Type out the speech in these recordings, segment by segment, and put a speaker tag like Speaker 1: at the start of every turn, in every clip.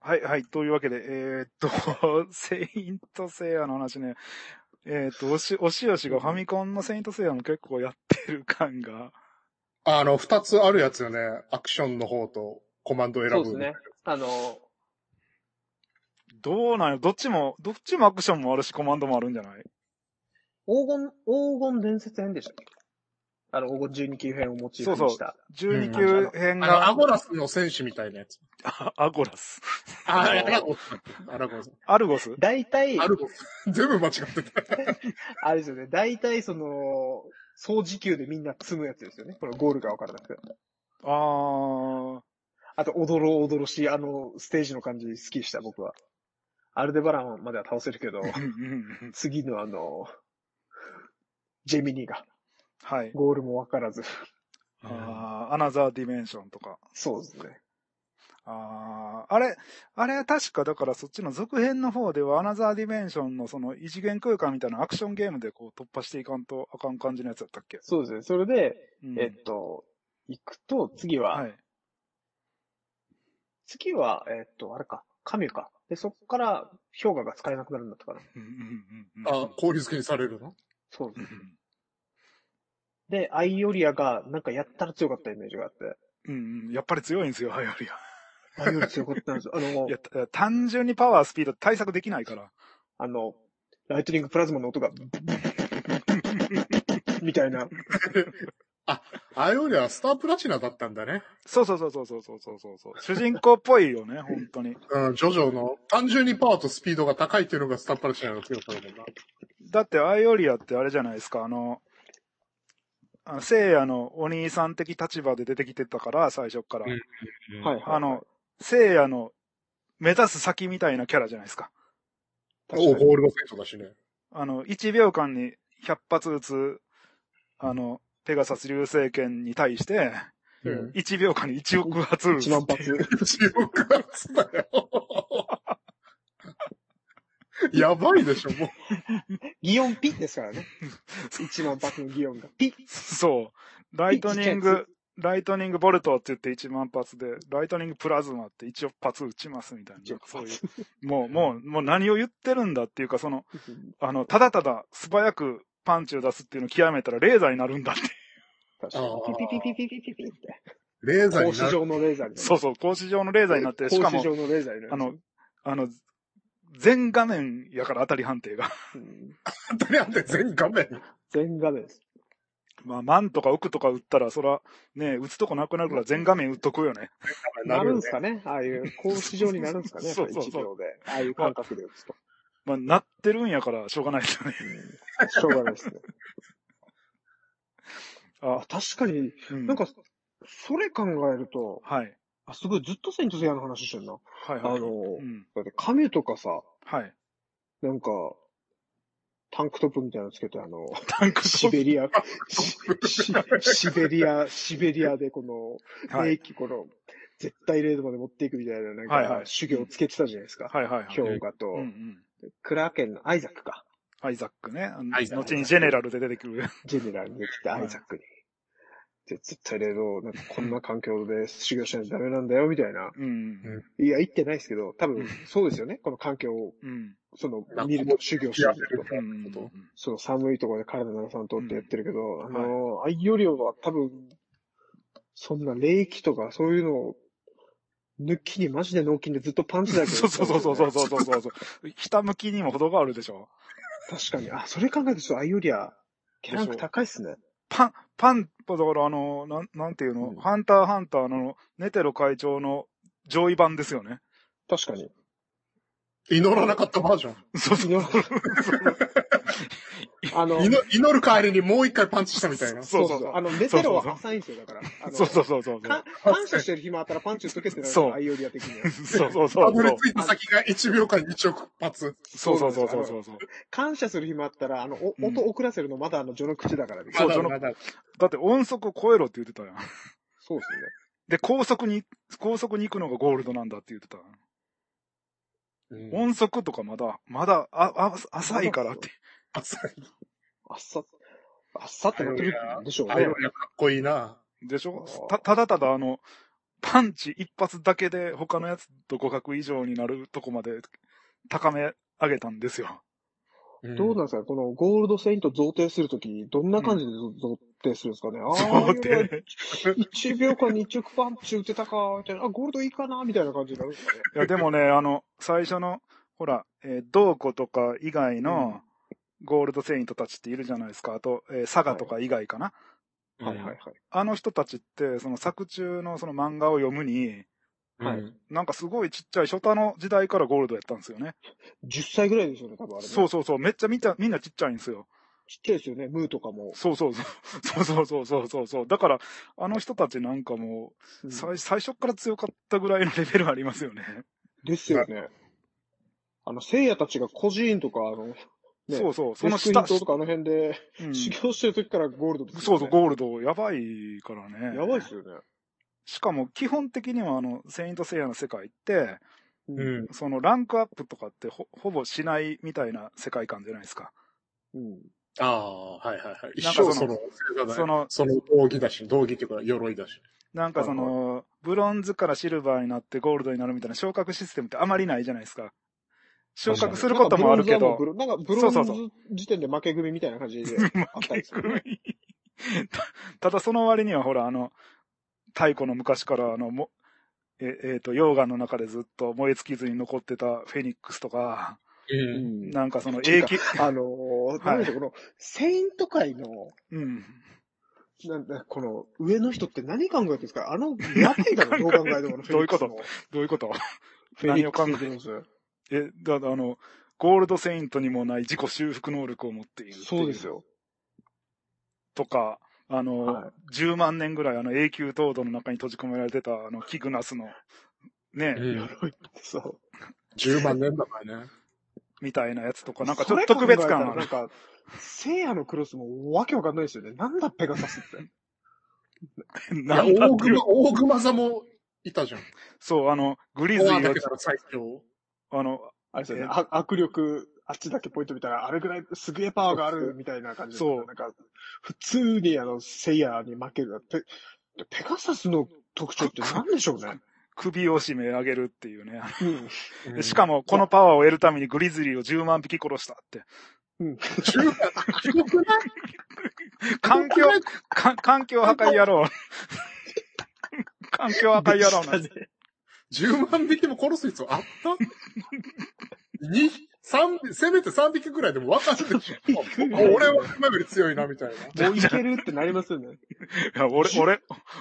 Speaker 1: はい、はい。というわけで、えーっと、 セイントセイヤの話ね。えーっと、おし、おしよしがファミコンのセイントセイヤも結構やってる感が。
Speaker 2: あの、二つあるやつよね。アクションの方とコマンド選ぶ。
Speaker 3: そうですね。あの、
Speaker 1: どうなんやどっちも、どっちもアクションもあるし、コマンドもあるんじゃない
Speaker 3: 黄金、黄金伝説編でしたっけあの、黄金12級編をモチーフにした。
Speaker 1: そうそ ?12 級編
Speaker 2: あの、
Speaker 1: が、
Speaker 2: アゴラスの戦士みたいなやつ。
Speaker 1: あアゴラス。
Speaker 2: あ、アラゴス。アラゴス。
Speaker 1: アルゴス
Speaker 3: 大体、
Speaker 2: ア
Speaker 3: あ
Speaker 2: ルゴス。全部間違ってた。
Speaker 3: れですよね。大体その、総時給でみんな積むやつですよね。このゴールがわからなくて。
Speaker 1: あー。
Speaker 3: あと、おどろおどろしい、あの、ステージの感じ好きでした、僕は。アルデバランまでは倒せるけど、
Speaker 1: うんうんうん
Speaker 3: 次のあの、ジェミニが、
Speaker 1: はい。
Speaker 3: ゴールもわからず。
Speaker 1: あーアナザーディメンションとか。
Speaker 3: そうですね。
Speaker 1: あーあれ、あれ確かだからそっちの続編の方ではアナザーディメンションのその異次元空間みたいなアクションゲームでこう突破していかんとあかん感じのやつだったっけ、
Speaker 3: そうですね。それで、
Speaker 1: うん
Speaker 3: えっと、行くと、次は、
Speaker 1: はい。
Speaker 3: 次は、えっと、あれか、カミュか。で、そこから、氷河が使えなくなるんだったかな。
Speaker 1: うんうんうんうん
Speaker 2: あ、氷漬けにされるの
Speaker 3: そう
Speaker 1: う
Speaker 3: です。
Speaker 1: ん
Speaker 3: で、アイオリアが、なんかやったら強かったイメージがあって。
Speaker 1: うんうんやっぱり強いんですよ、ハイオリア。
Speaker 3: アイオリア強かったんですよ。あの
Speaker 1: いや、、た単純にパワー、スピード対策できないから。
Speaker 3: あの、ライトニングプラズマの音が、みたいな。
Speaker 2: あれよりはスタープラチナだったんだね。
Speaker 1: そうそうそうそうそうそうそうそう主人公っぽいよね、本当に。
Speaker 2: うん、ジョジョの単純にパワーとスピードが高いっていうのがスタープラチナの強さだもんな。
Speaker 1: だって、アイオリアってあれじゃないですか、あの、あの聖夜のお兄さん的立場で出てきてたから、最初っから。
Speaker 2: うん
Speaker 3: はいはい。
Speaker 1: あの、聖夜の目指す先みたいなキャラじゃないですか。
Speaker 3: 確か
Speaker 2: お
Speaker 3: に、
Speaker 2: ゴールドセントだしね。
Speaker 1: あの、1秒間に100発撃つ、あの、ペガサス流星剣に対して、
Speaker 3: うん
Speaker 2: うん。
Speaker 1: 1秒間に1億発撃つ。
Speaker 3: 1万発。
Speaker 2: 1億発だよ。やばいでしょ、もう。
Speaker 3: ギオンピですからね。1万発のギオンが。ピ
Speaker 1: そう。ライトニン
Speaker 3: 一撃
Speaker 1: グ、ライトニングボルトって言って1万発で、ライトニングプラズマって1億発撃ちますみたいな。なんかそういう。もう、もう、もう何を言ってるんだっていうか、その、あの、ただただ素早くパンチを出すっていうのを極めたらレーザーになるんだって。
Speaker 3: 確かに
Speaker 2: あー
Speaker 3: ピピピピピピピピって。
Speaker 2: レーザーに
Speaker 3: 格
Speaker 2: な
Speaker 3: 子
Speaker 2: る。
Speaker 3: 状のレーザーになる。
Speaker 1: そうそう、格子状のレーザーになって、しかも
Speaker 3: 格子、状のレーザーになる。
Speaker 1: あの、あの、全画面やから当たり判定が。
Speaker 3: うん、
Speaker 2: 当たりなんて全画面。
Speaker 3: 全画面です。
Speaker 1: まあ、万とか億とか打ったら、そら、ね、打つとこなくなるから全画面打っとくよね。
Speaker 3: なるんす
Speaker 2: ね
Speaker 3: かねああいう、格子状になるんすかねやっぱり
Speaker 1: そうそう
Speaker 3: 1
Speaker 1: そう
Speaker 3: 秒で。ああいう感覚で打つと。
Speaker 1: まあ、なってるんやから、しょうがない ですよね。
Speaker 3: しょうがないですね。
Speaker 1: あ
Speaker 3: あ、、確かに、
Speaker 1: うん
Speaker 3: なん、か、それ考えると、
Speaker 1: はい。
Speaker 3: あ、すごい、ずっとセントセイヤの話してんな。
Speaker 1: はい
Speaker 3: あの
Speaker 1: はい。、うん。
Speaker 3: だって亀とかさ、
Speaker 1: はい。
Speaker 3: なんか、タンクトップみたいなのつけて、あ の、
Speaker 1: タンクト
Speaker 3: シ
Speaker 1: ッ
Speaker 3: ベリア、ししシベリア、シベリアでこの、
Speaker 1: プ。はい。
Speaker 3: 兵器この、絶対レードまで持っていくみたいな、なん
Speaker 1: はいは
Speaker 3: か
Speaker 1: い、
Speaker 3: 修行つけてたじゃないですか。
Speaker 1: はいはいはい。
Speaker 3: 氷河と
Speaker 1: うんう、ん。
Speaker 3: クラーケンのアイザックか。
Speaker 1: アイザックね。あの
Speaker 2: アイザッ
Speaker 3: ク
Speaker 1: 後にジェネラルで出てくる。
Speaker 3: ジェネラルに来て、アイザックに。で、絶対レード、なんかこんな環境で修行しないとダメなんだよ、みたいな。
Speaker 1: うん。
Speaker 3: いや、言ってないですけど、多
Speaker 1: う
Speaker 3: 分
Speaker 1: ん、
Speaker 3: そうですよね。この環境を、
Speaker 1: うん。
Speaker 3: その
Speaker 2: まあ、
Speaker 3: 見ると、修行してみると。
Speaker 1: うんうん
Speaker 2: こと
Speaker 3: その寒いところで体ならさんとってやってるけど、
Speaker 1: ん
Speaker 3: あのー、アイオリオは多分、そんな霊気とかそういうのを、抜きにマジで脳筋でずっとパンチだけ ど。
Speaker 1: そうそうそうそうそうそうそうそう。ひたむきにも程があるでしょ。
Speaker 3: 確かに。あ、それ考えるとちょっとアイオリア、キャランク高いっすね。
Speaker 1: パン、パン、だからあの、なん、なんていうの、
Speaker 3: うん
Speaker 1: ハンターハンターのネテロ会長の上位版ですよね。
Speaker 3: 確か に。
Speaker 2: 祈らなかったバージョン。
Speaker 1: そうそう。
Speaker 3: 祈るあの、
Speaker 2: 祈祈る代わりにもう一回パンチしたみたいな。
Speaker 1: そうそうそう
Speaker 3: あの、メテロは浅いんですよ、だから。あの
Speaker 1: そうそうそうそう。
Speaker 3: か感謝してる暇あったらパンチ打っとけってなるか
Speaker 1: そう
Speaker 3: ら、アイオリア的には。
Speaker 1: そうそうそ
Speaker 2: た
Speaker 1: う
Speaker 2: ど
Speaker 1: そ
Speaker 2: り
Speaker 1: う。
Speaker 2: 着いた先が1秒間に1億発。
Speaker 1: そうそうそうそうそうそう。
Speaker 3: 感謝する暇あったら、あの、お
Speaker 1: うん
Speaker 3: 音遅らせるのまだあの、序の口だからみた
Speaker 1: そ
Speaker 3: いな
Speaker 1: うその
Speaker 2: まだまだ
Speaker 1: だって音速を超えろって言ってたやん。
Speaker 3: そうですね。
Speaker 1: で、高速に、高速に行くのがゴールドなんだって言ってたやん。
Speaker 2: うん
Speaker 1: 音速とかまだ、まだ、あ、あ、浅いからって。
Speaker 2: 浅い
Speaker 3: あっさ、あっさってなってるんでしょう
Speaker 2: あれ
Speaker 3: ね
Speaker 2: は。かっこいいな。
Speaker 1: でしょた、ただただあの、パンチ一発だけで他のやつと互角以上になるとこまで高め上げたんですよ。
Speaker 3: どうなんですかこのゴールドセイント贈呈するとき、どんな感じで贈贈呈するんですかね、あ
Speaker 1: そう
Speaker 3: あ
Speaker 1: っ
Speaker 3: ー、
Speaker 1: て、ね。
Speaker 3: 1秒間に直パンチ打てたか、みたいな。あ、ゴールドいいかなみたいな感じになるんですかね。
Speaker 1: いや、でもね、あの、最初の、ほら、えー、銅庫とか以外のゴールドセイントたちっているじゃないですか。あと、えーサガとか以外かな。
Speaker 3: はいはいはい。
Speaker 1: あの人たちって、その作中のその漫画を読むに、
Speaker 3: はい
Speaker 2: うん
Speaker 1: なんかすごいちっちゃい初太の時代からゴールドやったんですよね。
Speaker 3: 10歳ぐらいですよね、多分あれね。
Speaker 1: そうそうそう。めっちゃみんな、みんなちっちゃいんですよ。
Speaker 3: ちっちゃいですよね、ムーとかも。
Speaker 1: そうそうそう。そうそうそうそうそうそう。だから、あの人たちなんかも
Speaker 3: うん
Speaker 1: う、最、最初から強かったぐらいのレベルありますよね。
Speaker 3: ですよね。あの、聖夜たちが個人とか、あの、ね、
Speaker 1: そうそう。その
Speaker 3: 下
Speaker 1: 下、
Speaker 3: とかあの辺で、
Speaker 1: うん
Speaker 3: 修行してる時からゴールドですよね。
Speaker 1: そうそう、ゴールド、やばいからね。
Speaker 3: やばいですよね。
Speaker 1: しかも、基本的には、あの、セイント・セイヤの世界って、
Speaker 3: うん
Speaker 2: うん。
Speaker 1: その、ランクアップとかってほ、ほぼしないみたいな世界観じゃないですか。
Speaker 3: うん。
Speaker 2: ああ、はいはいはい。一
Speaker 1: なんかその
Speaker 2: 生その、そ
Speaker 1: そ
Speaker 2: の、
Speaker 1: の、
Speaker 2: その道着だし、道着っていうか、鎧だし。
Speaker 1: なんかその、ブロンズからシルバーになってゴールドになるみたいな昇格システムってあまりないじゃないですか。昇格することもあるけど、
Speaker 3: なんかブロンズ
Speaker 1: そ
Speaker 3: は
Speaker 1: う
Speaker 3: も
Speaker 1: そうう
Speaker 3: ブロなんかブロンズ時点で負け組みたいな感 じであったんですよね。
Speaker 1: ただその割にはほら、あの、太古の昔からあの、もえ、えーと、溶岩の中でずっと燃え尽きずに残ってたフェニックスとか、
Speaker 3: う
Speaker 2: うん。
Speaker 3: ん
Speaker 1: なんかその永
Speaker 3: て
Speaker 1: 久、
Speaker 3: あのー、なんでしょう、この、セイント界の、
Speaker 1: うん。
Speaker 3: なんだ、この、上の人って何考えてるんですか あの、やばいだろ、どう考えてもの。
Speaker 1: どういうこと
Speaker 3: フ
Speaker 1: どういうこと
Speaker 3: ェ
Speaker 1: 何
Speaker 3: ニッ
Speaker 1: を
Speaker 3: ク
Speaker 1: 考
Speaker 3: ス
Speaker 1: え
Speaker 3: のフェニックスの
Speaker 1: え、だ、だあの、ゴールドセイントにもない自己修復能力を持っているってい
Speaker 3: そうで す。よ。
Speaker 1: とか、あの、
Speaker 3: は
Speaker 1: 10万年ぐらいあの永久凍土の中に閉じ込められてたあのキグナスの、ね、
Speaker 2: うん
Speaker 3: そう。
Speaker 2: 10万年だからね。
Speaker 1: みたいなやつとか、なんかちょ
Speaker 3: そ
Speaker 1: っ
Speaker 3: れ
Speaker 1: と特別感あ
Speaker 3: 考え
Speaker 1: る。
Speaker 3: たらなんか、聖夜のクロスもわけわかんないですよね。なんだペガサスって。
Speaker 2: い
Speaker 1: な
Speaker 2: や、
Speaker 1: んだっ
Speaker 2: 大
Speaker 1: ていう
Speaker 2: 熊、。大熊座もいたじゃん。
Speaker 1: そう、あの、グリズリ
Speaker 2: コア
Speaker 1: ー
Speaker 2: だ
Speaker 1: を
Speaker 2: けなら最強。
Speaker 1: あの、
Speaker 3: あれですよね。
Speaker 1: えー
Speaker 3: あ握力、あっちだけポイント見たら、あれぐらいすげえパワーがあるみたいな感じですよね
Speaker 1: そう
Speaker 3: なんか、普通にあの、セイヤーに負ける。ペ、ペガサスの特徴って何でしょうね。
Speaker 1: 首を締め上げるっていうね。
Speaker 3: うん。
Speaker 1: でしかも、このパワーを得るためにグリズリーを10万匹殺した って。
Speaker 2: も、10万、地獄な
Speaker 1: 環境、か環境破壊野 郎。環境破壊野郎なんです。
Speaker 2: 10万匹も殺す必要あった に三せめて3匹ぐらいでも分かる でしょ。あ俺は今より強いな、みたいな。
Speaker 3: もういけるってなりま すよね。
Speaker 1: いや俺、俺、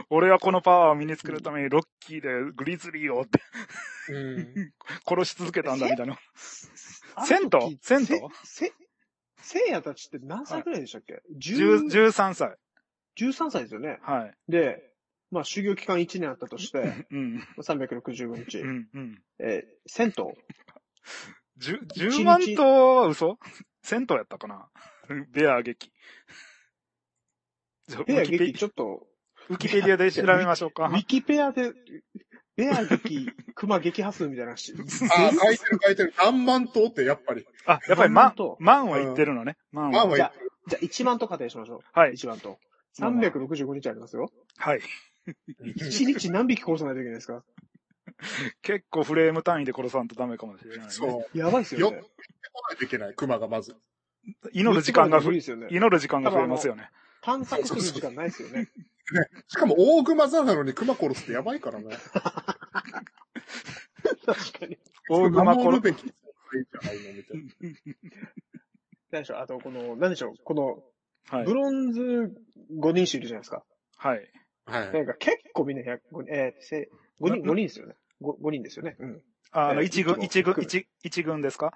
Speaker 1: 俺はこのパワーを身につけるためにロッキーでグリズリーをって
Speaker 2: うん。
Speaker 1: 殺し続けたんだみたいな。
Speaker 3: 銭
Speaker 1: 銭湯銭湯
Speaker 3: せ、せ、せいやたちって何歳くらいでしたっけ
Speaker 1: 10
Speaker 3: 10
Speaker 1: 13歳。
Speaker 3: ?13 歳ですよね。
Speaker 1: はい。
Speaker 3: で、まあ修行期間1年あったとして、
Speaker 1: うん。
Speaker 3: 365日、
Speaker 1: うん。うん。
Speaker 3: えー、銭湯。
Speaker 1: じゅ 10, 万頭は嘘銭湯やったかなベア劇。ちょウ
Speaker 3: ペア
Speaker 1: ィキペ
Speaker 3: 劇、ちょっと、
Speaker 1: ウィキペディアで調べましょう
Speaker 3: ウ
Speaker 1: か。
Speaker 3: ィキペアで、ベア 激、クマ激破数みたいな話。
Speaker 2: あ、書いてる書いてる。何万頭ってやっぱり。
Speaker 1: あ、やっぱりマン
Speaker 3: 万頭、
Speaker 1: マンは言ってるのね。マン
Speaker 2: まあ
Speaker 1: は。
Speaker 2: まあ
Speaker 3: じゃあ、じゃあ1万と仮定しましょ
Speaker 1: は
Speaker 3: う。
Speaker 1: い。
Speaker 3: 1万と。365日ありますよ。
Speaker 1: はい。
Speaker 3: 1日何匹殺さないといけないですか
Speaker 1: 結構フレーム単位で殺さんとダメかもしれない、ね。
Speaker 2: そう。
Speaker 3: やばいですよ
Speaker 2: よっ
Speaker 3: ね。
Speaker 2: ないといけない、熊がまず。
Speaker 1: 祈る時間が
Speaker 3: 無
Speaker 1: ふ、
Speaker 3: 理ですよね。
Speaker 1: 祈る時間が増えますよね。
Speaker 3: 探索する時間ないです よね。
Speaker 2: しかも大熊座なのに熊殺すってやばいからね。
Speaker 3: 確かに。
Speaker 1: 大熊
Speaker 2: 守
Speaker 1: 殺
Speaker 2: るべき存在じゃないのみたいな。
Speaker 3: 何でしょう、あとこの、何でしょう、この、
Speaker 1: はい
Speaker 3: ブ。ロンズ5人種いるじゃないですか。
Speaker 1: はい。
Speaker 2: は。
Speaker 3: ないんか結構みんな100、5人、えーせ、5人、
Speaker 1: な
Speaker 3: 5人ですよね。5, 人ですよね。うん。
Speaker 1: あの、
Speaker 3: えー
Speaker 1: 一軍、一軍
Speaker 3: 一、軍
Speaker 1: 一、一軍ですか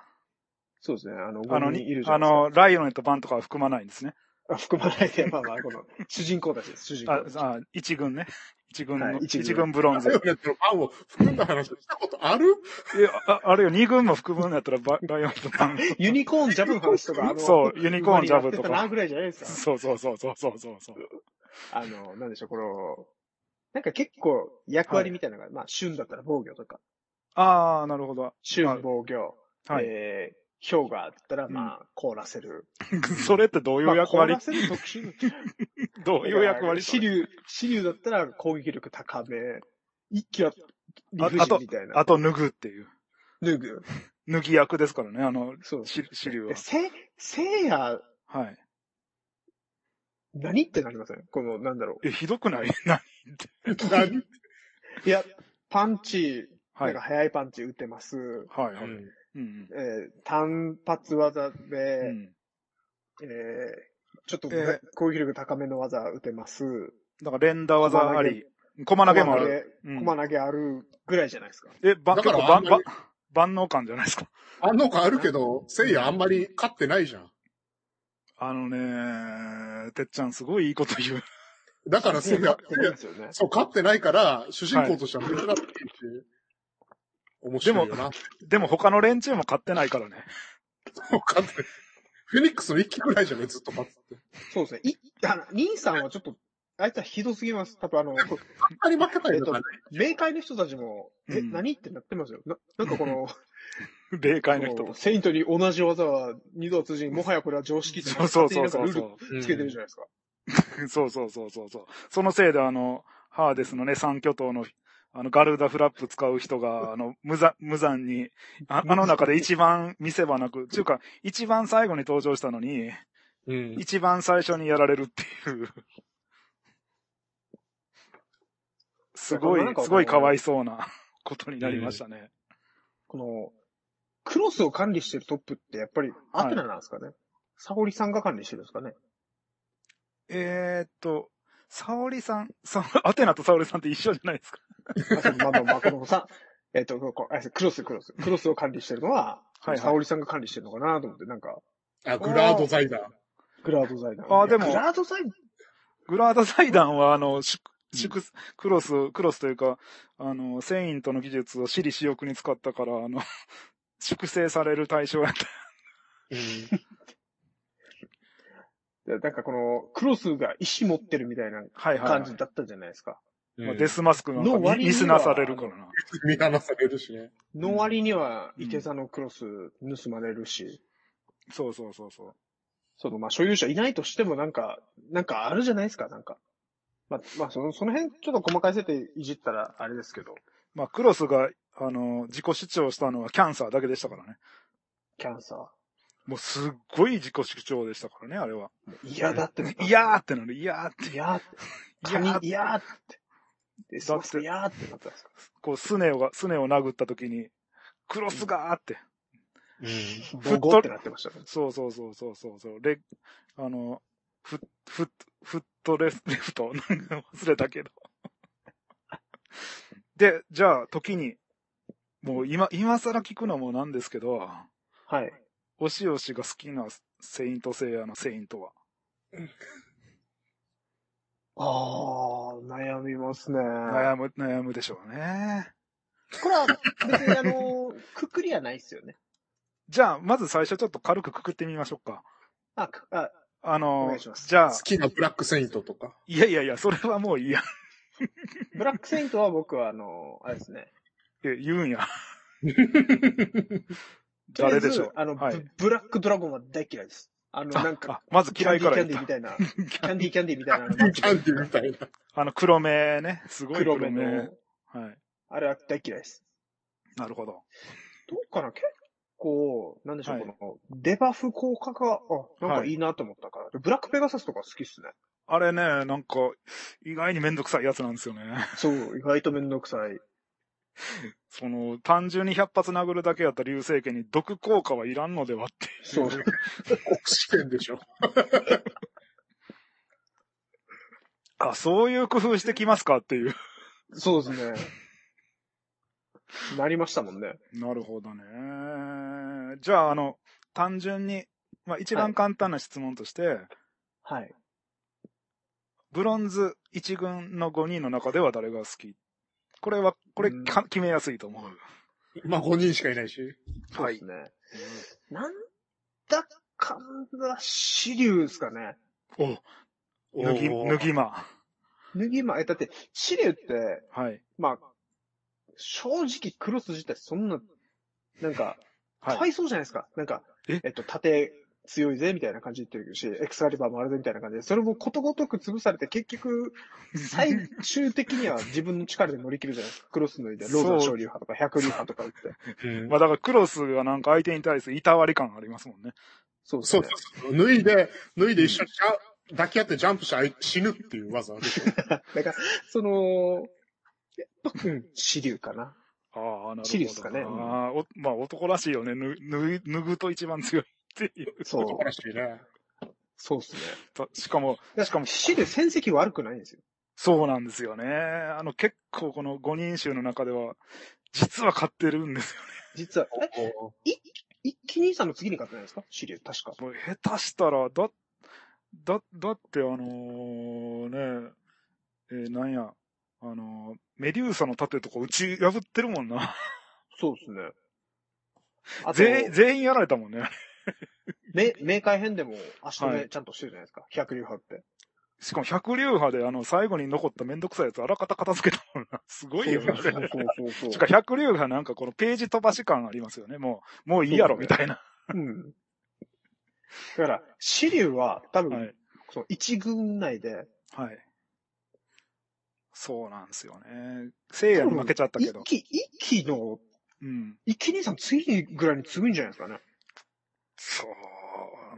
Speaker 3: そうですね。あの、
Speaker 1: あの、
Speaker 3: 5人いる
Speaker 1: に
Speaker 3: じゃ
Speaker 1: あ
Speaker 3: ないで
Speaker 1: の、
Speaker 3: すか。
Speaker 1: ライオネット版とかは含まないんですね。
Speaker 3: あ含まないで、まあまあ、この、主人公たちです、主人公
Speaker 1: あ
Speaker 3: た、ち。
Speaker 1: あ一軍ね。一軍の、
Speaker 3: はい一
Speaker 1: 一
Speaker 3: 軍
Speaker 1: 軍ブロンズ
Speaker 2: ライ。オネットのパンを含んだ話したことある
Speaker 1: いや、ああれよ、二軍も含むんだったらバ、ライオネット版。
Speaker 3: ユニコーンジャブの話とか、あの、
Speaker 1: そう、ユニコーンジャブと
Speaker 3: 馬に乗ってたな
Speaker 1: か。
Speaker 3: ぐらいじゃないです
Speaker 1: そうそうそうそうそうそうそう。
Speaker 3: か。あの、なんでしょう、この、なんか結構役割みたいなのが、まあ、旬だったら防御とか、
Speaker 1: ああ、なるほど。
Speaker 3: 旬防御、
Speaker 1: はい。
Speaker 3: えー、氷河だったら、まあ、凍らせる。
Speaker 1: それってどういう役割
Speaker 3: まあ、凍らせる特殊。
Speaker 1: どういう役割
Speaker 3: 支流、支流だったら攻撃力高め。一気は理不尽みたいな。
Speaker 1: あと脱ぐっていう。
Speaker 3: 脱ぐ。
Speaker 1: 脱ぎ役ですからね、あの、
Speaker 3: そう。
Speaker 1: し支流は
Speaker 3: え。せ、せいや、
Speaker 1: はい。
Speaker 3: 何ってなりませんこの、なんだろ
Speaker 1: え、ひどくない な
Speaker 2: 何
Speaker 3: う。いや、パンチ、
Speaker 1: はい。
Speaker 3: なんか
Speaker 1: はい
Speaker 3: 速いパンチ打てます。
Speaker 1: はい。
Speaker 2: う
Speaker 1: うんう
Speaker 2: ん
Speaker 1: ん。
Speaker 3: えー単発技で、
Speaker 1: うん
Speaker 3: えーちょっと、
Speaker 1: えー
Speaker 3: 攻撃力高めの技打てます。
Speaker 1: だから連打技あり、駒投げもある。うん
Speaker 3: 駒投げ駒投げあるぐらいじゃないですか。
Speaker 1: え、ば、
Speaker 2: だ
Speaker 1: 結
Speaker 2: か
Speaker 1: 構
Speaker 2: ら
Speaker 1: ば、
Speaker 2: あんま
Speaker 1: ば
Speaker 2: り、
Speaker 1: 万能感じゃないですか。
Speaker 2: あんのかあるけど、せいやあんまり勝ってないじゃん。
Speaker 1: あのね、てっちゃんすごいいいこと言う。
Speaker 2: だからせいや、
Speaker 3: そうなんですよね。
Speaker 2: そう、勝ってないから、主人公としては珍しいし、面白いよな。
Speaker 1: でも他の連中も勝ってないからね。
Speaker 2: そう勝って、 フェニックスの一期ぐらいじゃないずっと勝つって。
Speaker 3: そうですね。い、あの、兄さんはちょっと、あいつはひどすぎます。多分あの、
Speaker 2: あんまり負けないんだからね。
Speaker 3: 冥界の人たちも、え、
Speaker 1: うん
Speaker 3: 何ってなってますよ。な、なんかこの、
Speaker 1: 霊界の人
Speaker 3: ことの。セイントに同じ技は二度は通じに、もはやこれは常識って
Speaker 1: そうそうそう
Speaker 3: 勝手
Speaker 1: そう
Speaker 3: になんかルー
Speaker 1: そ
Speaker 3: ルつけてるじゃないですか。
Speaker 1: う。 そうそうそうそうそう。そのせいであの、ハーデスのね、三巨頭の、あの、ガルダフラップ使う人 が、あの、無残、無残に、ああの中で一番見せ場なく、ちゅうか、一番最後に登場したのに、
Speaker 2: うん。
Speaker 1: 一番最初にやられるって いう。すごい
Speaker 3: なん、か
Speaker 1: すごいかわいそうなことになりましたね。
Speaker 3: この、クロスを管理してるトップって、やっぱり、アテナなんですかね。沙織さんが管理してるんですかね。
Speaker 1: えーっと、沙織さん、さ アテナと沙織さんって一緒じゃないですか。
Speaker 3: あそうまあまあまあ、このさ、 えっ、と、こうあれですクロス、クロス。クロスを管理してるのは、
Speaker 1: はいはい
Speaker 3: 沙織さんが管理してるのかなと思って、なんか、
Speaker 2: あ、グラード財団。
Speaker 3: グラード財団。
Speaker 1: あでも
Speaker 3: グラード財団
Speaker 1: グラード財団は、あの、宿、宿、クロス、クロスというか、あの、セイントの技術を私利私欲に使ったから、あの、 粛清される対象やった。
Speaker 3: なんかこの、クロスが石持ってるみたいな
Speaker 1: はいはい、
Speaker 3: 感
Speaker 1: は
Speaker 3: じ
Speaker 1: い。
Speaker 3: だったじゃないですか。
Speaker 1: まあ、
Speaker 2: で
Speaker 1: デ
Speaker 2: す。
Speaker 1: スマスクなんか
Speaker 3: の割に
Speaker 1: ミ
Speaker 3: は
Speaker 1: ミスなされるからな。
Speaker 2: 見放されるしね。
Speaker 3: の割には、
Speaker 1: うん
Speaker 3: 池座のクロス盗まれるし、
Speaker 1: そうそうそうそう。
Speaker 3: その、まあ、所有者いないとしてもなんか、なんかあるじゃないですか、なんか。まあ、まあ、その、その辺ちょっと細かい設定いじったらあれですけど、
Speaker 1: まあ、クロスが、あの、自己主張したのはキャンサーだけでしたからね。
Speaker 3: キャンサ
Speaker 1: もうすっごい自己主張でしたからね、あれは。
Speaker 3: ー。嫌だって。
Speaker 1: いやーってなる、いやーって。
Speaker 3: 嫌って。カニ
Speaker 1: いやー
Speaker 3: 嫌って。で、そして嫌ってなったんですか。
Speaker 1: こう、スネ夫が、スネ夫を殴った時に、クロスがーって。
Speaker 3: ボゴってなってましたね。
Speaker 1: そうそうそうそうそうそう。レあの、フッ、フッ、フットレ フレフト、なんか忘れたけど。で、じゃあ、時に、もう今、今更聞くのもなんですけど、
Speaker 3: はい。
Speaker 1: おしおしが好きなセイントセイヤのセイントは、
Speaker 3: ああ、悩みますね。
Speaker 1: 悩む、悩むでしょうね。
Speaker 3: これは、別にあの、 くくりはないですよね。
Speaker 1: じゃあ、まず最初ちょっと軽くくくってみましょうか。
Speaker 3: あ、くあ、
Speaker 1: あ
Speaker 3: お
Speaker 1: の
Speaker 3: 願いしま、す
Speaker 1: じゃあ
Speaker 2: 好、きなブラックセイントとか。
Speaker 1: いやいやいや、それはもういいや。
Speaker 3: ブラックセイントは僕はあの、あれですね。
Speaker 1: いや言うんや。
Speaker 3: とりあえ
Speaker 1: 誰
Speaker 3: ず
Speaker 1: でしょう。
Speaker 3: あの、
Speaker 1: はい
Speaker 3: ブブラックドラゴンは大嫌いです。あの、
Speaker 1: あ
Speaker 3: なんか、
Speaker 1: あまず嫌いから
Speaker 3: キャンデ
Speaker 1: 言
Speaker 3: ィー
Speaker 1: っ
Speaker 3: み
Speaker 1: た。
Speaker 3: たいな、キャンディーキャンディーみたいなあの
Speaker 2: キャンディみたいな。
Speaker 1: あの、黒目ね。すごい
Speaker 3: 黒
Speaker 1: 黒
Speaker 3: 目
Speaker 1: 目。
Speaker 3: の、
Speaker 1: はい。
Speaker 3: あれは大嫌いです。
Speaker 1: なるほど。
Speaker 3: どうかな結構、なんでしょう、
Speaker 1: はい
Speaker 3: この、デバフ効果が、あ、なんかいいなと思ったから。ブラックペガサスとか好きっすね。
Speaker 1: あれね、なんか、意外にめんどくさいやつなんですよね。
Speaker 3: そう、意外とめんどくさい。
Speaker 1: その、単純に100発殴るだけやった流星拳に毒効果はいらんのではって。
Speaker 3: そう。
Speaker 2: 国試験でしょ。
Speaker 1: あ、そういう工夫してきますかっていう。
Speaker 3: そうですね。なりましたもんね。
Speaker 1: なるほどね。じゃあ、あの、単純に、まあ、一
Speaker 3: は
Speaker 1: 番
Speaker 3: い
Speaker 1: 簡単な質問として、
Speaker 3: はい。
Speaker 1: ブロンズ1軍の5人の中では誰が好きこれは、これ
Speaker 3: うん
Speaker 1: か、決めやすいと思う。
Speaker 2: まあ5人しかいないし。
Speaker 3: そうですね。なんだかんだ、支流ですかね。
Speaker 1: お、脱ぎ、脱ぎ間。
Speaker 3: 脱ぎま、え、だって、支流って、
Speaker 1: はい。
Speaker 3: まあ、正直クロス自体そんな、なんか、
Speaker 1: はい
Speaker 3: かわいそうじゃないですか。なんか、
Speaker 1: え
Speaker 3: えっと、縦強いぜ、みたいな感じで言ってるし、エクスカリバーもあるぜ、みたいな感じで、それもことごとく潰されて、結局、最終的には自分の力で乗り切るじゃないですか。クロス脱いで、ローザン昇竜派とか、百竜派とか打って。
Speaker 1: まあだからクロスがなんか相手に対するいたわり感ありますもんね。
Speaker 3: そうです
Speaker 2: そ
Speaker 3: ね
Speaker 2: う。そうそう。脱いで、脱いで一緒にジャ抱き合ってジャンプしてあい死ぬっていう技。
Speaker 3: だから、その、やっぱ、うん、支流かな。
Speaker 1: ああ、なるほど。
Speaker 3: チリっすかね
Speaker 1: ああ、おまあ男らしいよね。ぬ脱い脱ぐと一番強いっていう。
Speaker 3: そう。
Speaker 2: 男らしいね。
Speaker 3: そうですね。
Speaker 1: としかも、
Speaker 3: だ
Speaker 1: しかも
Speaker 3: 支流戦績悪くないんですよ。
Speaker 1: そうなんですよね。あの結構この5人衆の中では、実は勝ってるんです
Speaker 3: 実は。え一気にさんの次に勝ってないですか支流、確か。
Speaker 1: よ。もう下手したら、だ、だ、だってあのーね、えーなんや、あのーメデューサの盾とか打ち破ってるもんな。
Speaker 3: そうですね。あと、
Speaker 1: 全員、全員やられたもんね。
Speaker 3: め明快編でも足止
Speaker 1: は
Speaker 3: め
Speaker 1: い
Speaker 3: ちゃんとしてるじゃないですか。百竜派って。
Speaker 1: しかも百流派であの、最後に残っためんどくさいやつあらかた片付けたもんな。すごいよな。
Speaker 3: そうそうそうそう
Speaker 1: しかも百流派なんかこのページ飛ばし感ありますよね。もう、もういいやろ、
Speaker 3: そ
Speaker 1: み
Speaker 3: うですね
Speaker 1: たいな。
Speaker 3: うん。だから、支流は多分、
Speaker 1: はい。
Speaker 3: その一軍内で、
Speaker 1: はい。そうなんですよね。聖夜に負けちゃったけど
Speaker 3: 一。期、一期の、
Speaker 1: うん。
Speaker 3: 一期兄さん次ぐらいに強いんじゃないですかね。
Speaker 1: そ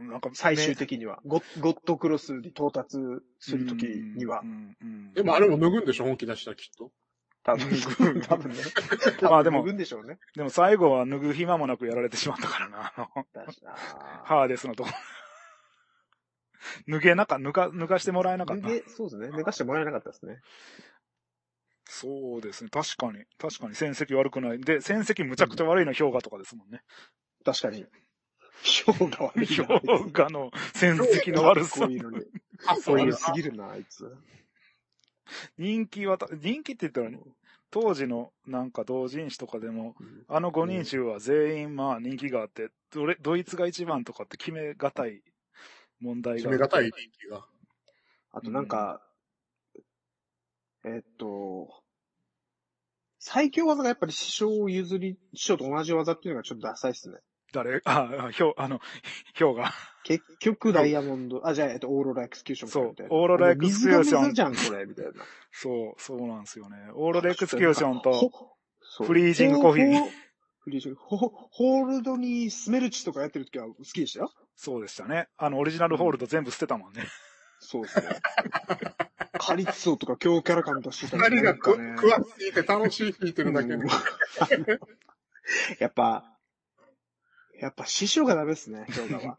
Speaker 1: う。なんか、
Speaker 3: 最終的には。ゴッゴッドクロスに到達するときには
Speaker 1: う。んうん
Speaker 2: でもあれも脱ぐんでしょ本気出したらきっと。
Speaker 3: 多分、 多分ね。
Speaker 1: まあでも
Speaker 3: 多分脱ぐんでしょうね。
Speaker 1: でも最後は脱ぐ暇もなくやられてしまったから な。あの
Speaker 3: だしな
Speaker 1: ハーデスのとこ。脱げなか、脱が、脱がしてもらえなかった
Speaker 3: 脱。げそうですね。脱がしてもらえなかったですね。
Speaker 1: そうですね。確かに。確かに戦績悪くない。で、戦績むちゃくちゃ悪いのは氷河とかですもんね。
Speaker 3: 確かに。氷が悪いな。
Speaker 1: 氷河の戦績の悪さ
Speaker 3: こう。いうのに。
Speaker 2: あ、
Speaker 3: そういううすぎるな、あいつ。
Speaker 1: 人気はた、人気って言ったらね、当時のなんか同人誌とかでも、あの5人衆は全員まあ人気があって、どれ、ドイツが一番とかって決めがたい問題
Speaker 2: 決
Speaker 1: が。
Speaker 2: めがたい人気が。
Speaker 3: あとなんか、えっと、最強技がやっぱり師匠を譲り、師匠と同じ技っていうのがちょっとダサいっすね。
Speaker 1: 誰 あ、あひょう、あの、ひょうが。
Speaker 3: 結局ダイヤモンド、あ、じゃあ、えっと、オーロラエクスキューションか
Speaker 1: そう
Speaker 3: みたいな
Speaker 1: オーロラエクスキューション
Speaker 3: 水が水じゃん、これ、みたいな。
Speaker 1: そう、そうなんですよね。オールドエクスキューションと、
Speaker 3: ほ、そう
Speaker 1: フリージングコーヒー
Speaker 3: ほほフリージング、ほ、ホールドにスメルチとかやってる時は好きでしたよ。
Speaker 1: そうでしたね。あの、オリジナルホールド全部捨てたもんね。
Speaker 3: そうですね。 カリッソとか強キャラ感出してた
Speaker 2: 二人がく、
Speaker 3: なん
Speaker 2: くわついて楽しい弾いてるだけで
Speaker 3: うん やっぱ、やっぱ師匠がダメですね、氷河 は。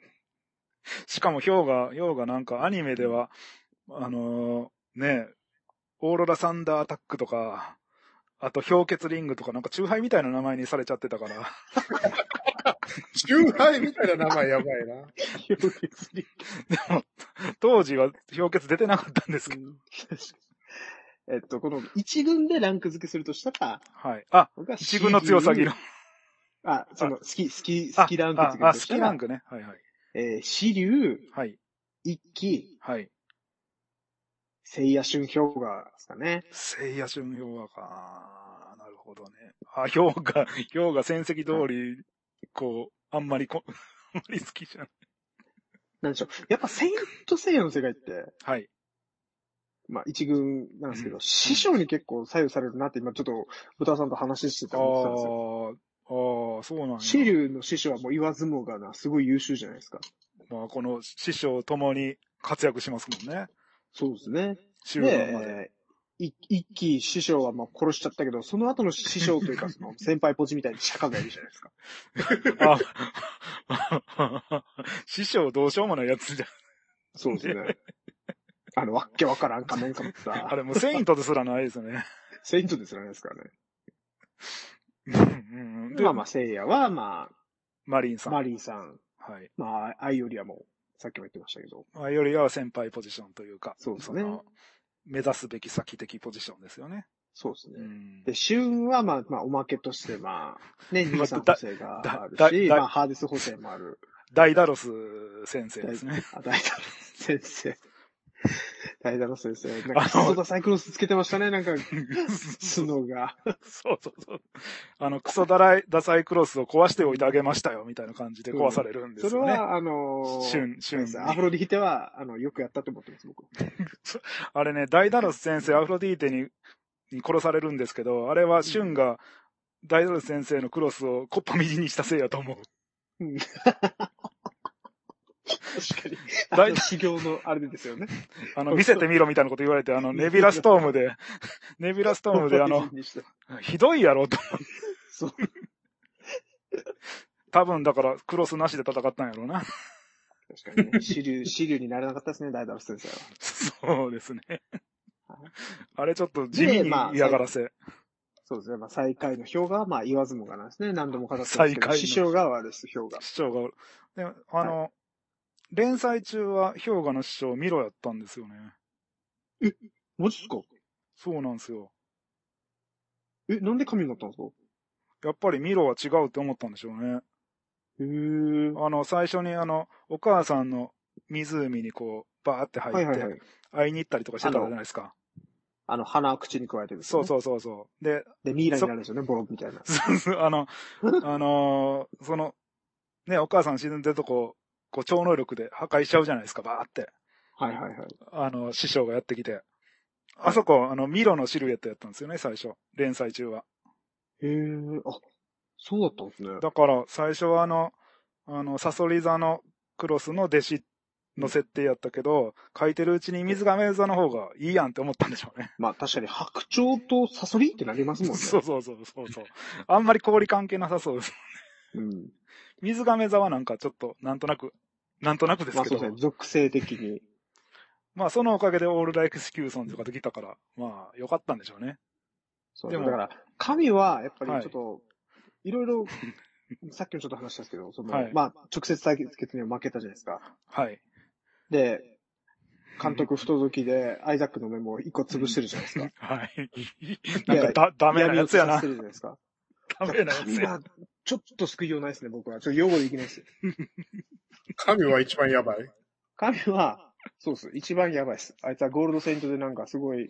Speaker 1: しかもひょうが、ひょうがなんかアニメでは、あのーねえ、オーロラサンダーアタックとか、あと氷結リングとかなんかチューハイみたいな名前にされちゃってたから。
Speaker 2: チューハイみたいな名前やばいな。
Speaker 3: 氷結リ
Speaker 1: でも、当時は氷結出てなかったんですけど。
Speaker 3: えっと、この一軍でランク付けするとしたら、
Speaker 1: はい。あ、
Speaker 3: 僕は
Speaker 1: 一軍の強さぎの。
Speaker 3: あ、その、好き、好き、
Speaker 1: あ
Speaker 3: 好きランク付け
Speaker 1: あ、
Speaker 3: る
Speaker 1: あ好
Speaker 3: とした
Speaker 1: きラ
Speaker 3: ら
Speaker 1: ン、クね。はいはい。
Speaker 3: えー、死竜、
Speaker 1: はい。
Speaker 3: 一騎、
Speaker 1: はい。
Speaker 3: 聖夜春氷河ですかね。
Speaker 1: 聖夜春氷河か。なるほどね。あ、氷河、氷河戦績通り、こう、あんまりこ、あんまり好きじゃない。
Speaker 3: なんでしょう。やっぱ、セイントセイヤの世界って、
Speaker 1: はい。
Speaker 3: まあ、一軍なんですけ
Speaker 1: う
Speaker 3: ど、
Speaker 1: ん
Speaker 3: 師匠に結構左右されるなって、今ちょっと、豚さんと話してて
Speaker 1: あ
Speaker 3: 思ってたんですよ。
Speaker 1: ーあー、そうなんや。
Speaker 3: シリュウの師匠はもう言わずもがな、すごい優秀じゃないですか。
Speaker 1: まあ、この師匠ともに活躍しますもんね。
Speaker 3: そうですね。
Speaker 1: 終盤まで。
Speaker 3: で、い一期師匠はまあ殺しちゃったけど、その後の師匠という か、その先輩ポジみたいに釈迦がいるじゃないですか。
Speaker 1: あ 師匠どうしようもないやつじゃん。
Speaker 3: そうですね。 あの、わっけわからん仮面かぶっ
Speaker 1: あ
Speaker 3: た、
Speaker 1: れもうセイントですらないですね。
Speaker 3: セイントですらないですからね。
Speaker 1: うんうんで、
Speaker 3: まあまあ、聖夜はま
Speaker 1: マリンさん。
Speaker 3: あ、マリーさん、
Speaker 1: はい。
Speaker 3: まあ、アイオリアも、さっきも言ってましたけど、
Speaker 1: まあ、よりは先輩ポジションというか、
Speaker 3: そうですね
Speaker 1: の目指すべき先的ポジションですよね。
Speaker 3: そうです
Speaker 1: う
Speaker 3: ね。
Speaker 1: ん
Speaker 3: で、シュンはまあ、まあ、おまけとしてまあ、ね、
Speaker 1: まあ
Speaker 3: ニさん補
Speaker 1: だ
Speaker 3: 正がある
Speaker 1: だ
Speaker 3: し、
Speaker 1: だ
Speaker 3: まあ、ハーデス補正もある。
Speaker 1: ダイダロス先生ですね。
Speaker 3: あ、大丈夫。先生。はい、だろ先生。なんか、
Speaker 1: あの
Speaker 3: そうだサイクロスつけてましたね、なんか、角が。
Speaker 1: そうそうそう。あの、クソダライ、ダサイクロスを壊しておいてあげましたよ、みたいな感じで壊されるんで
Speaker 3: そ
Speaker 1: す
Speaker 3: れ
Speaker 1: よね。
Speaker 3: は、あのー
Speaker 1: 旬、旬に。
Speaker 3: アフロディヒテは、あの、よくやったと思ってます、僕。
Speaker 1: あれね、ダイダロス先生、アフロディーテにに殺されるんですけど、あれはシュンが、ダイダロス先生のクロスをコッパみじんにしたせいやと思う。
Speaker 3: 確かに。
Speaker 1: 大体
Speaker 3: あの、修行のあれですよね。
Speaker 1: あの、見せてみろみたいなこと言われて、あの、ネビラストームで、 ネビラストームで、あの、ひどいやろと。
Speaker 3: そう。
Speaker 1: 多分だから、クロスなしで戦ったんやろうな。
Speaker 3: 確かにね。支流、支流になれなかったですね、ダイダロス先生は。
Speaker 1: そうですね
Speaker 3: はい。
Speaker 1: あれちょっと地味に嫌がらせ。
Speaker 3: そうですね。まあ、最下位の票が、まあ、言わずもがなんですね。何度も語ってますけ
Speaker 1: 最下位
Speaker 3: ど、
Speaker 1: の
Speaker 3: 師匠側です、票が。
Speaker 1: 師匠が、で、あの、連載中は氷河の師匠ミロやったんですよね。
Speaker 3: マジっすか
Speaker 1: そうなんですよ。
Speaker 3: え、なんで神になったんですか
Speaker 1: やっぱりミロは違うって思ったんでしょうね。
Speaker 3: へー。
Speaker 1: あの、最初にあの、お母さんの湖にこう、バーって入
Speaker 3: はいはい
Speaker 1: っ
Speaker 3: は
Speaker 1: て、
Speaker 3: い。
Speaker 1: 会いに行ったりとかしてたじゃないですか。
Speaker 3: あの、鼻を口に加えてです、ね。
Speaker 1: そうそうそうそう。で、
Speaker 3: で、ミイラになるんですよね、ボロみたいな。
Speaker 1: そうそうあ の、あのーその、ね、お母さん沈んでるとこ、こう、超能力で破壊しちゃうじゃないですか、バーって。
Speaker 3: はいはいはい。
Speaker 1: あの、師匠がやってきて。あそこ、あの、ミロのシルエットやったんですよね、最初。連載中は。
Speaker 3: へー。あ、そうだったんですね。
Speaker 1: だから、最初はあの、あの、サソリ座のクロスの弟子の設定やったけど、書いてるうちに水亀座の方がいいやんって思ったんでしょうね。
Speaker 3: まあ確かに白鳥とサソリってなりますもんね。
Speaker 1: そうそうそうそうそう。あんまり氷関係なさそうです。
Speaker 3: うん。
Speaker 1: 水亀座はなんかちょっと、なんとなく、なんとなくです
Speaker 3: まあ
Speaker 1: け
Speaker 3: そう
Speaker 1: ど。
Speaker 3: ですね、属性的に。
Speaker 1: まあ、そのおかげでオールライクスキューソンとかできたから、まあ、良かったんでしょうね。
Speaker 3: そう
Speaker 1: で
Speaker 3: で
Speaker 1: も
Speaker 3: もだから、神はやっぱり
Speaker 1: はい
Speaker 3: ちょっと、いろいろ、さっきもちょっと話したんですけど、その、
Speaker 1: はい
Speaker 3: まあ直接対決には負けたじゃないですか。
Speaker 1: はい。
Speaker 3: で、監督不届きで、アイザックのメモを一個潰してるじゃないですか。
Speaker 1: はい。
Speaker 3: や
Speaker 1: なんかだ、ダメなやつや
Speaker 3: 闇
Speaker 1: な
Speaker 3: 落ちさせて。るじゃないですか。
Speaker 1: ダメなや
Speaker 3: 神
Speaker 1: つや。
Speaker 3: は、ちょっと救いようないですね、僕は。ちょっと用語できないです。
Speaker 2: 神は一番やばい。
Speaker 3: 神は、そうです。一番やばいです。あいつはゴールドセイントでなんかすごい、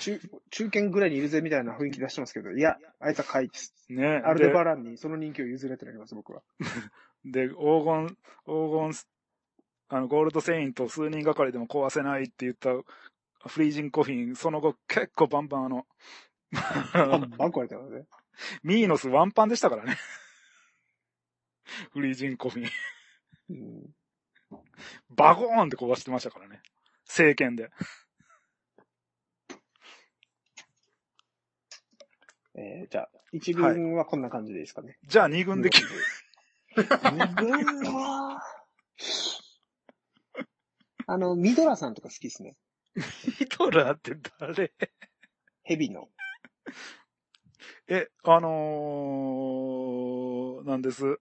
Speaker 3: 中、中堅ぐらいにいるぜみたいな雰囲気出してますけど、いや、あいつは怪異です。
Speaker 1: ね
Speaker 3: アルデ
Speaker 1: で
Speaker 3: バランにその人気を譲れってなります、僕は。
Speaker 1: で、黄金、黄金、あの、ゴールドセイント数人がかりでも壊せないって言ったフリージンコフィン、その後結構バンバンあ の、
Speaker 3: バンバン壊れたので。
Speaker 1: ミーノスワンパンでしたからね。フリージンコフィン。
Speaker 3: うん
Speaker 1: バゴーンって壊してましたからね。政権で。
Speaker 3: えー、じゃあ、一軍はこんな感じでいいですかね。
Speaker 1: じゃあ二軍できる。
Speaker 3: 二軍は、 あの、ミドラさんとか好きですね。
Speaker 1: ヒトラーって誰
Speaker 3: ヘビの。
Speaker 1: え、あのー、なんです。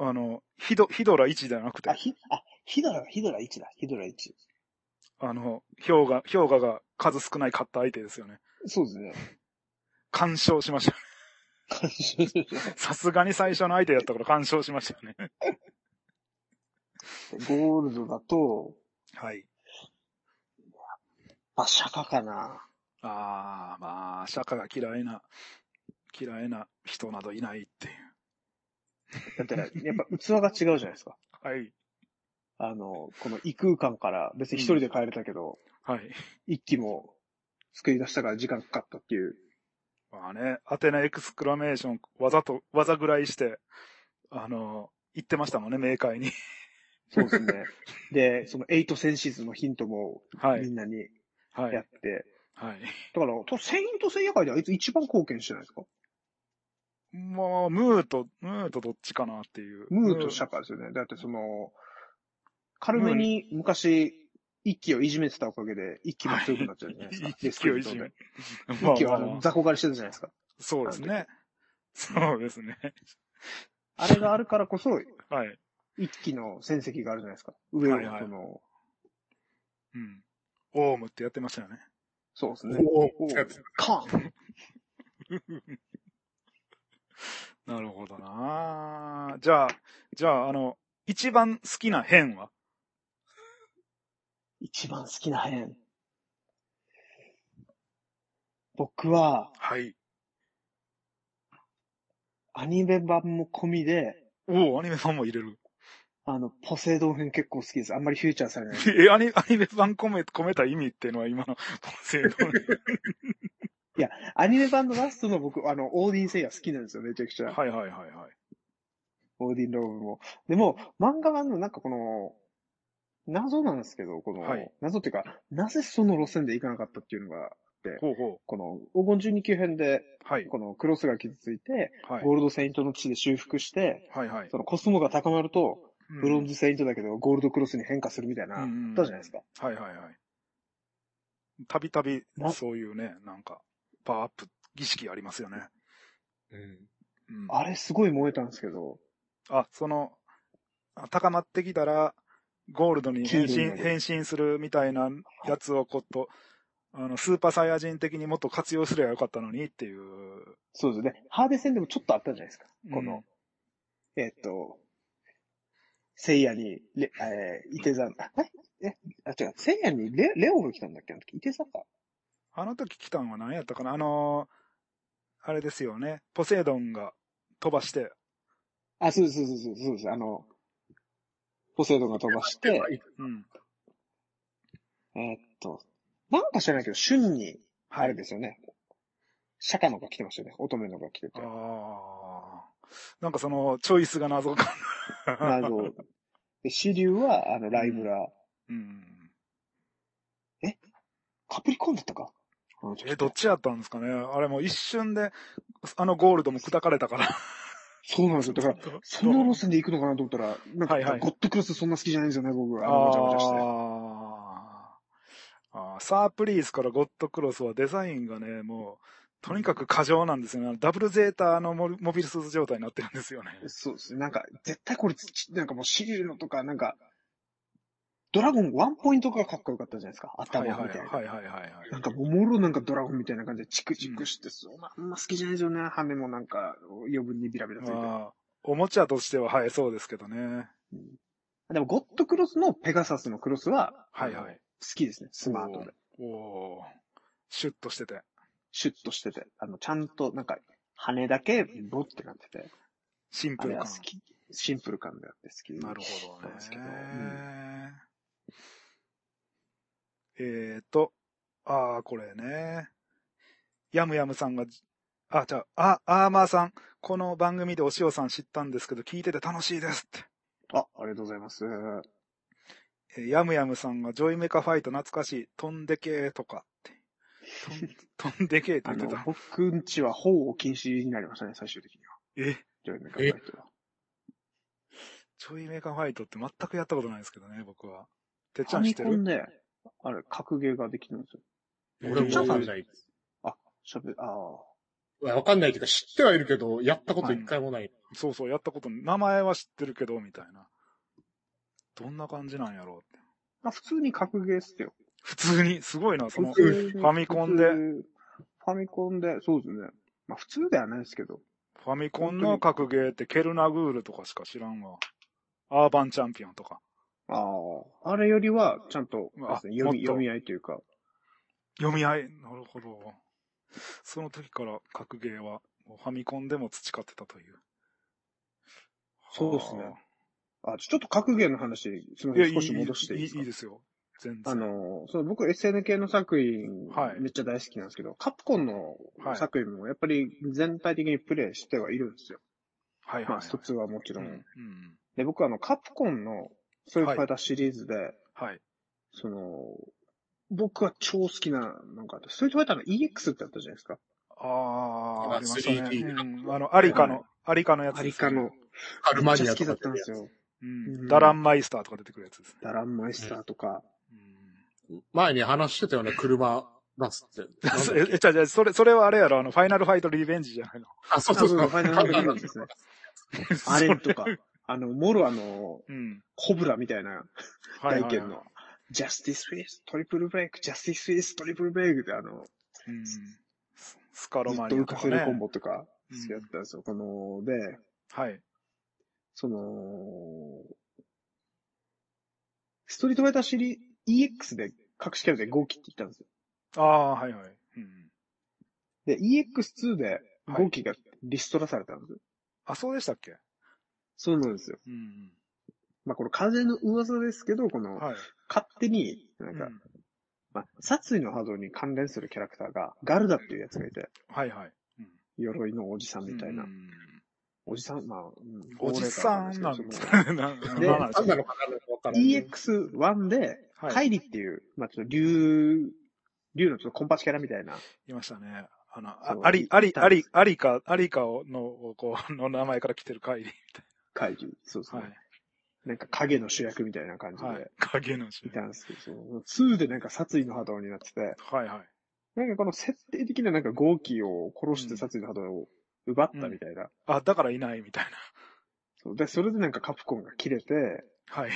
Speaker 1: あの、ヒド、ヒドラ1じゃなくて
Speaker 3: あ、、ヒ、あ、ヒドラ、ヒドラ1だ。ヒドラ1。
Speaker 1: あの、氷河、氷河が数少ない勝った相手ですよね。
Speaker 3: そうですね。
Speaker 1: 干渉しました。 さすがに最初の相手だったから干渉しましたよね。
Speaker 3: ゴールドだと、
Speaker 1: はい。
Speaker 3: あ、釈迦かな。
Speaker 1: あー、まあ、釈迦が嫌いな、嫌いな人などいないっていう。
Speaker 3: だって、やっぱ器が違うじゃないですか。
Speaker 1: はい。
Speaker 3: あの、この異空間から別に一人で帰れたけど、
Speaker 1: はい。
Speaker 3: 一気も作り出したから時間かかったっていう。
Speaker 1: まあね、アテナエクスクラメーション、わざと、わざぐらいして、あの、言ってましたもんね、明快に。
Speaker 3: そうです ね。で、そのエイトセンシズのヒントも
Speaker 1: は
Speaker 3: み
Speaker 1: い。
Speaker 3: んなに
Speaker 1: は
Speaker 3: やっ
Speaker 1: い。
Speaker 3: て。
Speaker 1: はい。
Speaker 3: だから、とセイントセイヤ界であいつ一番貢献してないですか
Speaker 1: まあ、ムーと、ムーとどっちかなっていう。
Speaker 3: ムーと釈迦ですよね。だってその、軽めに昔、一気をいじめてたおかげで、一気も強くなっちゃうじゃないですか。
Speaker 1: 一気をいじめ
Speaker 3: デ。スク
Speaker 1: ま
Speaker 3: リ
Speaker 1: あ
Speaker 3: プトで一気をあ
Speaker 1: まあま
Speaker 3: の、
Speaker 1: あ
Speaker 3: 雑魚狩りしてたじゃないですか。
Speaker 1: そうですね。そうですね。
Speaker 3: あれがあるからこそ、
Speaker 1: はい。
Speaker 3: 一気の戦績があるじゃないですか。上を、
Speaker 1: はいはい
Speaker 3: その、
Speaker 1: うん。オウムってやってましたよね。
Speaker 3: そうですね。
Speaker 2: おお
Speaker 3: おーカーン
Speaker 1: なるほどなじゃあ、じゃあ、あの、一番好きな編は
Speaker 3: 一番好きな編。僕は、
Speaker 1: はい。
Speaker 3: アニメ版も込みで、
Speaker 1: おお、アニメ版も入れる。
Speaker 3: あの、ポセイドン編結構好きです。あんまりフューチャーされない。
Speaker 1: え、アニアニメ版込め込めた意味っていうのは 今の、せーの
Speaker 3: アニメ版のラストの僕、あの、オーディン聖夜好きなんですよ、めちゃくちゃ。
Speaker 1: はいはいはいはい。
Speaker 3: オーディンローブも。でも、漫画版のなんかこの、謎なんですけど、この、
Speaker 1: はい
Speaker 3: 謎っていうか、なぜその路線で行かなかったっていうのが、
Speaker 1: ほうほ
Speaker 3: この、黄金12級編で、
Speaker 1: う。はい。
Speaker 3: このクロスが傷ついて、
Speaker 1: はい
Speaker 3: ゴ。ールドセイントの地で修復して、
Speaker 1: はいはい。
Speaker 3: そのコスモが高まると、
Speaker 1: うん
Speaker 3: ブロンズセイントだけど、ゴールドクロスに変化するみたいな、あ
Speaker 1: う
Speaker 3: っ
Speaker 1: んうん
Speaker 3: たじゃないですか。
Speaker 1: はいはいはい。たびたび
Speaker 3: な、
Speaker 1: そういうね、なんか、パワーアップ儀式ありますよね。
Speaker 2: うん。
Speaker 1: うん、
Speaker 3: あれすごい燃えたんですけど、
Speaker 1: あ、その、あ高まってきたら、ゴールドに変
Speaker 3: 黄色に
Speaker 1: 身、
Speaker 3: なる
Speaker 1: 変身するみたいなやつをこと、あの、スーパーサイヤ人的にもっと活用すればよかったのにっていう。
Speaker 3: そうですね。ハーデ戦でもちょっとあったじゃないですか。こ
Speaker 1: う
Speaker 3: の
Speaker 1: ん、
Speaker 3: えーっと、聖夜に、レ、えー、いて座、あ、え、あ、違う、聖夜にレ、レオが来たんだっけあの時、いて座か。
Speaker 1: あの時来たのは何やったかなあのーあれですよね。ポセイドンが飛ばして、
Speaker 3: あ、そうです、そうです、そうですそうです、あの、ポセイドンが飛ばして、
Speaker 1: うん。
Speaker 3: えーっと、なんか知らないけど、瞬に、
Speaker 1: はい
Speaker 3: あれですよね。釈迦のが来てましたよね。乙女のが来てて
Speaker 1: あ。ーなんかその、チョイスが謎か。
Speaker 3: 謎。で、支流は、あの、ライブラ。
Speaker 1: うん。
Speaker 3: カプリコーンだったかあの時
Speaker 1: え、どっちやったんですかねあれもう一瞬で、あのゴールドも砕かれたから。
Speaker 3: そうなんですよ。だから、その路線で行くのかなと思ったら、なんか、
Speaker 1: はいはい
Speaker 3: ゴッドクロスそんな好きじゃないんですよね、僕。 あの、ごちゃごちゃして。
Speaker 1: あーあー。サープリースからゴッドクロスはデザインがね、もう、とにかく過剰なんですよね。あのダブルゼータのモルモビルスーツ状態になってるんですよね。
Speaker 3: そうですね。なんか、絶対これ、ちなんかもう、シリーのとか、なんか、ドラゴンワンポイントがかっこよかったじゃないですか。頭
Speaker 1: は
Speaker 3: み
Speaker 1: い
Speaker 3: たいな。
Speaker 1: はいはいはいはいはい。
Speaker 3: なんか、もろなんかドラゴンみたいな感じでチクチクして、そう、あんま好きじゃないですよね。羽もなんか、余分にビラビラついて。
Speaker 1: まあ、おもちゃとしては生えそうですけどね。
Speaker 3: でも、ゴッドクロスのペガサスのクロスは、
Speaker 1: はいはい。
Speaker 3: 好きですね。スマートで。
Speaker 1: おおーシュッとしてて。
Speaker 3: シュッとしてて。あの、ちゃんと、なんか、羽だけ、ボってなってて。
Speaker 1: シン
Speaker 3: あ
Speaker 1: プ
Speaker 3: れ
Speaker 1: ル
Speaker 3: は
Speaker 1: 感。
Speaker 3: 好き。シンプル感であって好き。
Speaker 1: なるほど
Speaker 3: なんですけどう
Speaker 1: ね
Speaker 3: ん。
Speaker 1: えーと、ああ、これね。ヤムヤムさんが、あ、じゃあ、あ、アーマーさん、この番組でお塩さん知ったんですけど、聞いてて楽しいですって。
Speaker 3: あ、ありがとうございます。
Speaker 1: えーヤムヤムさんがジョイメカファイト懐かしい、飛んでけーとかって。 とん飛んでけーって
Speaker 3: あ
Speaker 1: 言って
Speaker 3: の
Speaker 1: た、。
Speaker 3: 僕んちは方を禁止になりましたね、最終的には。
Speaker 1: え、
Speaker 3: ジョイメカファイトは。
Speaker 1: ジョイメカファイトって全くやったことないですけどね、僕は。てっち
Speaker 3: フ
Speaker 1: ゃ
Speaker 3: ァ
Speaker 1: ん知
Speaker 3: ミ
Speaker 1: って
Speaker 3: コン
Speaker 1: る
Speaker 3: で、あれ、格ゲーができるんですよ。
Speaker 2: 俺もわかんないです。
Speaker 3: しゃべ、ああ。
Speaker 2: わかんないっていうか知ってはいるけど、やったこと一回もない。
Speaker 1: そうそう、やったこと、名前は知ってるけど、みたいな。どんな感じなんやろうって。
Speaker 3: まあ、普通に格ゲーっすよ。
Speaker 1: 普通に、すごいな、その
Speaker 3: 普、通に
Speaker 1: ファミコンで
Speaker 3: 普通ファミコンで、そうですね。まあ、普通ではないですけど。
Speaker 1: ファミコンの格ゲーってケルナグールとかしか知らんわ。アーバンチャンピオンとか。
Speaker 3: ああ。あれよりは、ちゃんと、
Speaker 1: うわ
Speaker 3: あれですね読み、
Speaker 1: もっと
Speaker 3: 読み合いというか。
Speaker 1: 読み合い。なるほど。その時から格ゲーは、もうファミコンでも培ってたという。
Speaker 3: そうですね
Speaker 1: は
Speaker 3: あ、ちょっと格ゲーの話、すみ
Speaker 1: あ。
Speaker 3: ま
Speaker 1: いや、
Speaker 3: せ
Speaker 1: いい
Speaker 3: ん、少し戻して
Speaker 1: い
Speaker 3: いいですか
Speaker 1: いいですよ。全
Speaker 3: あ
Speaker 1: 然。
Speaker 3: の、その僕 SNK の作品
Speaker 1: はい、
Speaker 3: めっちゃ大好きなんですけど、カプコンの
Speaker 1: はい
Speaker 3: 作品もやっぱり全体的にプレイしてはいるんですよ。
Speaker 1: はいはい、
Speaker 3: ま
Speaker 1: は
Speaker 3: あ、
Speaker 1: い。
Speaker 3: スト2はもち
Speaker 1: う
Speaker 3: ろん。
Speaker 1: ん、うん。
Speaker 3: で、僕はあの、カプコンのストリートファイターシリーズで、
Speaker 1: はい。
Speaker 3: その、僕は超好きな、なんか、ストリートファイターの EX ってあったじゃないですか。
Speaker 1: ああ、
Speaker 2: 今
Speaker 1: ありましたね。
Speaker 2: 3D
Speaker 1: うん、あの、アリカの、
Speaker 3: は
Speaker 1: アリカのやつ
Speaker 3: ア
Speaker 1: で
Speaker 3: リ
Speaker 1: すね
Speaker 3: カの。
Speaker 2: アル
Speaker 3: め
Speaker 2: マ
Speaker 3: っち
Speaker 2: ニ
Speaker 3: ゃ
Speaker 2: ア
Speaker 3: 好き
Speaker 2: と
Speaker 3: だ
Speaker 2: か
Speaker 3: ったんですよ。
Speaker 1: うん
Speaker 3: うん
Speaker 1: ダランマイスターとか出てくるやつですね。
Speaker 3: ダランマイスターとか。
Speaker 2: 前に話してたよね、車出すって。 なんだっ
Speaker 1: え、
Speaker 2: け
Speaker 1: え、ちゃうちゃうそれ、それはあれやろ、あの、ファイナルファイトリベンジじゃないの。
Speaker 2: あ、そうそうそ
Speaker 3: あ
Speaker 2: う。
Speaker 3: ファイナルファイトリベン ジですねあれとか、あの、モロあの、
Speaker 1: うん。
Speaker 3: コブラみたいな
Speaker 1: はい
Speaker 3: 大
Speaker 1: はいはい
Speaker 3: 剣の。、ジャスティスフェイス、トリプルブレイク、ジャスティスフェイス、トリプルブレイクであの、
Speaker 1: うん。ススカロ
Speaker 3: ずっ
Speaker 1: マ
Speaker 3: と
Speaker 1: ニア
Speaker 3: 浮
Speaker 1: と
Speaker 3: か
Speaker 1: か
Speaker 3: せるコン
Speaker 1: ね。
Speaker 3: ボとか、好きだったんですよ。この、で、
Speaker 1: はい。
Speaker 3: その、ストリートファイターシリ EX で、隠しキャラで5機って言ったんですよ。
Speaker 1: ああ、はいはい。うん。
Speaker 3: で、EX2 で
Speaker 1: はい
Speaker 3: 5機がリストラされたんですよ。
Speaker 1: あ、そうでしたっけ
Speaker 3: そうなんですよ。
Speaker 1: うん
Speaker 3: まあこれ風の噂ですけど、こ
Speaker 1: うん。
Speaker 3: の、
Speaker 1: はい。
Speaker 3: 勝手に、なんか、
Speaker 1: うん
Speaker 3: まあ、殺意の波動に関連するキャラクターが、ガルダっていうやつがいて、
Speaker 1: はいはい。うん
Speaker 3: 鎧のおじさんみたいな。
Speaker 1: うん
Speaker 3: おじさん、まあ、うん
Speaker 1: おじさんなんです
Speaker 3: その
Speaker 1: かね。 なな
Speaker 3: で
Speaker 1: んなんでしょ
Speaker 2: 何
Speaker 1: う
Speaker 2: なのかなわからんけど
Speaker 3: EX1 で、
Speaker 1: はい
Speaker 3: カイリっていう、まあちょっと竜、竜のちょっとコンパチキャラみたいな、
Speaker 1: いましたね。あの、あ
Speaker 3: そう
Speaker 1: あり、あり、
Speaker 3: いた
Speaker 1: あ
Speaker 3: んで
Speaker 1: り
Speaker 3: す、
Speaker 1: ありか、ありかをの、こう、の名前から来てる会議。
Speaker 3: 怪獣。そうです
Speaker 1: は
Speaker 3: ね。
Speaker 1: い。
Speaker 3: なんか影の主役みたいな感じで、
Speaker 1: はい
Speaker 3: い、。
Speaker 1: 影の主
Speaker 3: たんですけど、その2でなんか殺意の波動になってて、
Speaker 1: はいはい。
Speaker 3: なんかこの設定的ななんかゴーキを殺して殺意の波動を奪ったみたいな。
Speaker 1: あ、だからいないみたいな。
Speaker 3: そうで、それでなんかカプコンが切れて、
Speaker 1: はい。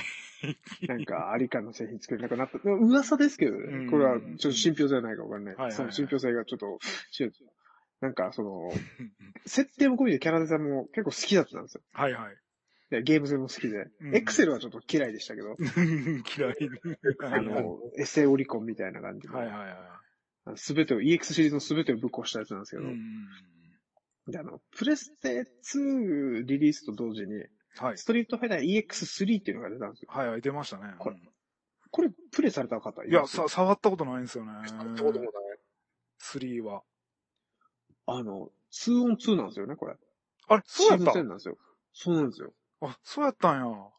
Speaker 3: なんかアリカの製品作れなくなった。でも噂ですけど
Speaker 1: うん
Speaker 3: ね。これはちょっと信憑性ないかわかんない。
Speaker 1: はいはいはい
Speaker 3: その信憑性がちょっと、違うなんかその、設定も込みでキャラデザも結構好きだったんですよ。
Speaker 1: はいはい。
Speaker 3: でゲーム性も好きで
Speaker 1: う。ん
Speaker 3: エクセルはちょっと嫌いでしたけど、
Speaker 1: 嫌い。
Speaker 3: あの、エセオリコンみたいな感じで。
Speaker 1: はいはいはい。
Speaker 3: すべてを、EX シリーズのすべてをぶっ壊したやつなんですけ
Speaker 1: うん
Speaker 3: ど、
Speaker 1: うんうん
Speaker 3: で、あの、プレステ2リリースと同時に、
Speaker 1: はい。
Speaker 3: ストリートファイター EX3 っていうのが出たんですよ。
Speaker 1: はいはい、出ましたね。
Speaker 3: これ
Speaker 1: うん
Speaker 3: これ、プレイされた方
Speaker 1: いや、さ、触ったことないんですよね。
Speaker 2: ってこともない。
Speaker 1: 3は。
Speaker 3: あの、2オン2なんですよね、これ。
Speaker 1: あれ、そうやっ
Speaker 3: チーム戦
Speaker 1: た
Speaker 3: なんですよ。そうなんですよ。
Speaker 1: あ、そうやったんや。ほ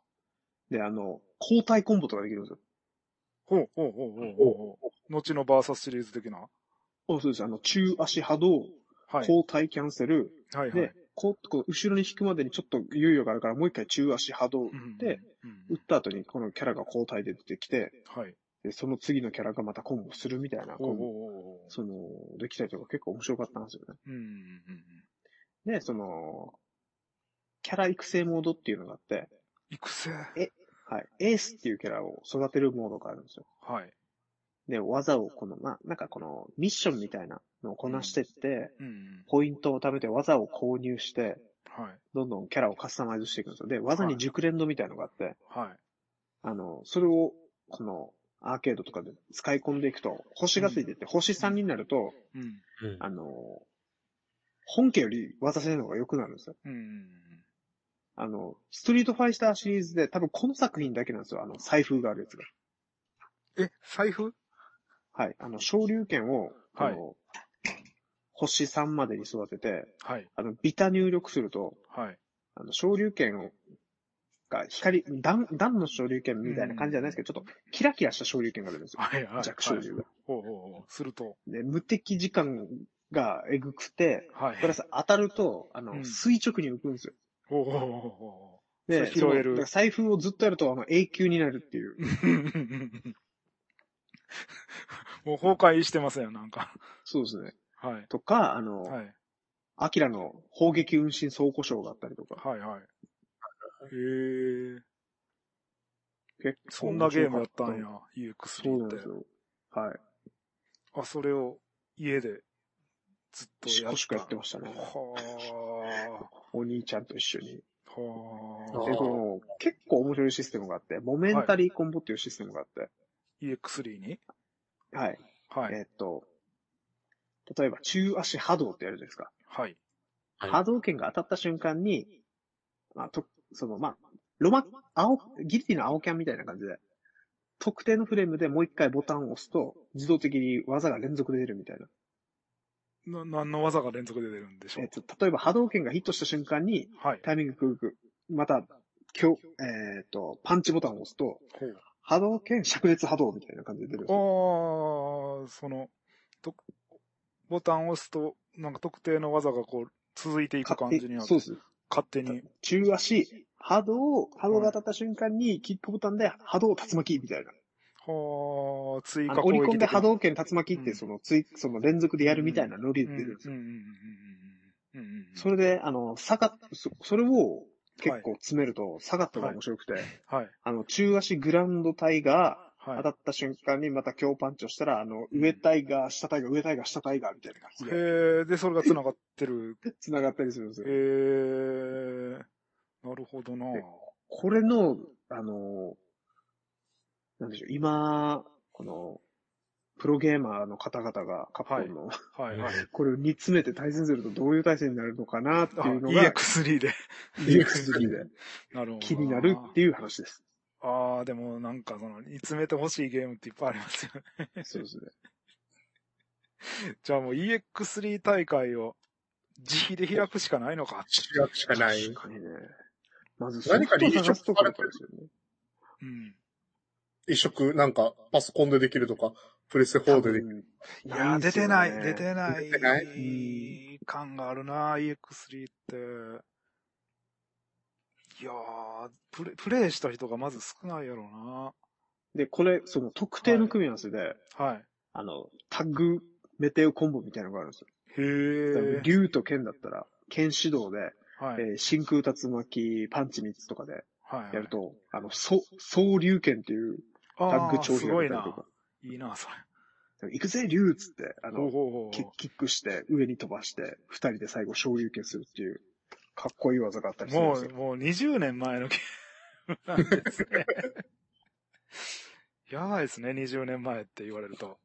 Speaker 3: で、あの、交代コンボとかできるんです
Speaker 1: うほうほうほうほうほう。後のバーサスシリーズ的な。
Speaker 3: よ。あそうです。あの、中足波動、
Speaker 1: はい。
Speaker 3: 交代キャンセル、
Speaker 1: はいは
Speaker 3: で
Speaker 1: い。、
Speaker 3: こう、こう後ろに引くまでにちょっと猶予があるから、もう一回中足波動、
Speaker 1: うん
Speaker 3: で、
Speaker 1: うん
Speaker 3: 打った後にこのキャラが交代で出てきて、
Speaker 1: はい。
Speaker 3: で、その次のキャラがまたコンボするみたいな、
Speaker 1: ほうほう
Speaker 3: コンボ
Speaker 1: ほうほ
Speaker 3: その、できたりとか結構面白かったんですよ
Speaker 1: う。うんうんうん。
Speaker 3: ね。で、その、キャラ育成モードっていうのがあって、
Speaker 1: 育成。
Speaker 3: はい、エースっていうキャラを育てるモードがあるんですよ。
Speaker 1: はい。
Speaker 3: で、技をこの、まあ、なんかこの、ミッションみたいなのをこなしてって、
Speaker 1: うんうん。
Speaker 3: ポイントを貯めて技を購入して、
Speaker 1: はい。
Speaker 3: どんどんキャラをカスタマイズしていくんですよ。で、技に熟練度みたいのがあって、
Speaker 1: はい。
Speaker 3: あの、それを、この、アーケードとかで使い込んでいくと、星がついてって、星3になると、
Speaker 1: うん。
Speaker 2: うん
Speaker 3: あの、本家より技性能が良くなるんですよ。
Speaker 1: うんうんうん。
Speaker 3: あの、ストリートファイターシリーズで多分この作品だけなんですよ。あの、財布があるやつが。
Speaker 1: え、財布
Speaker 3: はい。あの、昇竜拳を、この、星3までに育てて、
Speaker 1: はい。
Speaker 3: あの、ビタ入力すると、
Speaker 1: はい。
Speaker 3: あの、昇竜拳を、が光、段、段の昇竜拳みたいな感じじゃないですけど、ちょっとキラキラした昇竜拳が出るんですよ。
Speaker 1: はいはい。
Speaker 3: 弱昇
Speaker 1: はい
Speaker 3: 竜が。
Speaker 1: ほうほうほう。すると。
Speaker 3: で、無敵時間がえぐくて、
Speaker 1: はい。
Speaker 3: プラス当たると、あの、
Speaker 1: うん
Speaker 3: 垂直に浮くんですよ。
Speaker 1: ほうほうほうほう ほ
Speaker 3: で、
Speaker 1: それ拾える
Speaker 3: そのだから財布をずっとやると、あの、永久になるっていう。
Speaker 1: う。もう崩壊してますよ、なんか。
Speaker 3: そうですね。
Speaker 1: はい。
Speaker 3: とか、あの、
Speaker 1: はい。
Speaker 3: アキラの砲撃運針総故障があったりとか。
Speaker 1: はいはい。へえ。
Speaker 3: 結構
Speaker 1: そんなゲームやったんや。、
Speaker 3: そうな
Speaker 1: EX3
Speaker 3: ん
Speaker 1: っ
Speaker 3: で
Speaker 1: て
Speaker 3: す。よ。はい。
Speaker 1: あ、それを家でずっと
Speaker 3: し
Speaker 1: や
Speaker 3: こしこやって
Speaker 1: ま
Speaker 3: ましたね。
Speaker 1: は
Speaker 3: お兄ちゃんと一緒に。
Speaker 1: あ。は
Speaker 2: あ
Speaker 1: あ。
Speaker 2: ー
Speaker 3: で、この、結構面白いシステムがあって、モメンタリーコンボっていうシステムがあって、
Speaker 1: EX3 に
Speaker 3: はい。
Speaker 1: はい。
Speaker 3: えーっと、例えば、中足波動ってやるじゃないですか。
Speaker 1: はい。
Speaker 2: はい
Speaker 3: 波動拳が当たった瞬間に、まあ、と、その、まあ、ロマ、青、ギリティの青キャンみたいな感じで、特定のフレームでもう一回ボタンを押すと、自動的に技が連続で出るみたいな。
Speaker 1: な、何の技が連続で出るんでしょ
Speaker 3: えっ
Speaker 1: う
Speaker 3: と、例えば波動拳がヒットした瞬間に、
Speaker 1: はい。
Speaker 3: タイミングくく、また、きょえっ、と、パンチボタンを押すと、
Speaker 1: ほう。
Speaker 3: 波動拳灼熱波動みたいな感じで出るんですよ。
Speaker 1: ああ、その、と、ボタンを押すと、なんか特定の技がこう、続いていく感
Speaker 3: 勝手
Speaker 1: じになっ
Speaker 3: そう
Speaker 1: て、
Speaker 3: です。
Speaker 1: 勝手に。
Speaker 3: 中足、波動、波動が当たった瞬間に、キックボタンで波動竜巻みたいな。
Speaker 1: はあ、追加
Speaker 3: あの
Speaker 1: 攻撃
Speaker 3: 折り込んで
Speaker 1: 的な
Speaker 3: 波動拳竜巻っ
Speaker 1: う
Speaker 3: て、
Speaker 1: ん
Speaker 3: その、つい、その連続でやるみたいなノリ
Speaker 1: う
Speaker 3: で
Speaker 1: ん
Speaker 3: 出るんですよ。
Speaker 1: うんうんうんうんうんうんうんうん
Speaker 3: それで、あの、下がっ、そそれを結構詰めると、下がったのが面白くて、
Speaker 1: はい。
Speaker 3: あの、中足グランドタイガー、
Speaker 1: はい。
Speaker 3: 当たった瞬間にまた強パンチをしたら、あの、上タイガー、下タイガー、上タイガー、下タイガーみたいな感じで、
Speaker 1: へえ、で、それが繋がって る。
Speaker 3: 繋がったりするんです
Speaker 1: へ
Speaker 3: よ。
Speaker 1: え、なるほどな。
Speaker 3: これの、あの、なんでしょう、今、この、プロゲーマーの方々が、カプコンの、
Speaker 1: はいはい。
Speaker 3: これを煮詰めて対戦するとどういう対戦になるのかなって
Speaker 1: あ
Speaker 3: いうのが、
Speaker 1: EX3 で。
Speaker 3: EX3 で
Speaker 1: なるほど。
Speaker 3: 気になるっていう話です。
Speaker 1: ああ、でもなんかその、煮詰めてほしいゲームっていっぱいありますよね。
Speaker 3: そうですね。
Speaker 1: じゃあもう EX3 大会を自費で開くしかないのか。
Speaker 2: 違うしかない。
Speaker 3: 確かにね。まず、
Speaker 2: 何かに
Speaker 3: ソフトを探すところからですよね。
Speaker 1: うん。
Speaker 2: 移植、なんか、パソコンでできるとか、プレステ4でできる。
Speaker 1: いやー、出てない、出
Speaker 3: い。
Speaker 1: てな
Speaker 2: 出てない
Speaker 1: い感があるな、EX3 って。いやープレ、プレイした人がまず少ないやろう
Speaker 3: で、これ、その特定の組み合わせで、
Speaker 1: な。はい。
Speaker 3: あの、タッグ、メテオコンボみたいなのがあるんですよ。
Speaker 1: へー。
Speaker 3: 竜と剣だったら、剣指導で、
Speaker 1: はい。
Speaker 3: えー真空竜巻、パンチ3つとかで
Speaker 1: はい、はい。
Speaker 3: やると、あの、そ、総竜剣っていう
Speaker 1: あ
Speaker 3: タ
Speaker 1: ー、
Speaker 3: ッグ長
Speaker 1: す
Speaker 3: 飛が
Speaker 1: ご
Speaker 3: 出
Speaker 1: い
Speaker 3: たり
Speaker 1: な
Speaker 3: と。か。
Speaker 1: いいな、それ。
Speaker 3: 行くぜ、竜っつって、あ
Speaker 1: ほう
Speaker 3: の、
Speaker 1: ほうほう
Speaker 3: キッキックして、上に飛ばして、二人で最後、小竜剣するっていう、かっこいい技があったりするん
Speaker 1: も
Speaker 3: です
Speaker 1: う、
Speaker 3: よ。
Speaker 1: もう20年前のゲームなんですね。やばいですね、20年前って言われると。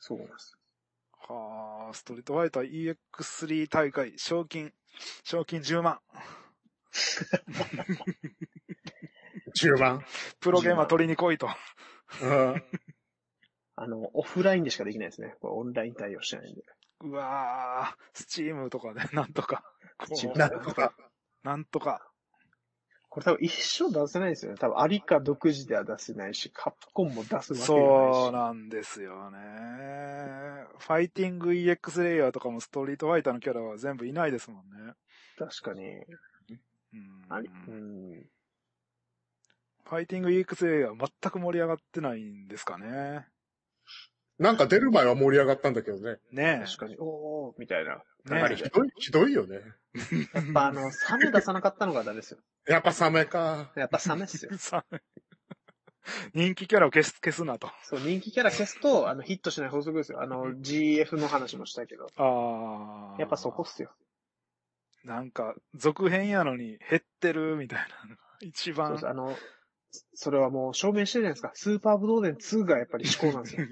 Speaker 3: そうなんです。
Speaker 1: はあ、ストリートファイター EX3 大会、賞金、賞金10万。
Speaker 2: 10番。
Speaker 1: プロゲーマー取りに来いと。
Speaker 2: うん。
Speaker 3: あの、オフラインでしかできないですね。これオンライン対応してないんで。
Speaker 1: うわあ、スチームとかで、 なんとか。こう
Speaker 3: Steam
Speaker 2: なんとか。
Speaker 1: なんとか。
Speaker 3: これ多分一生出せないですよね。多分アリカ独自では出せないし、カプコンも出すわけが
Speaker 1: そう
Speaker 3: ないし。
Speaker 1: なんですよね。ファイティング EX レイヤーとかもストリートファイターのキャラは全部いないですもんね。
Speaker 3: 確かに。
Speaker 1: うん
Speaker 3: ありうん。
Speaker 1: ファイティング EX レイヤー全く盛り上がってないんですかね。
Speaker 2: なんか出る前は盛り上がったんだけどね。
Speaker 1: ね
Speaker 3: 確かに。おーおーみたいな。
Speaker 1: え。
Speaker 2: あ
Speaker 1: ね
Speaker 2: れひどい、ひどいよね。
Speaker 1: え。
Speaker 3: やっぱあの、サメ出さなかったのがダメですよ。
Speaker 2: やっぱサメか。
Speaker 3: やっぱサメ っすよ。
Speaker 1: さ人気キャラを消す、消すなと。
Speaker 3: そう、人気キャラ消すと、あの、ヒットしない法則ですよ。あの、GF の話もしたけど。
Speaker 1: ああ。
Speaker 3: やっぱそこっすよ。
Speaker 1: なんか、続編やのに減ってるみたいなのが一
Speaker 3: そう
Speaker 1: 番
Speaker 3: です。。あの、それはもう証明してるじゃないですか。スーパーブドウデン2がやっぱり至高なんで す
Speaker 1: うん
Speaker 3: よ。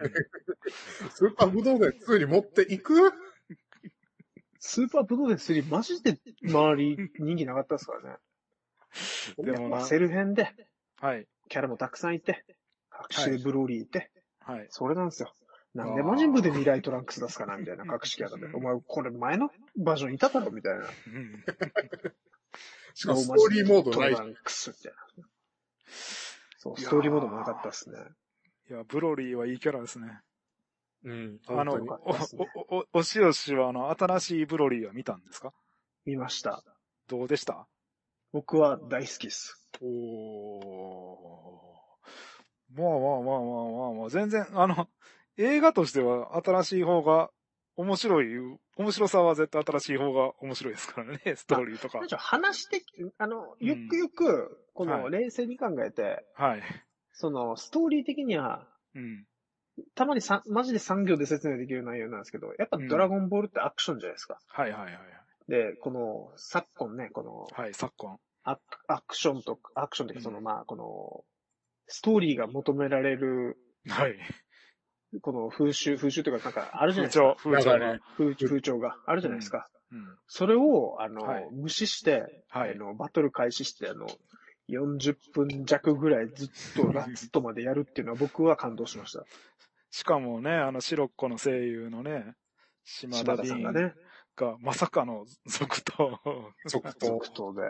Speaker 1: うん
Speaker 2: スーパー武道館2に持っていく
Speaker 3: スーパーブドウデン3マジで周り人気なかったですからね。
Speaker 1: うんでも
Speaker 3: まあ
Speaker 1: な、
Speaker 3: セル編で、
Speaker 1: はい、
Speaker 3: キャラもたくさんいて、隠しでブローリーいて、
Speaker 1: はい。
Speaker 3: それなんですよ。なんで魔人ブで未来トランクス出すかなみたいな
Speaker 1: あー
Speaker 3: 隠しキャラで。お前、これ前のバージョンいただろみたいな。
Speaker 1: うん
Speaker 2: しかもストーリーモード
Speaker 3: ト
Speaker 2: ない
Speaker 3: ラ
Speaker 2: し。
Speaker 3: ンクスみたいな。そう、
Speaker 1: いやー
Speaker 3: ストーリーモードもなかったですね。
Speaker 1: いや、ブロリーはいいキャラですね。
Speaker 2: うん。
Speaker 1: あの、お
Speaker 2: 本当に、
Speaker 1: お、お、お、おしおしはあの、新しいブロリーは見たんですか
Speaker 3: 見ました。
Speaker 1: どうでした
Speaker 3: 僕は大好きです。
Speaker 1: おお。まあまあまあまあまあまあ、全然、あの、映画としては新しい方が面白い、面白さは絶対新しい方が面白いですからね、ストーリーとか
Speaker 3: なん。でしょう話的、あの、
Speaker 1: うん
Speaker 3: よくよく、こ
Speaker 1: は
Speaker 3: の、
Speaker 1: い
Speaker 3: 冷静に考えて、
Speaker 1: はい。
Speaker 3: その、ストーリー的には、
Speaker 1: うん。
Speaker 3: たまにさ、マジで産業で説明できる内容なんですけど、やっぱ
Speaker 1: うん
Speaker 3: ドラゴンボールってアクションじゃないですか。
Speaker 1: はいはいはいはい。
Speaker 3: で、この、昨今ね、この、
Speaker 1: はい、昨 今。
Speaker 3: アクアクションと、アクションという
Speaker 1: うん
Speaker 3: か、その、まあ、この、ストーリーが求められる、
Speaker 1: はい。
Speaker 3: この風習、風習というか、なんか、あるじゃない
Speaker 1: 風
Speaker 3: です
Speaker 1: 潮、。風潮
Speaker 3: か
Speaker 2: 流
Speaker 1: が
Speaker 2: れ。
Speaker 3: 風風潮があるじゃないですか。
Speaker 1: うん。
Speaker 3: それを、あの、
Speaker 1: はい
Speaker 3: 無視して、
Speaker 1: は
Speaker 3: あ
Speaker 1: い。
Speaker 3: の、バトル開始して、あの、40分弱ぐらいずっとラストまでやるっていうのは僕は感動しました。
Speaker 1: しかもね、あの、シロッコの声優のね、島
Speaker 3: 島
Speaker 1: 田
Speaker 3: 田さん
Speaker 1: 凛
Speaker 3: が
Speaker 1: が
Speaker 3: ね、
Speaker 1: まさかの続投。
Speaker 2: 続投。
Speaker 3: 続投で。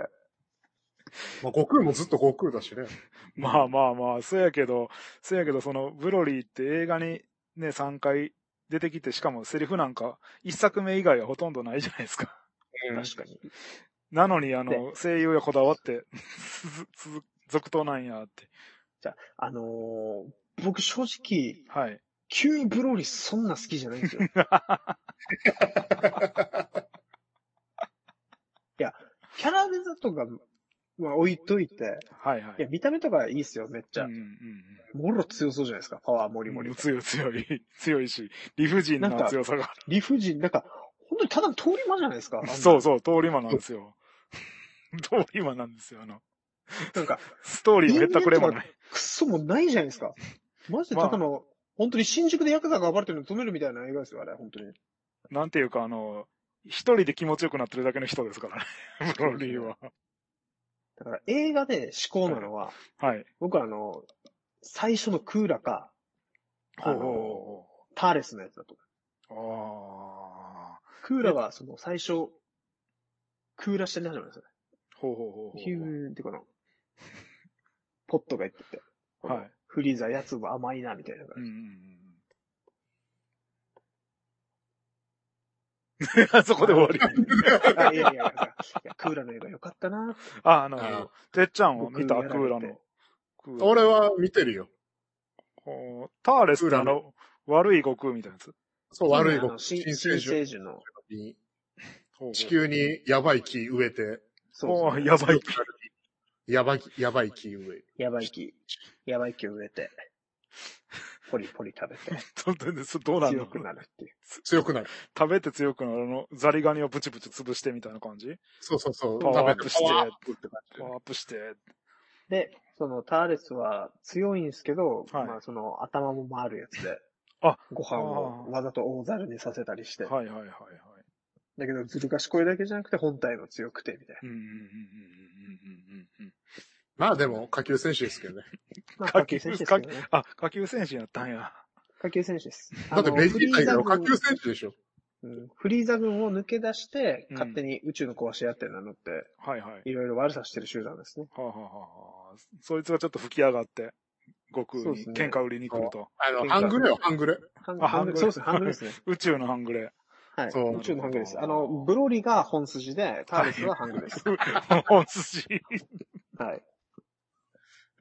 Speaker 2: まあ、悟空もずっと悟空だしね。
Speaker 1: まあまあまあ、そうやけど、そうやけど、その、ブロリーって映画にね、3回出てきて、しかもセリフなんか、1作目以外はほとんどないじゃないですか。
Speaker 3: 確かに。
Speaker 1: なのに、あの、声優がこだわって、 つづ続投なんやって。
Speaker 3: じゃあ、あのー僕正直、
Speaker 1: はい。
Speaker 3: 旧ブローリーそんな好きじゃないん ですよ。キャラデザとか、まあ置いといて、
Speaker 1: はいはい
Speaker 3: や、
Speaker 1: い。
Speaker 3: 見た目とかいいっすよ、めっちゃ。
Speaker 1: うんうん
Speaker 3: もろ強そうじゃないですか、パワーもりも
Speaker 1: う
Speaker 3: り
Speaker 1: ん。。強い強い。強いし、理不尽な
Speaker 3: なんか
Speaker 1: 強さが
Speaker 3: 理不尽、なんか、本当にただの通り魔じゃないですか。
Speaker 1: そうそう、通り魔なんですよ。 通り魔なんですよ、あの。
Speaker 3: う。なんか、
Speaker 1: ストーリーもへったくれもない。
Speaker 3: くっソもないじゃないですか。マジでただの、本当に新宿でヤクザが暴れてるの止めるみたいな映画ですよ、あれ、本当に。
Speaker 1: なんていうか、あの、一人で気持ちよくなってるだけの人ですから ね、ブロリーは。
Speaker 3: だから映画で思考なのは、
Speaker 1: はい。
Speaker 3: 僕はあの、最初のクーラか、あのターレスのやつだと思う。
Speaker 1: うああ。
Speaker 3: クーラは、その、最初、クーラしてる始まるんですよね。
Speaker 1: ほうほうほうほう。
Speaker 3: ヒューンってこの、ポットが言ってて、
Speaker 1: はい。
Speaker 3: フリーザやつも甘いな、みたいな感じ。
Speaker 1: うんうん うんうん。そこで終わり。
Speaker 3: あいやいやいや、いやクーラの映画良かったな。
Speaker 1: ああ、なるほ
Speaker 2: あ
Speaker 1: ど。てっちゃんは
Speaker 3: 僕
Speaker 1: 見た
Speaker 3: やられ
Speaker 1: ク
Speaker 3: て
Speaker 1: ーラの。クーラ
Speaker 2: 俺。は見てるよ。
Speaker 1: ほうターレスってあ
Speaker 2: クーラ
Speaker 1: の、悪い悟空みたいなやつ。
Speaker 2: そう、悪い
Speaker 3: あ
Speaker 2: 僕
Speaker 3: の新
Speaker 2: 新
Speaker 3: 新
Speaker 2: 成人
Speaker 3: 生児の。
Speaker 2: に
Speaker 1: ほうほう
Speaker 2: 地。球にやばい木植えて、
Speaker 3: そうそう
Speaker 1: おーやばい木。
Speaker 2: やばい、やばい木植え。
Speaker 3: やばい木。やばい木を植えて、ポリポリ食べて、
Speaker 1: どうどうどうなん
Speaker 3: 強
Speaker 1: の
Speaker 3: くなるっていう。
Speaker 2: 強くなる。
Speaker 1: 食べて強くなるあの、ザリガニをブチブチ潰してみたいな感じ
Speaker 2: そうそうそう。
Speaker 1: パワーアッ
Speaker 2: 食
Speaker 1: プ
Speaker 2: べ
Speaker 1: して
Speaker 2: てパワーアップって感じ
Speaker 1: パワーアップして。
Speaker 3: で、そのターレスは強いんですけど、
Speaker 1: はい
Speaker 3: まあその頭も回るやつで、
Speaker 1: あ
Speaker 3: ご飯をわざと大ざるにさせたりして、
Speaker 1: はいはいはいはい。
Speaker 3: だけどずる賢いだけじゃなくて本体も強くて、みたい
Speaker 1: うんうんうんうんうんうん
Speaker 2: まあでも、下級選手ですけどね。
Speaker 3: な。まあ、
Speaker 1: 下
Speaker 3: 下
Speaker 1: 級
Speaker 3: 級選手ですけどね。
Speaker 1: あ、下級選手やったんや。
Speaker 3: 下級選手です。
Speaker 2: だって
Speaker 3: あの
Speaker 2: ベジータ以外は
Speaker 3: フリー
Speaker 2: 下
Speaker 3: ザ軍
Speaker 2: 級選手でしょ。
Speaker 3: うんフリーザ軍を抜け出して、
Speaker 1: うん
Speaker 3: 勝手に宇宙の壊し屋って名乗って、
Speaker 1: はいはい。
Speaker 3: いろいろ悪さしてる集団ですね。
Speaker 1: はあ、はあはあはあ、そいつがちょっと吹き上がって、悟空
Speaker 3: そう
Speaker 1: に
Speaker 3: ですね
Speaker 1: 喧嘩売りに来ると。
Speaker 2: あ
Speaker 3: 喧
Speaker 2: の、
Speaker 3: 嘩
Speaker 2: 半グレよ、半グレ。
Speaker 3: ハン
Speaker 1: あ
Speaker 3: ハ
Speaker 1: ハン
Speaker 3: ング
Speaker 1: グル
Speaker 3: そうですね、ハングルですね。
Speaker 1: 宇宙の半グレ。
Speaker 3: はい
Speaker 2: そう。
Speaker 3: 宇宙のハングルです。
Speaker 1: な
Speaker 3: あ
Speaker 1: るほど
Speaker 3: の、ブロリが本筋で、ターレスはハングルです。
Speaker 1: 本筋。
Speaker 3: はい。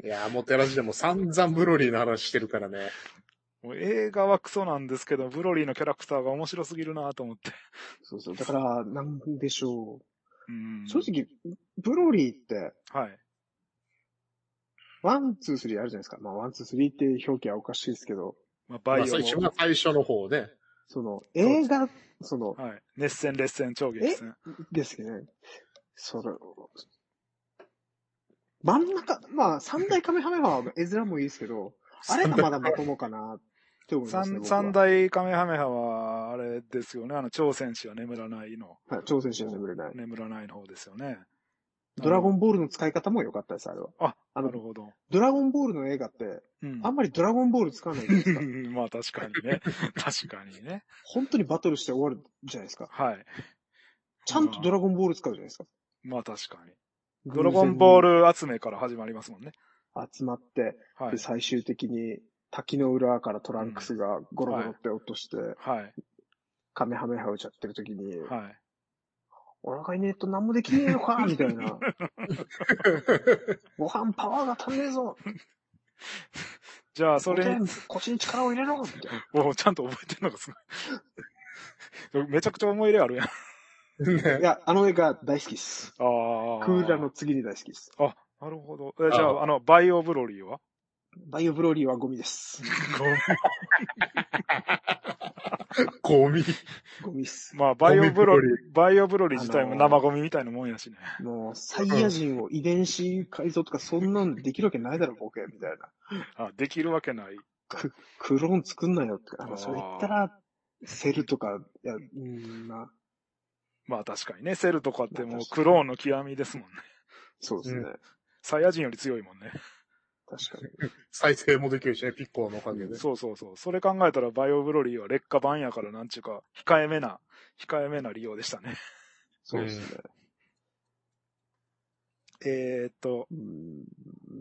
Speaker 2: いやー、もてらしでも散々ブロリーの話してるからね。
Speaker 1: もう映画はクソなんですけど、ブロリーのキャラクターが面白すぎるなと思って。
Speaker 3: そうそう。だから、なんでしょ
Speaker 1: うん
Speaker 3: う。正。直、ブロリーって、
Speaker 1: はい。
Speaker 3: ワン、ツー、スリーあるじゃないですか。まあ、ワン、ツー、スリーって表記はおかしいですけど、
Speaker 1: まあ、
Speaker 2: ま
Speaker 1: バイ
Speaker 2: あ、
Speaker 1: オ
Speaker 2: そう一
Speaker 1: も。
Speaker 2: 番最初の方ね。
Speaker 3: その、映画、その、
Speaker 1: はい。熱戦、烈戦、超激戦。
Speaker 3: ですね。その、真ん中、まあ、三大カメハメハは絵面もいいですけど、あれがまだまともかなって思いますね。
Speaker 1: 三三
Speaker 3: 大。
Speaker 1: 大カメハメハは、あれですよね。あの、超戦士は眠らないの。
Speaker 3: はい、挑戦して眠れない。
Speaker 1: 眠らないの方ですよね。
Speaker 3: ドラゴ
Speaker 1: ン、
Speaker 3: ンボールの使い方も良かったです、あれは。
Speaker 1: あ、
Speaker 3: あ
Speaker 1: な
Speaker 3: の
Speaker 1: る、ほど。
Speaker 3: ドラゴンボールの映画って、
Speaker 1: うん。
Speaker 3: あんまりドラゴンボール使わないじゃないですか。
Speaker 1: まあ確かにね。確かにね。
Speaker 3: 本当にバトルして終わるじゃないですか。
Speaker 1: はい。
Speaker 3: ちゃんとドラゴンボール使うじゃないですか。
Speaker 1: まあ確かに。ドラゴンボー
Speaker 3: ル。
Speaker 1: ル集めから始まりますもんね。
Speaker 3: 集まって、
Speaker 1: は
Speaker 3: で
Speaker 1: い。
Speaker 3: 最終的に滝の裏からトランクスがゴロゴロって落として、
Speaker 1: はい。
Speaker 3: カメハメハ打ちゃってる時に、
Speaker 1: はい。
Speaker 3: お腹いねえと何もできねえのかみたい な。ご飯パワーが足りねえぞ
Speaker 1: じゃあ、それ
Speaker 3: おで
Speaker 1: に、
Speaker 3: ん腰に力を入れろみたいな。
Speaker 1: おちゃんと覚えてるのがすごい。め ちゃくちゃ思い入れあるやん。あ
Speaker 3: い
Speaker 2: ね。
Speaker 3: や、あの映画大好きっす。
Speaker 1: あ。
Speaker 3: クーラーの。次に大好きっす。
Speaker 1: あ、なるほど。えじゃあ、あの、バイオブロリーは
Speaker 3: バイオブロリーはゴミです。
Speaker 2: ゴミ。
Speaker 3: ゴミっす。
Speaker 1: まあ、バイオブロリ
Speaker 2: ゴミブロ
Speaker 1: ー、バイオブロリー自体も生ゴミみたいなもんやしね。
Speaker 3: もう、サイヤ人を遺伝子改造とかそんなんできるわけないだろ、僕みたいな。
Speaker 1: あ、できるわけない。
Speaker 3: クローン作んなよって。あ
Speaker 1: あ
Speaker 3: の、
Speaker 1: ー
Speaker 3: それ言ったら、セルとか、いや、うーんな、
Speaker 1: まあ確かにね、セルとかってもうクローンの極みですもんね。
Speaker 3: そうですね。
Speaker 2: うん
Speaker 1: サイヤ人より強いもんね。
Speaker 3: 確かに。
Speaker 2: 再生もできるしね、ピッコロのおかげで。
Speaker 1: そうそうそう。それ考えたらバイオブロリーは劣化版やからなんちゅうか、控えめな、控えめな利用でしたね。
Speaker 3: そうですね。
Speaker 1: えーっと、
Speaker 3: うん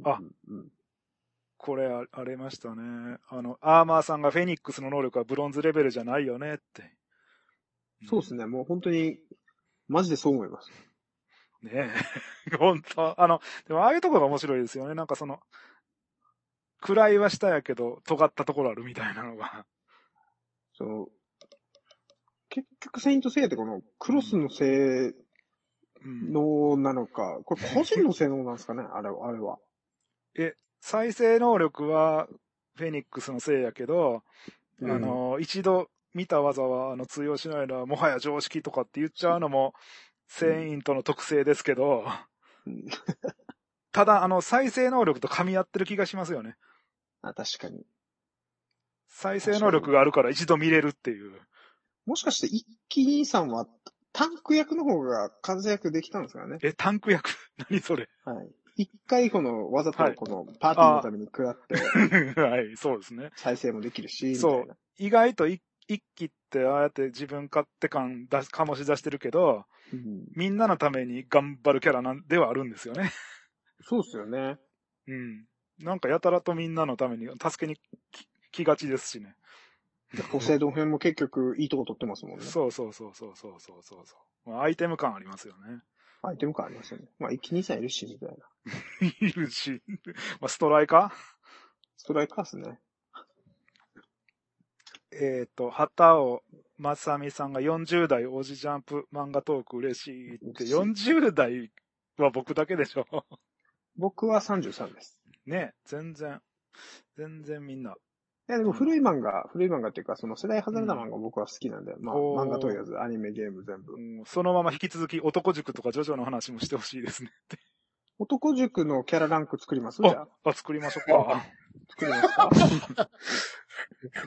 Speaker 1: あ、
Speaker 3: うん
Speaker 1: これあありましたね。あの、アーマーさんがフェニックスの能力はブロンズレベルじゃないよねって。
Speaker 3: そうです
Speaker 1: ね。
Speaker 3: ね。もう本当に、マジでそう思います。
Speaker 1: ね え。本当あの、でもああいうとこが面白いですよね。なんかその、暗いは下やけど、尖ったところあるみたいなのが。
Speaker 3: その、結局、セイントセイヤってこの、クロスの性
Speaker 1: うん
Speaker 3: 能なのか、これ個人の性能なんですかねあれは、あれは。
Speaker 1: 再生能力はフェニックスのせいやけど、
Speaker 2: うん
Speaker 1: あの、一度見た技はあの通用しないのはもはや常識とかって言っちゃうのも、セイントの特性ですけど、
Speaker 3: うん
Speaker 1: ただ、あの、再生能力と噛み合ってる気がしますよね。
Speaker 3: あ、確かに。
Speaker 1: 再生能力があるから一度見れるっていう。
Speaker 3: もしかして、一気にさんは、タンク役の方が活躍できたんですかね。
Speaker 1: え、タンク役何それ
Speaker 3: はい。一回この、わざとこのパーティーのために食らって、
Speaker 1: はい、そうですね。
Speaker 3: 再生もできるし、
Speaker 1: そう
Speaker 3: みたい
Speaker 1: 意外とい一期ってああやって自分勝手感出す、醸し出してるけど、
Speaker 3: な。うん。
Speaker 1: みんなのために頑張るキャラなんではあるんですよね。
Speaker 3: そうっすよね。
Speaker 1: うん。なんかやたらとみんなのために、助けに来来がちですしね。
Speaker 3: ポセイドン編も結局、いいとこ取ってますもんね。
Speaker 1: そうそうそうそうそうそうそうそう。まあアイテム感ありますよね。
Speaker 3: アイテム感ありますよね。まあ、一気にさんいるし、みたいな。
Speaker 1: いるし。 まあ、ストライカ
Speaker 3: ストライカーっすね。
Speaker 1: ーえっ、と、畑尾正美さんが40代おじジャンプ漫画トーク嬉しいって、
Speaker 3: 嬉
Speaker 1: 40代は僕だけでしょ。
Speaker 3: 僕は33です。
Speaker 1: ね全然。全然みんな。
Speaker 3: いや、でも古い漫画、古い漫画っていうか、その世代外れた漫画僕は好きなんで、まあ、
Speaker 1: おー
Speaker 3: 漫画とりあえず、アニメ、ゲーム全部
Speaker 1: う。んそのまま引き続き男塾とかジョジョの話もしてほしいですね。
Speaker 3: 男塾のキャラランク作りますじゃ
Speaker 1: あ
Speaker 3: あ、、
Speaker 1: あ作りましょうか。
Speaker 3: 作りますか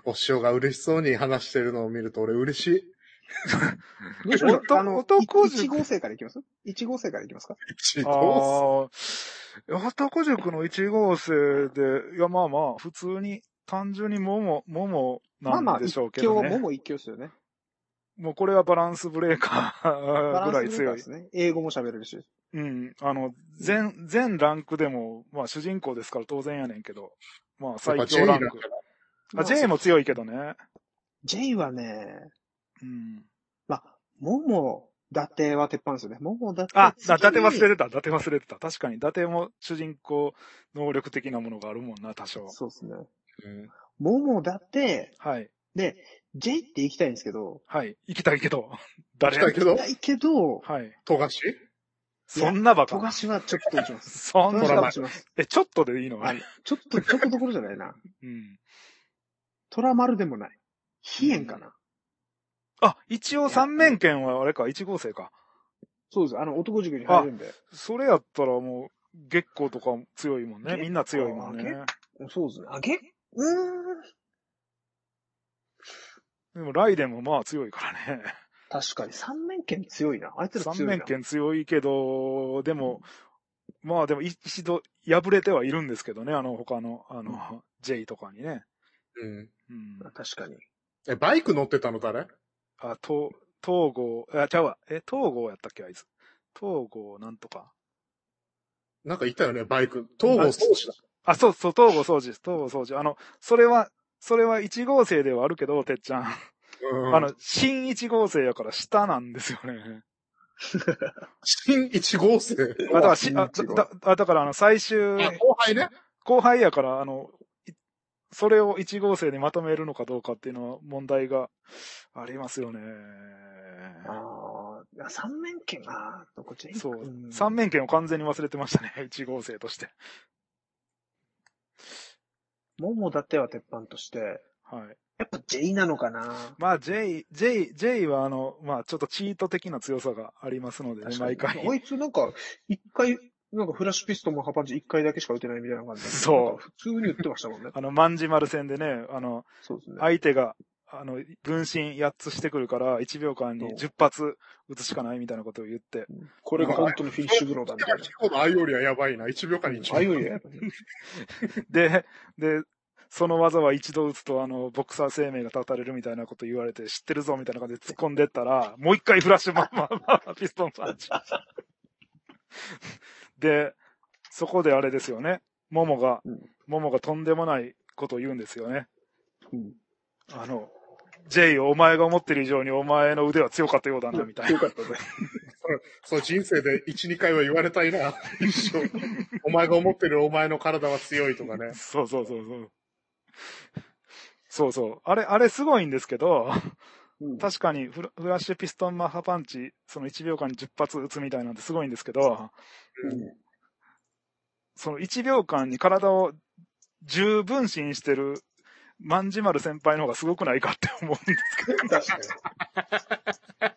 Speaker 2: お師匠が嬉しそうに話してるのを見ると俺嬉しい。
Speaker 3: どうしましょう
Speaker 1: 男
Speaker 3: あの
Speaker 1: 男塾
Speaker 3: 1号生からいきます ?1 号生からいきますか
Speaker 2: 一
Speaker 1: あ
Speaker 2: ど
Speaker 1: あー、男塾の1号生で、いやまあまあ、普通に、単純に桃、桃
Speaker 3: まあま
Speaker 1: な
Speaker 3: あ、
Speaker 1: んで
Speaker 3: 一
Speaker 1: しょうけ
Speaker 3: 強、
Speaker 1: どね。
Speaker 3: もも一強ですよね。
Speaker 1: もうこれはバランスブレーカ
Speaker 3: バ
Speaker 1: ー
Speaker 3: ラ
Speaker 1: ぐら
Speaker 3: ン
Speaker 1: い
Speaker 3: スブレー
Speaker 1: 強
Speaker 3: カーで
Speaker 1: い。
Speaker 3: すね。英語も喋れるし。
Speaker 1: うん。あの、全、全ランクでも、まあ主人公ですから当然やねんけど、まあ最強ラン
Speaker 2: やっ
Speaker 1: ク
Speaker 2: ぱ。
Speaker 1: あ、J も強いけどね。
Speaker 3: J はね、
Speaker 1: うん。
Speaker 3: まあ、もも、伊達は鉄板ですよね。もも、伊達。
Speaker 1: あ、だ、伊達忘
Speaker 3: る。
Speaker 1: れてた、伊達忘れてた。確かに、伊達も主人公能力的なものがあるもんな、多少。
Speaker 3: そうですね。
Speaker 2: うん
Speaker 3: もも、伊達、
Speaker 1: はい。
Speaker 3: で、J って行きたいんですけど、
Speaker 1: はい。行きたいけど。 誰
Speaker 2: 来たけど
Speaker 3: 行き、たいけど、
Speaker 1: はい。
Speaker 2: 富樫
Speaker 1: そんなバ
Speaker 3: 富
Speaker 1: カ。
Speaker 3: 樫はちょっと落ちます。
Speaker 1: そん
Speaker 3: 富
Speaker 1: なバ
Speaker 3: 樫は
Speaker 1: カ
Speaker 3: 落。ちます。
Speaker 1: え、ちょっとでいいの
Speaker 3: あのちょっ と、ちょっとどころじゃないな。
Speaker 1: うん。
Speaker 3: 虎丸でもない。飛燕かな。
Speaker 1: あ、一応三面剣はあれか、一号生か。
Speaker 3: そうです。あの、男塾に入るんで。
Speaker 1: それやったらもう、月光とか強いもんね。
Speaker 3: 月光
Speaker 1: みんな強いもんね。
Speaker 3: そうですね。あげうーん。
Speaker 1: でも、ライデンもまあ強いからね。
Speaker 3: 確かに、三面剣強いな。あいつら強い
Speaker 1: 三
Speaker 3: な。
Speaker 1: 面剣強いけど、でも、まあでも一度破れてはいるんですけどね、あの他の、あの、J とかにね。
Speaker 2: うん。
Speaker 1: うん。
Speaker 3: 確かに。
Speaker 2: え、バイク乗ってたの誰
Speaker 1: あ、と、東郷、あ、ちゃうわ。え、東郷やったっけ、あいつ。東郷なんとか。
Speaker 2: なんかいたよね、バイク。東郷宗師だ。
Speaker 1: あ、そうそう、東郷掃除です。東郷掃除。あの、それは、それは1号生ではあるけど、てっちゃん。
Speaker 2: うん
Speaker 1: あの、新1号生やから下なんですよ ね。
Speaker 2: 新1号生。
Speaker 1: あだからしあ
Speaker 3: 新一号
Speaker 1: だだだから、あの、最終、
Speaker 2: あ後輩ね。
Speaker 1: 後輩やから、あの、いそれを1号生にまとめるのかどうかっていうのは問題がありますよね。
Speaker 3: ああ、三面剣が、どこち
Speaker 1: そうう。
Speaker 3: ん
Speaker 1: 三面剣を完全に忘れてましたね。1号 生として。
Speaker 3: ももだっては鉄板として、
Speaker 1: はい。
Speaker 3: やっぱ J なのかな
Speaker 1: まあ、J、J、J はあの、まあ、ちょっとチート的な強さがありますのでね、毎回。
Speaker 3: あいつなんか、一回、なんかフラッシュピストンもハパンチ一回だけしか打てないみたいな感じで
Speaker 1: そう
Speaker 3: なんか普通に打ってましたも
Speaker 1: 。
Speaker 3: んね
Speaker 1: あの、万字丸戦でね、あの、
Speaker 3: そうですね。
Speaker 1: 相手が、あの、分身8つしてくるから、1秒間に10発撃つしかないみたいなことを言って。
Speaker 3: これが本当のフィニッシュブローだみたいな。
Speaker 2: 結構のアイオリアやばいな。1秒間に1秒。
Speaker 3: あいよりはやっぱり
Speaker 1: で、で、その技は一度打つと、あの、ボクサー生命が断たれるみたいなこと言われて、知ってるぞみたいな感じで突っ込んでったら、もう一回フラッシュマンマンマンピストンパンチ。 で、そこであれですよね。モモが
Speaker 3: うん、
Speaker 1: モモがとんでもないことを言うんですよね。
Speaker 3: うん
Speaker 1: あの、J をお前が思ってる以上にお前の腕は強かったようだな、みたい
Speaker 3: よ
Speaker 1: な。
Speaker 3: かったね。
Speaker 2: そう、人生で1、2回は言われたいな。一生。お前が思ってるお前の体は強いとかね。
Speaker 1: そうそうそうそう。そうそう。あれ、あれすごいんですけど、
Speaker 3: うん
Speaker 1: 確かにフラフラッシュピストンマッハパンチ、その1秒間に10発撃つみたいなんてすごいんですけど、
Speaker 3: うん
Speaker 1: その1秒間に体を10分身してる万事丸先輩の方がすごくないかって思うんですけど。
Speaker 2: 確か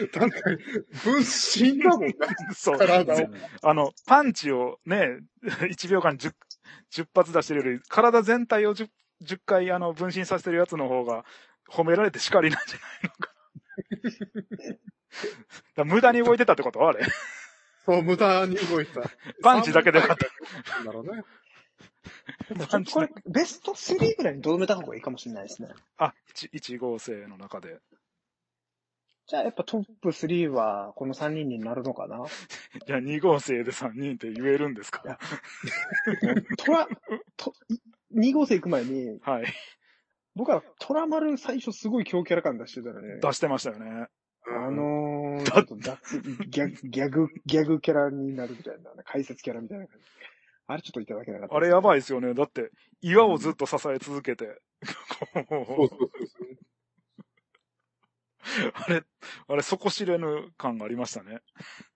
Speaker 2: に。確かに、分身だもんね。
Speaker 1: そう。
Speaker 2: 体を。
Speaker 1: あの、パンチをね、1秒間 10, 10発出してるより、体全体を 10, 10回あの分身させてるやつの方が褒められて叱りなんじゃないのか。 だから無駄に動いてたってことあれ。
Speaker 2: そう、無駄に動いた。。
Speaker 1: パンチだけでよかった
Speaker 2: だろうね。
Speaker 1: パンチ
Speaker 3: これ、ベスト3ぐらいにとどめた方がいいかもしれないですね。
Speaker 1: あ、1、1号生の中で。
Speaker 3: じゃあやっぱトップ3はこの3人になるのか な
Speaker 1: じゃあ2号生で3人って言えるんですか
Speaker 3: トラ、と、2号生行く前に、
Speaker 1: はい。
Speaker 3: 僕はトラマル最初すごい強キャラ感出してたよね。
Speaker 1: 出してましたよね。
Speaker 3: あのー、ちょっと雑ギャギャグ、ギャグキャラになるみたいな、解説キャラみたいな感じ。あれちょっといただけなかった、
Speaker 1: あれやば
Speaker 3: い。
Speaker 1: いですよね。だって、岩をずっと支え続けて。
Speaker 2: そうそう
Speaker 1: あれ、あれ、底知れぬ感がありましたね。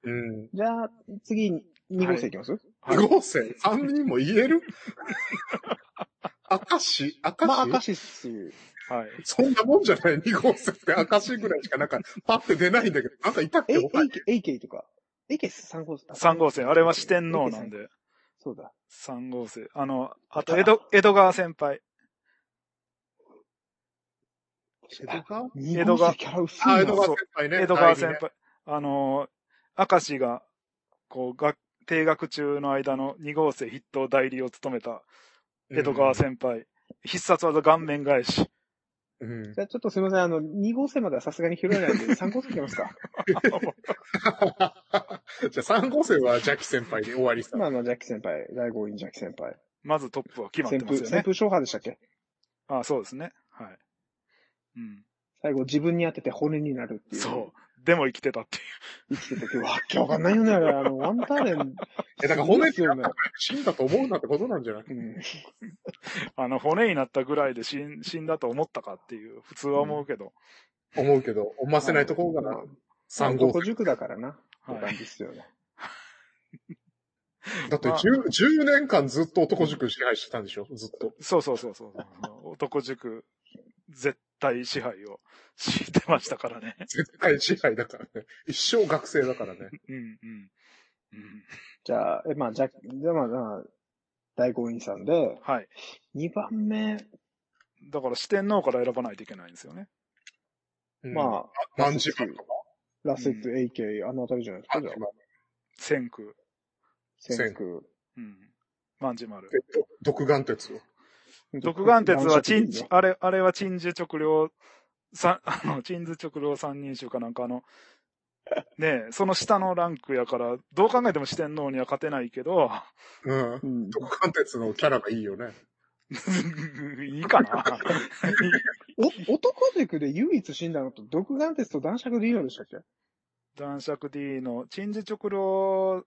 Speaker 2: そう。うん。
Speaker 3: じゃあ、次、2号生いきます、
Speaker 1: はい
Speaker 2: 合成、3人も言える証し証し、
Speaker 3: まあ、明石っす。
Speaker 1: はい。
Speaker 2: そんなもんじゃない二号線って証しぐらいしかなんか、パって出ないんだけど、なんかいたっけ
Speaker 3: え、
Speaker 2: お前。
Speaker 3: えいけ、とか。えいけ3号生。
Speaker 1: 3号生、あれは四天王なん。で。
Speaker 3: そうだ。
Speaker 1: 3号生。あの、あと、江戸、江戸川先輩。
Speaker 2: 江戸川
Speaker 3: 2
Speaker 1: 戸
Speaker 3: 号
Speaker 1: 川
Speaker 3: 生キャラ薄いな。
Speaker 2: あ、江戸川先輩ね。
Speaker 1: 江戸川
Speaker 2: だいぶ
Speaker 1: 先
Speaker 2: ね
Speaker 1: 輩。あのー、明石が、こう、が、定学中の間の2号生筆頭代理を務めた江戸川先輩。必殺技顔面返し。
Speaker 2: うん。
Speaker 3: じゃあちょっとすみません、あの、2号生まではさすがに拾えない んで、3号生いきますか。
Speaker 2: じゃあ3号線はジャキ先輩で終わりさ。
Speaker 3: まあまあ、ジャッキ先輩、大号院ジャッキ先輩。
Speaker 1: まずトップは決まって
Speaker 3: 旋
Speaker 1: ま
Speaker 3: 風、
Speaker 1: すよ
Speaker 3: 旋
Speaker 1: ね。
Speaker 3: 風昇破でしたっけ
Speaker 1: あ、そうですね。はい。うん。
Speaker 3: 最後、自分に当てて骨になるっていう。。
Speaker 1: そう。でも生きてたっていう
Speaker 3: 生きてた時、わっけわかんないよね、あれ。あの、ワンターレ ン。
Speaker 2: え、だから骨
Speaker 3: ですよね。
Speaker 2: 死んだと思うなってことなんじゃない
Speaker 3: うん。
Speaker 1: う。あの、骨になったぐらいで死ん死んだと思ったかっていう、普通は思うけど。
Speaker 2: 思うけど、思わせないところ
Speaker 3: まあ
Speaker 2: が3号
Speaker 3: 男
Speaker 2: 線。
Speaker 3: 塾だからな。って
Speaker 1: は
Speaker 3: 感
Speaker 1: い。
Speaker 3: じっすよね。
Speaker 2: だって
Speaker 1: まあ
Speaker 2: 10, 10年間ずっと男塾支配してたんでしょずっと。
Speaker 1: そうそうそうそうそう。男塾、絶対支配を敷いてましたからね。
Speaker 2: 絶対支配だからね。一生学生だからね。
Speaker 1: うんうん。うん、
Speaker 3: じゃあ、え、まあ、ジャッキ、じゃあまあ、まあ、大号院さんで、
Speaker 1: はい。
Speaker 3: 2番目、
Speaker 1: だから四天王から選ばないといけないんですよね。
Speaker 2: あ、
Speaker 3: まあ、
Speaker 2: 万事丸とか。
Speaker 3: ラセット、AK、あのあたりじゃないですか、
Speaker 2: 万
Speaker 3: じゃ
Speaker 2: 事丸
Speaker 1: 千空。
Speaker 3: あ。千空。
Speaker 1: うん。万事丸。
Speaker 2: 独眼鉄を。
Speaker 1: 独眼鉄は陳
Speaker 3: ン
Speaker 1: 樹、あれ、あれは陳樹直領、さ、 あの、陳樹直領三人衆かなんかあの、ねえ、その下のランクやから、どう考えても四天王には勝てないけど、
Speaker 2: うん。
Speaker 3: うん。
Speaker 2: 独眼鉄のキャラがいいよね。
Speaker 1: いいかな
Speaker 3: お、男塾で唯一死んだのと、独眼鉄と男爵でいいのでしたっけ
Speaker 1: 男爵 D の、陳樹直領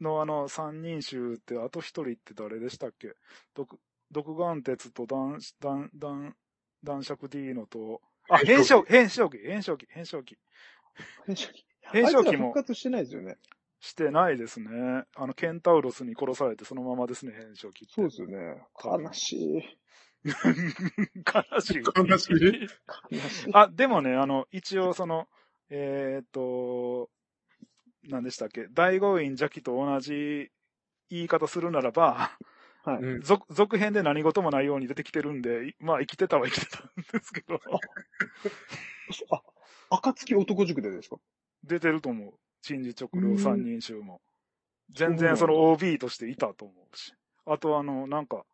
Speaker 1: のあの、三人衆って、あと一人って誰でしたっけ独、独眼鉄と男、男、男、男爵 D のと、あ、変
Speaker 2: 変
Speaker 1: 装
Speaker 2: 装
Speaker 1: 機、変装機、変装機、変装機。
Speaker 3: 変色期。
Speaker 1: 変装
Speaker 3: あ
Speaker 1: 機
Speaker 3: いつら復
Speaker 1: も
Speaker 3: 活してないですよね。
Speaker 1: してないですね。あの、ケンタウロスに殺されてそのままですね、変装機って。
Speaker 3: そうですよね。悲しい。
Speaker 1: 悲しい。
Speaker 2: 悲しい。
Speaker 3: 悲しい。
Speaker 1: あ、でもね、あの、一応その、えーっと、何でしたっけ、大豪院邪気と同じ言い方するならば、
Speaker 3: はい。
Speaker 2: うん。
Speaker 1: 続続編で何事もないように出てきてるんで、いまあ生きてたは生きてたんですけど、
Speaker 3: あ、暁男塾でですか
Speaker 1: 出てると思う。陳事直領三人衆も。全
Speaker 3: そうなん
Speaker 1: 然
Speaker 3: だ
Speaker 1: その OB としていたと思うし。あとあの、なんか、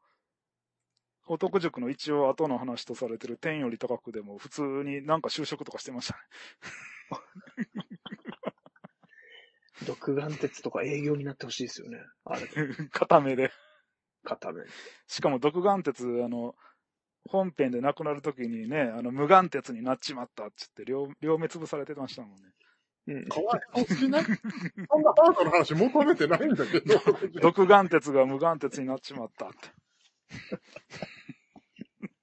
Speaker 1: 男塾の一応後の話とされてる天より高くでも普通になんか就職とかしてましたね。
Speaker 3: 独眼鉄とか営業になってほしいですよね。あれ、
Speaker 1: 固めで。
Speaker 3: 片目。
Speaker 1: しかも独眼鉄、あの、本編で亡くなるときにね、あの、無眼鉄になっちまったって言って、両、両目潰されてましたもんね。
Speaker 3: うん。
Speaker 2: かわいそうすぎないそんなハートの話求めてないんだけど。
Speaker 1: 独眼鉄が無眼鉄になっちまったって。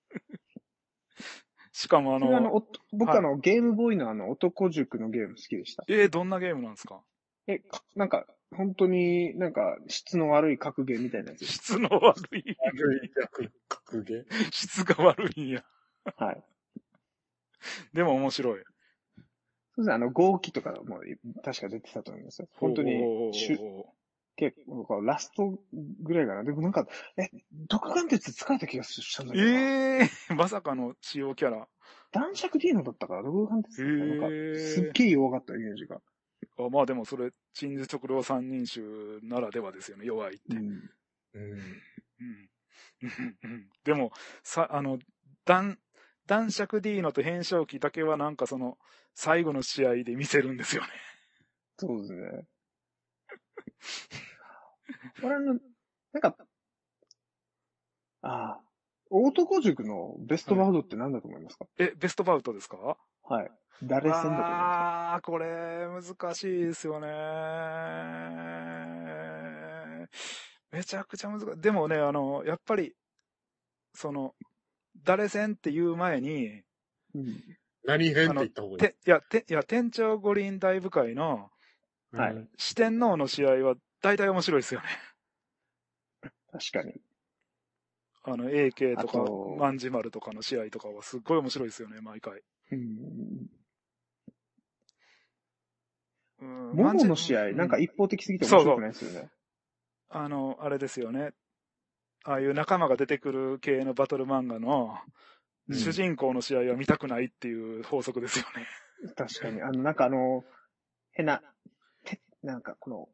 Speaker 1: しかもあ
Speaker 3: それあの、
Speaker 1: の、
Speaker 3: お僕
Speaker 1: はい
Speaker 3: あの、ゲームボーイのあの、男塾のゲーム好きでした。
Speaker 1: えーどんなゲームなんですか
Speaker 3: え、かなんか、本当になんか質の悪い格ゲーみたいなやつ。
Speaker 1: 質の悪い。
Speaker 2: 悪い逆、格ゲー。
Speaker 1: 質が悪いんや。
Speaker 3: はい。
Speaker 1: でも面白い。
Speaker 3: そうですね、あの、号機とかも確か出てたと思いますよ。本当に、しゅ
Speaker 1: ほ
Speaker 3: 結構、ラストぐらいかな。でもなんか、え、毒眼鉄使えた気がしたん
Speaker 1: う
Speaker 3: だ
Speaker 1: ほうほう
Speaker 3: けどな。
Speaker 1: ええまさかの使用キャラ。
Speaker 3: 男爵ディーノだったから、毒眼鉄だったの
Speaker 1: へ
Speaker 3: か
Speaker 1: ー
Speaker 3: すっげえ弱かったイメージが。
Speaker 1: あまあでもそれ、陳述直老三人衆ならではですよね、弱いって。
Speaker 3: うん。
Speaker 2: うん。
Speaker 1: うんうんうんでも、さ、あの、男、男爵 D のと変声機だけはなんかその、最後の試合で見せるんですよね。
Speaker 3: そうですね。 俺あの、なんか、ああ、男塾のベストバウドって何だと思いますか
Speaker 1: え、ベストバウトですか
Speaker 3: はい。誰戦だと思いま
Speaker 1: ああ、これ、難しいですよね。めちゃくちゃ難しい。でもね、あの、やっぱり、その、誰戦って言う前に、
Speaker 3: すかうん。
Speaker 2: 何編って言った方がいい
Speaker 1: て、いや、て、いや、店長五輪大部会の
Speaker 2: うん。
Speaker 3: はい
Speaker 1: 四天王の試合は大体面白いですよね。
Speaker 3: 確かに。
Speaker 1: あの、AK と
Speaker 3: あと
Speaker 1: か、万事丸とかの試合とかはすっごい面白いですよね、毎回。
Speaker 3: うん。
Speaker 1: うん
Speaker 3: モモの試合、なんか、
Speaker 1: 万事
Speaker 3: 一方的すぎて面白くないですよね。
Speaker 1: うんあの、あれですよね。ああいう仲間が出てくる系のバトル漫画の、
Speaker 2: うん
Speaker 1: 主人公の試合は見たくないっていう法則ですよね。
Speaker 3: 確かに。あの、なんかあの、変な、てなんかこの、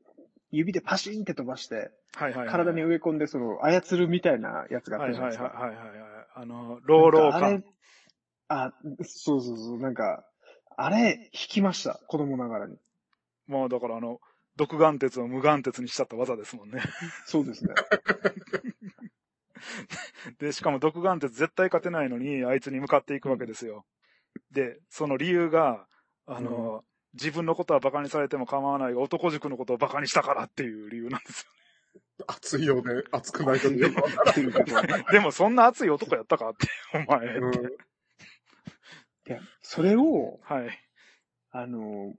Speaker 3: 指でパシーンって飛ばして、
Speaker 1: はいはいはい。
Speaker 3: 体に植え込んで、その、操るみたいなやつがあ
Speaker 1: は
Speaker 3: った
Speaker 1: い
Speaker 3: じゃな
Speaker 1: はいはい
Speaker 3: いです
Speaker 1: は
Speaker 3: か。
Speaker 1: いはい。あの、老老
Speaker 3: なんかあれ
Speaker 1: 感。
Speaker 3: あ、そうそうそう、なんか、あれ、引きました、子供ながらに。
Speaker 1: もうだからあの、毒眼鉄を無眼鉄にしちゃった技ですもんね。
Speaker 3: そうですね。
Speaker 1: で、しかも独眼って絶対勝てないのに、あいつに向かっていくわけですよ。で、その理由が、あの、自分のことは馬鹿にされても構わないが、男塾のことを馬鹿にしたからっていう理由なんです
Speaker 2: 熱いよね。熱くないとよくわか
Speaker 3: 言ってる けど。い
Speaker 1: よ。でも、そんな熱い男やったかって、お前。
Speaker 2: らんうん。
Speaker 3: や、それを、
Speaker 1: はい。
Speaker 3: あの、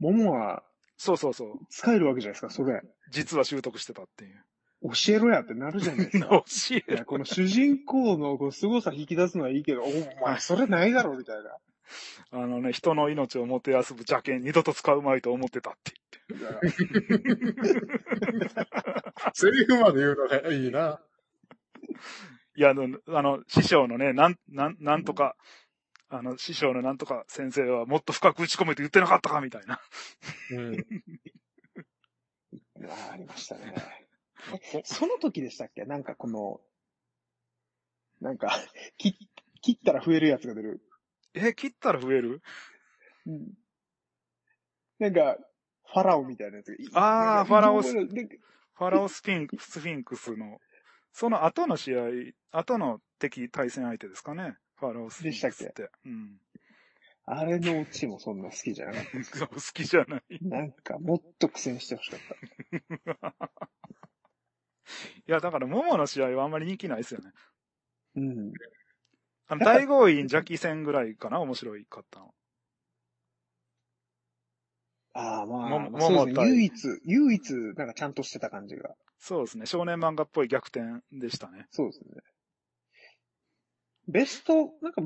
Speaker 3: モモは
Speaker 1: そうそうそう。
Speaker 3: 使えるわけじゃないですか、それ。
Speaker 1: 実は習得してたっていう。
Speaker 3: 教えろやってなるじゃない です
Speaker 1: 教
Speaker 3: か。
Speaker 1: え
Speaker 3: いや、この主人公のこう凄さ引き出すのはいいけど、おお前それないだろ、みたいな。
Speaker 1: あのね、人の命をもてあそぶ邪剣、二度と使うまいと思ってたって
Speaker 2: セリフまで言うのがいい
Speaker 1: 言っ
Speaker 2: な。
Speaker 1: て。いや、あの、あの師匠のね、なん、なん、なんとか、あの、師匠のなんとか先生はもっと深く打ち込めて言ってなかったかみたいな。
Speaker 2: うん。
Speaker 3: あありましたね。え その時でしたっけなんかこの、なんか、 き切ったら増えるやつが出る。
Speaker 1: え、切ったら増える
Speaker 3: うんなんか、ファラオみたいなやつがいい。
Speaker 1: あー
Speaker 3: なんか
Speaker 1: ファラオ
Speaker 3: いろいろなんか
Speaker 1: ファラオスピンクスフィンクスの、その後の試合、後の敵対戦相手ですかね。ファラオスフィンクスって。うん。
Speaker 3: あれのオチもそんな好きじゃなかった。
Speaker 1: 好きじゃない。い
Speaker 3: なんか、もっと苦戦してほしかった。
Speaker 1: や、だから、モモの試合はあんまり人気ないですよね。
Speaker 3: うん。
Speaker 1: あの、大豪院邪気戦ぐらいかな、面白いかったの。
Speaker 3: ああ、まあ、
Speaker 1: も
Speaker 3: まあそうで
Speaker 1: 桃
Speaker 3: すね。
Speaker 1: 対
Speaker 3: 唯一、唯一、なんかちゃんとしてた感じが。
Speaker 1: そうですね。少年漫画っぽい逆転でしたね。
Speaker 3: そうですね。ベスト、なんか、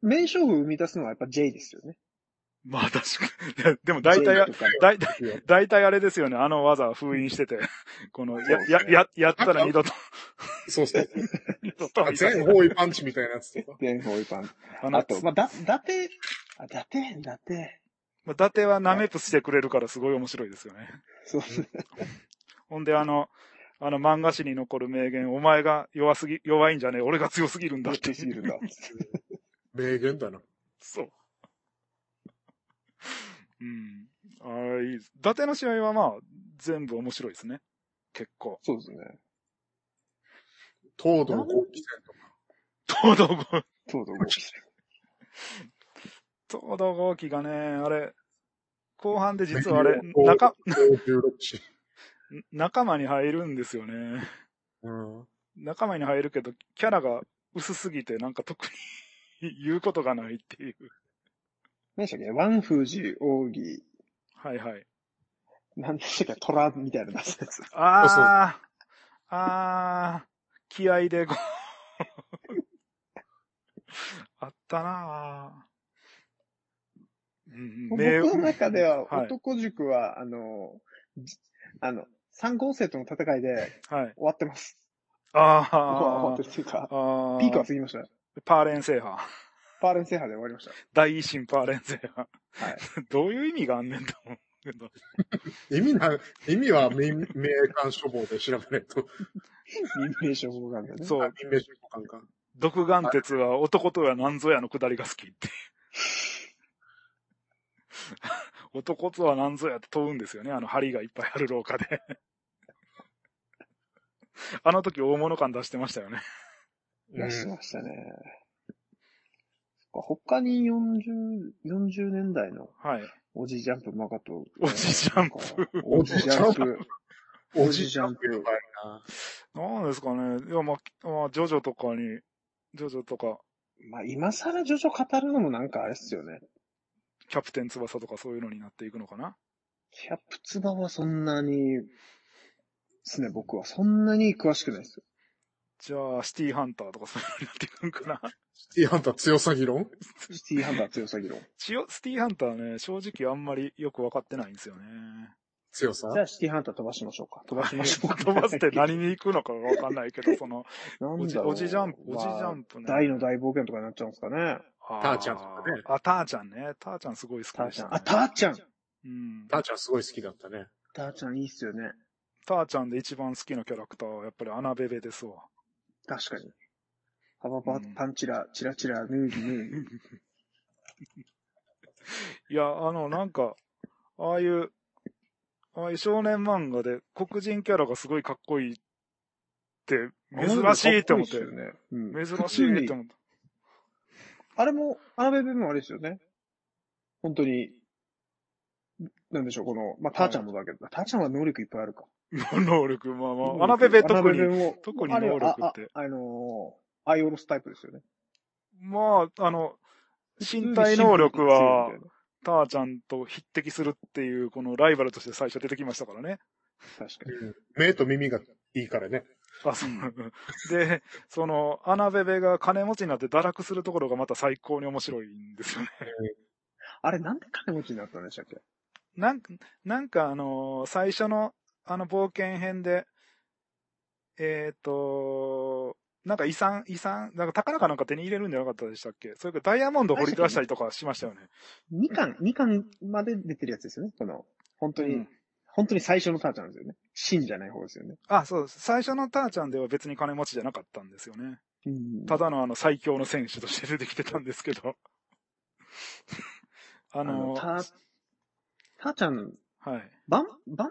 Speaker 3: 名勝負を生み出すのはやっぱ J ですよね。
Speaker 1: まあ、確かに。でも、大体
Speaker 3: J
Speaker 1: は、
Speaker 3: とか
Speaker 1: 大体、大体あれですよね。あの技は封印して て、この、や、や、や、やったら二度と、
Speaker 2: そう そう。
Speaker 1: 二度とみたい
Speaker 2: 全
Speaker 1: な。
Speaker 2: 方位パンチみたいなやつとか。
Speaker 3: 全方位パン。
Speaker 1: あの
Speaker 3: あと、まあ、だ、だて、あ、だて、だて。
Speaker 1: まあ、伊達はナメプしてくれるからすごい面白いですよね。
Speaker 3: そうですね。
Speaker 1: ほんで、あの、あの漫画史に残る名言、お前が弱すぎ、弱いんじゃねえ、俺が強すぎるんだ
Speaker 3: だ
Speaker 1: ってて。
Speaker 3: すぎるんだ。
Speaker 2: 名言だな。
Speaker 1: そう。 うん。ああ、いいです。伊達の試合はまあ、全部面白いですね。結 構。
Speaker 3: そうですね。
Speaker 2: 東堂後期戦とか。
Speaker 1: 東道豪、
Speaker 3: そうそう、動き
Speaker 1: 東道豪輝がね、あれ、後半で実はあれ、
Speaker 2: 東
Speaker 1: 仲、
Speaker 2: 16期。
Speaker 1: 仲間に入るんですよね。
Speaker 2: うん。
Speaker 1: 仲間に入るけど、キャラが薄すぎて、なんか特に 言うことがないっていう。
Speaker 3: 何でしたっけワンフージ、奥義、
Speaker 1: はいはい。
Speaker 3: 何でしたっけ、虎みたいなの出すやつ。
Speaker 1: あー、あー、気合でこう あったなぁ。うん
Speaker 3: 僕の中では、
Speaker 1: はい
Speaker 3: 男塾は、あの、じあの、三号生との戦いで
Speaker 1: はい。
Speaker 3: 終わってます。
Speaker 1: あー
Speaker 3: 終わってるっていうか、
Speaker 1: あ
Speaker 3: ピークは過ぎました。
Speaker 1: パーレン制覇。
Speaker 3: パーレン制覇で終わりまし
Speaker 1: 第一審パーレン制覇。
Speaker 3: た。はい。
Speaker 1: どういう意味があんねんと思うけど。
Speaker 2: 意味な、意味は民、名官処方で調べないと。
Speaker 3: 任命書法があるんだね。
Speaker 1: そう
Speaker 2: あ。民名処方官か。
Speaker 1: 独眼鉄は男とやなんぞやのくだりが好きって。 男とはなんぞやって問うんですよね。あの針がいっぱいある廊下で。 あの時大物感出してましたよね。
Speaker 2: う
Speaker 3: 出し
Speaker 2: ん。
Speaker 3: ましたね。そっか他に40、40年代の
Speaker 1: はい。
Speaker 3: おじジャンプマガと。
Speaker 1: おじジャンプ
Speaker 3: プ。おじジャンプ。
Speaker 2: おじジャンプやばいな。
Speaker 1: なんですかね。いや、まあ、まあ、ジョジョとかに、ジョジョとか、
Speaker 3: まあ、今更ジョジョ語るのもなんかあれっすよね。
Speaker 1: キャプテン翼とかそういうのになっていくのかな。
Speaker 3: キャプツバはそんなに、ですね、僕は。そんなに詳しくないですよ。
Speaker 1: じゃあ、シティーハンターとかそういうのになっていくんかな。
Speaker 2: シティハンター強さ議論
Speaker 3: シティーハンター強さ議論。
Speaker 1: ちよシティーハンターね、正直あんまりよくわかってないんですよね。
Speaker 2: 強さ
Speaker 3: じゃあシティーハンター飛ばしましょうか。飛ばしましょうか。
Speaker 1: 飛ばして何に行くのかわかんないけど、その、
Speaker 3: な
Speaker 1: お
Speaker 3: ん
Speaker 1: じ、
Speaker 3: だろう
Speaker 1: おじジャンプ、お
Speaker 3: ま
Speaker 1: じジ
Speaker 3: あ
Speaker 1: ャンプね。
Speaker 3: 大の大冒険とかになっちゃうんですかね。
Speaker 1: あ
Speaker 2: ターちゃんとかね
Speaker 1: あ、ターちゃんね。ターちゃんすごい好
Speaker 3: タ
Speaker 1: きで
Speaker 3: ー
Speaker 1: し
Speaker 3: ちゃ
Speaker 1: た、ね。
Speaker 3: ん。あ、ターちゃ
Speaker 1: う
Speaker 3: ん。
Speaker 1: ん。
Speaker 2: ターちゃんすごい好きだったね。
Speaker 3: ターちゃんいいっすよね。
Speaker 1: ターちゃんで一番好きなキャラクターはやっぱりアナベベですわ。
Speaker 3: 確かに。ハババ
Speaker 1: うん
Speaker 3: パンチラ、チラチラ、ヌーギヌーギ。
Speaker 1: いや、あの、なんか、ああいう、ああいう少年漫画で黒人キャラがすごいかっこいいって、珍しいと思って。
Speaker 3: あの人かっこいいっすよねうん
Speaker 1: 珍しいと思って。
Speaker 3: あれも、アナベベもあれですよね。本当に、なんでしょう、この、まあ、ターちゃんもだけど、ターちゃんは能力いっぱいあるか。
Speaker 1: 能力、まあまあ。アナベベ特
Speaker 3: アナベベ
Speaker 1: に。
Speaker 3: も
Speaker 1: 特に能力って
Speaker 3: あれはあああのー、アイオロスタイプですよね。
Speaker 1: まあ、あの、身体能力は、ターちゃんと匹敵するっていう、このライバルとして最初出てきましたからね。
Speaker 3: 確かに。
Speaker 2: うん。目と耳がいいからね。
Speaker 1: あ、そう。 で、その、アナベベが金持ちになって堕落するところがまた最高に面白いんですよね。
Speaker 3: あれ、なんで金持ちになったんでしたっけ
Speaker 1: なんか、なんかあのー最初の、あの、冒険編で、えっ、となんか遺産、遺産、なんか宝かなんか手に入れるんじゃなかったでしたっけそれかダイヤモンド掘り出したりとかしましたよね。
Speaker 3: 二巻、二巻まで出てるやつですよね。この、本当に、
Speaker 1: うん
Speaker 3: 本当に最初のターちゃんですよね。真じゃない方ですよね。
Speaker 1: あ、そうです。最初のターちゃんでは別に金持ちじゃなかったんですよね。
Speaker 3: うん
Speaker 1: ただのあの最強の選手として出てきてたんですけど。 あ
Speaker 3: あの、
Speaker 1: の
Speaker 3: た、たーちゃん、
Speaker 1: はい。
Speaker 3: ばん、ばん、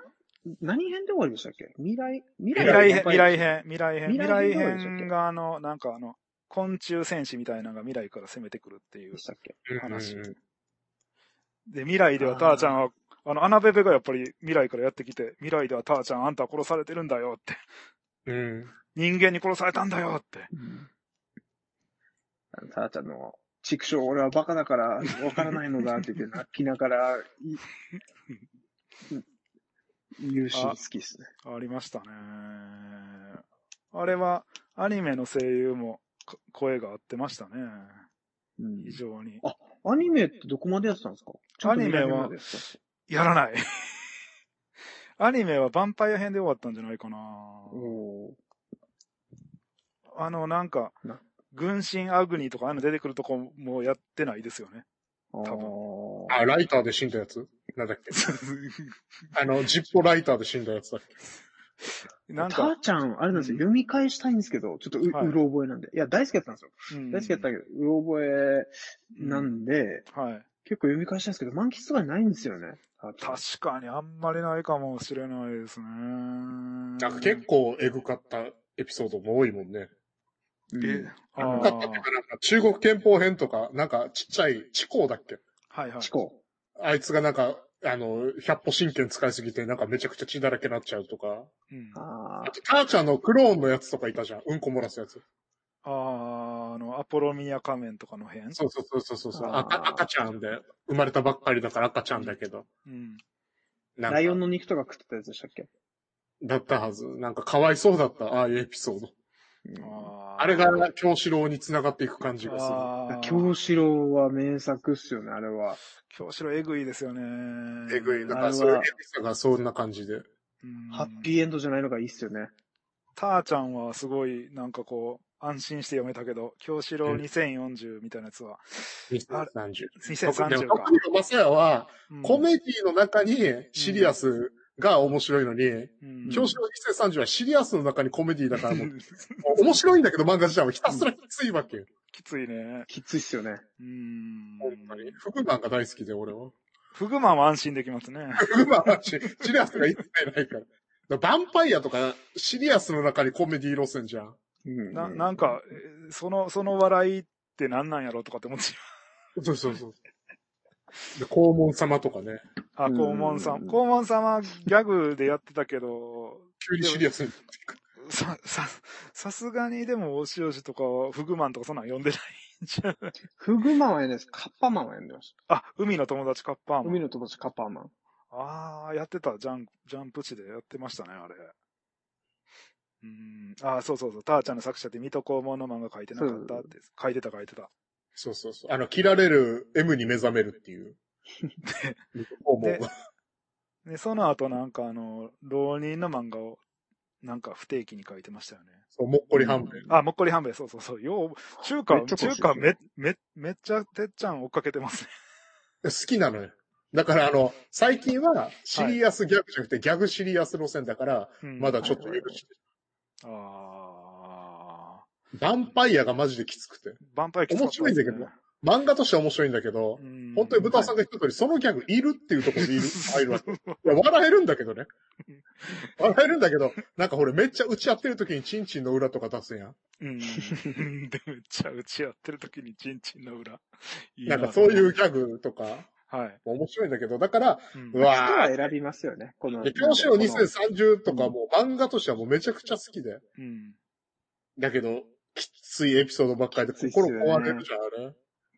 Speaker 3: 何編で終わりでしたっけ未来、未
Speaker 1: 未来編、
Speaker 3: の
Speaker 1: 未来編、未来編、未
Speaker 3: 未
Speaker 1: 来
Speaker 3: 来編どうでした
Speaker 1: 編
Speaker 3: っけ
Speaker 1: があの、なんかあの、昆虫戦士みたいなのが未来から攻めてくるっていう
Speaker 3: で。したっけ
Speaker 1: 話
Speaker 2: うんうんうん
Speaker 1: で、未来ではターちゃんは、あの、アナベベがやっぱり未来からやってきて、未来ではターちゃんあんたは殺されてるんだよって、
Speaker 2: うん。
Speaker 1: 人間に殺されたんだよって。
Speaker 3: あのたーちゃんの、畜生、俺はバカだから、わからないのだって言って、泣きながら、い言うシーン好きですね。
Speaker 1: ありましたね。あれは、アニメの声優もこ声が合ってましたね。
Speaker 3: うん
Speaker 1: 非常に。
Speaker 3: アニメってどこまでやってたんですかちゃんと未来編までやってたんですか
Speaker 1: やらない。アニメはヴァンパイア編で終わったんじゃないかな。
Speaker 3: おー
Speaker 1: あの、なんか
Speaker 3: な、
Speaker 1: 軍神アグニとかああいうの出てくるとこもやってないですよ ね。
Speaker 3: 多
Speaker 2: あ、ライターで死んだやつなんだっけあの、ジッポライターで死んだやつだっけ
Speaker 1: なん
Speaker 3: たー
Speaker 1: か、
Speaker 3: ちゃん、あれなんですよ、読み返したいんですけど、ちょっとう、
Speaker 1: はいう
Speaker 3: ろ覚えなんで。いや、大好きだったんですよ。
Speaker 1: うん
Speaker 3: 大好きだったけど、うろ覚えなんで、
Speaker 1: はい。
Speaker 3: 結構読み返したんですけど、満喫とかないんですよね。たーちゃん
Speaker 1: 確かにあんまりないかもしれないですね。な
Speaker 2: なんか結構エグかったエピソードも多いもんね。
Speaker 3: うん
Speaker 1: え、あ
Speaker 2: エ
Speaker 1: あ
Speaker 2: グかったっていうかなんか中国憲法編とか、なんかちっちゃい地高だっけ
Speaker 1: はいはい
Speaker 3: チ。コ。
Speaker 2: あいつがなんか、あの、百歩神剣使いすぎてなんかめちゃくちゃ血だらけになっちゃうとか。
Speaker 1: うんあ
Speaker 3: あ
Speaker 2: あと、ターちゃんのクローンのやつとかいたじゃん。うんこ漏らすやつ。
Speaker 1: あ、あの、アポロミア仮面とかの辺
Speaker 2: そうそうそうそうそうそう。
Speaker 3: あー
Speaker 2: 赤赤ちゃんで、生まれたばっかりだから赤ちゃんだけど。
Speaker 1: うん。
Speaker 2: なんか
Speaker 3: ライオンの肉とか食ってたやつでしたっけ
Speaker 2: だったはず。なんかかわいそうだった、ああいうエピソード。
Speaker 1: あー
Speaker 2: あれが京志郎に繋がっていく感じがする。
Speaker 1: あー
Speaker 3: 京志郎は名作っすよね、あれは。
Speaker 1: 京志郎えぐいですよね。
Speaker 2: えぐい。だから
Speaker 3: あれは
Speaker 2: そういうエピソードがそんな感じで。
Speaker 1: うん
Speaker 3: ハッピーエンドじゃないのがいいっすよね。
Speaker 1: ターちゃんはすごい、なんかこう、安心して読めたけど、京志郎2040みたいなやつは、
Speaker 2: 2030。特に
Speaker 1: 2030か。
Speaker 2: まさやは、
Speaker 1: うん
Speaker 2: コメディの中にシリアスが面白いのに、
Speaker 1: うん
Speaker 2: 教師の2030はシリアスの中にコメディだから もう、もう面白いんだけど漫画自体はひたすらきついわけよ。
Speaker 1: きついね。
Speaker 3: きついっすよね。
Speaker 1: うん。
Speaker 2: ほんまに。フグマンが大好きで、俺は。
Speaker 1: フグマンは安心できますね。
Speaker 2: フグマンはシシリアスが一切ないから。だからヴァンパイアとか、シリアスの中にコメディ路線じゃん。
Speaker 3: うん
Speaker 1: ななんか、えーその、その笑いって何なんやろうとかって思っちゃ
Speaker 2: そうそうそう。で、黄門様とかね、
Speaker 1: う。あ、
Speaker 3: うん
Speaker 1: 黄門さん。黄門さんはギャグでやってたけど、
Speaker 2: 急にシリアスに。
Speaker 1: さ、さ、さすがにでも、おしおしとか、フグマンとかそんなん読んでないんじゃう。
Speaker 3: フグマンは読んでます。カッパマンは読んでまし
Speaker 1: あ、海の友達カッパー
Speaker 3: た。
Speaker 1: マ
Speaker 3: 海
Speaker 1: ン。
Speaker 3: の友達カッパーマン。
Speaker 1: ああ、やってた。ジャン、ジャンプ地でやってましたね、あれ。うーん。ああ、そうそうそう。ターちゃんの作者って、水戸黄門の漫画書いてなかったって。書いてた書いてた。
Speaker 2: そうそうそう。あの、切られる M に目覚めるって いう。黄門
Speaker 1: でで、その後なんかあの、浪人の漫画を、なんか不定期に書いてましたよね。
Speaker 2: そう、もっこり半分。
Speaker 1: あ、もっこり半兵衛、そうそうそう。よう、中
Speaker 3: め
Speaker 1: 華、
Speaker 3: っちゃ
Speaker 1: 中華め、め、めっちゃてっちゃん追っかけてますね。
Speaker 2: 好きなのよ。だから、あの、最近は、シリアスギャグじゃなくて、ギャグシリアス路線だから、
Speaker 1: うん
Speaker 2: まだちょっと許して。
Speaker 1: あ
Speaker 2: ヴァンパイアがマジできつくて。
Speaker 1: ー。ヴァンパイアきつかった
Speaker 2: 面白いんだけど漫画としては面白いんだけど、本当に豚さんが言った通り、そのギャグいるっていうところ でいる、入るわけ。いや、笑えるんだけどね。笑えるんだけど、なんか俺めっちゃ打ち合ってる時にチンチンの裏とか出すやん。
Speaker 1: うん。 で、めっちゃ打ち合ってる時にチンチンの裏。い。
Speaker 2: なんかそういううギャグとか、
Speaker 1: はい。
Speaker 2: 面白いんだけど、だから、
Speaker 1: うん
Speaker 2: う
Speaker 3: 人
Speaker 2: わー
Speaker 3: は選びますよね。この。
Speaker 2: で教師の
Speaker 3: この
Speaker 2: 2030とかもう漫画としてはもうめちゃくちゃ好きで。
Speaker 1: うん。
Speaker 2: だけど、きついエピソードばっかりで
Speaker 3: きついっすよ
Speaker 2: 心
Speaker 3: ね
Speaker 2: 壊れるじゃん、あれ。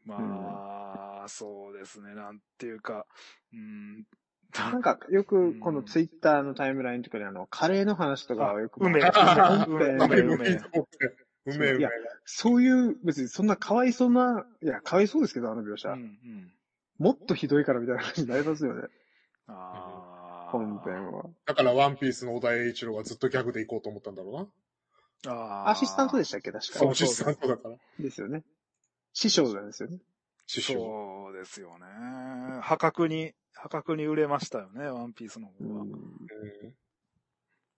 Speaker 1: まあ、そうですね。なんていうか、うん。
Speaker 3: なんか、よく、このツイッターのタイムラインとかで、あの、カレーの話とかはよく。
Speaker 1: 梅、
Speaker 2: あ
Speaker 1: 梅、
Speaker 3: うめえ
Speaker 1: 梅、
Speaker 2: うめえ
Speaker 1: 梅。
Speaker 2: と思って。うめえう
Speaker 3: い
Speaker 2: めえ
Speaker 3: や。そういう、別にそんなかわいそうな、いや、かわいそうですけど、あの描写。
Speaker 1: うんうん。
Speaker 3: もっとひどいからみたいな感じになりますよね、
Speaker 1: ああ。
Speaker 3: 本編は。
Speaker 2: だからワンピースの小田栄一郎はずっとギャグで行こうと思ったんだろうな。
Speaker 1: あー
Speaker 3: アシスタントでしたっけ確か
Speaker 2: そ、
Speaker 1: そうう
Speaker 2: アシスタントだから。
Speaker 3: ですよね。師匠なんですよね。
Speaker 2: 師匠。
Speaker 1: そうですよね。破格に、破格に売れましたよね、ワンピースの方は。
Speaker 2: うん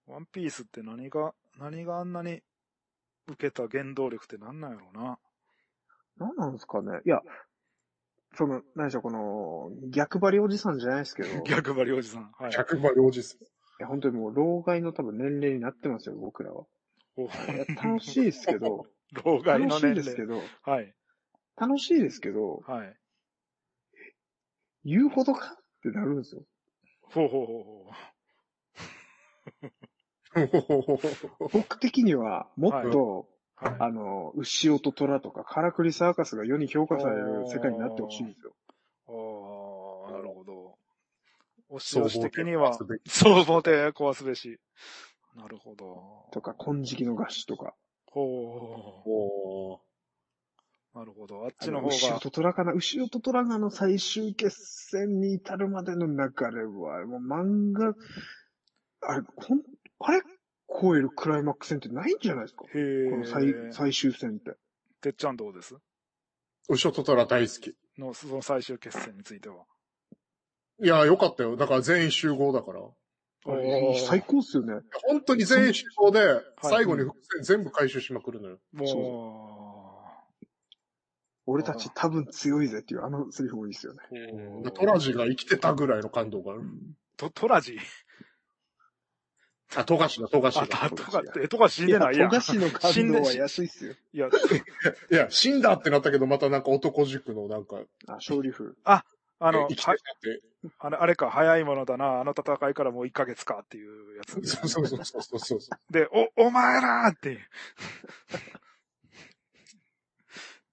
Speaker 1: ワンピースって何が、何があんなに受けた原動力って何なんやろうな。
Speaker 3: 何なんですかね。いや、その、何でしょう、この、逆張りおじさんじゃないですけど、い
Speaker 1: 逆張りおじさん。はい。
Speaker 2: 100倍老人っす。
Speaker 3: や本当にもう、老害の多分年齢になってますよ、僕らは。
Speaker 1: お
Speaker 3: いや楽しいですけど、
Speaker 1: 老害
Speaker 3: 楽
Speaker 1: の
Speaker 3: しい
Speaker 1: 年
Speaker 3: ですけ
Speaker 1: 齢。
Speaker 3: ど、
Speaker 1: はい。
Speaker 3: 楽しいですけど、
Speaker 1: はい。
Speaker 3: 言うほどかってなるんですよ。
Speaker 1: ほうほうほうほう。
Speaker 3: 僕的には、もっと、
Speaker 1: はい、
Speaker 3: あの、牛尾と虎とか、カラクリサーカスが世に評価される世界になってほしいんですよ。
Speaker 1: ああ、なるほど。おし
Speaker 2: 総
Speaker 1: お
Speaker 2: 合
Speaker 1: し的には
Speaker 2: 的、に
Speaker 1: そう思て壊すべし。なるほ
Speaker 3: と
Speaker 1: ど。
Speaker 3: か、金色の合詞とか、
Speaker 1: ほ
Speaker 2: おー
Speaker 1: う。なるほど。あっ
Speaker 3: あ
Speaker 1: ちの
Speaker 3: の
Speaker 1: 方
Speaker 3: 牛尾
Speaker 1: が。
Speaker 3: と虎かな、牛尾と虎があの最終決戦に至るまでの流れは、もう漫画、あれ、ほん、あれ超えるクライマックス戦ってないんじゃないですかこ
Speaker 1: へ
Speaker 3: の最
Speaker 1: え。
Speaker 3: 最終戦って。
Speaker 1: てっちゃんどうです
Speaker 2: 牛尾と虎大好き。
Speaker 1: の、その最終決戦については。
Speaker 2: いや、よかったよ。だから全員集合だから。
Speaker 3: あれ最高っすよね。
Speaker 2: 本当に全員集合で、最後に伏線全部回収しまくるのよ。
Speaker 1: も
Speaker 3: 俺たち多分強いぜっていうあのセリフもいいですよね。
Speaker 1: う、
Speaker 2: トラジが生きてたぐらいの感動がある。
Speaker 1: と、トラジ
Speaker 2: あ、富樫だ、富樫
Speaker 1: あ、
Speaker 2: だ
Speaker 1: た、。とか、え、とか死んでないやん。
Speaker 3: 富樫の感動は安いっすよ。
Speaker 1: いや、
Speaker 2: いや、死んだってなったけど、またなんか男塾のなんか、
Speaker 3: あ、勝利風。
Speaker 1: あの、は
Speaker 2: 生きてたって。
Speaker 1: あのあれか、早いものだな、あの戦いからもう1ヶ月かっていうやつ。
Speaker 2: そうそうそうそうそうそう。
Speaker 1: で、お、お前らーって いう。っ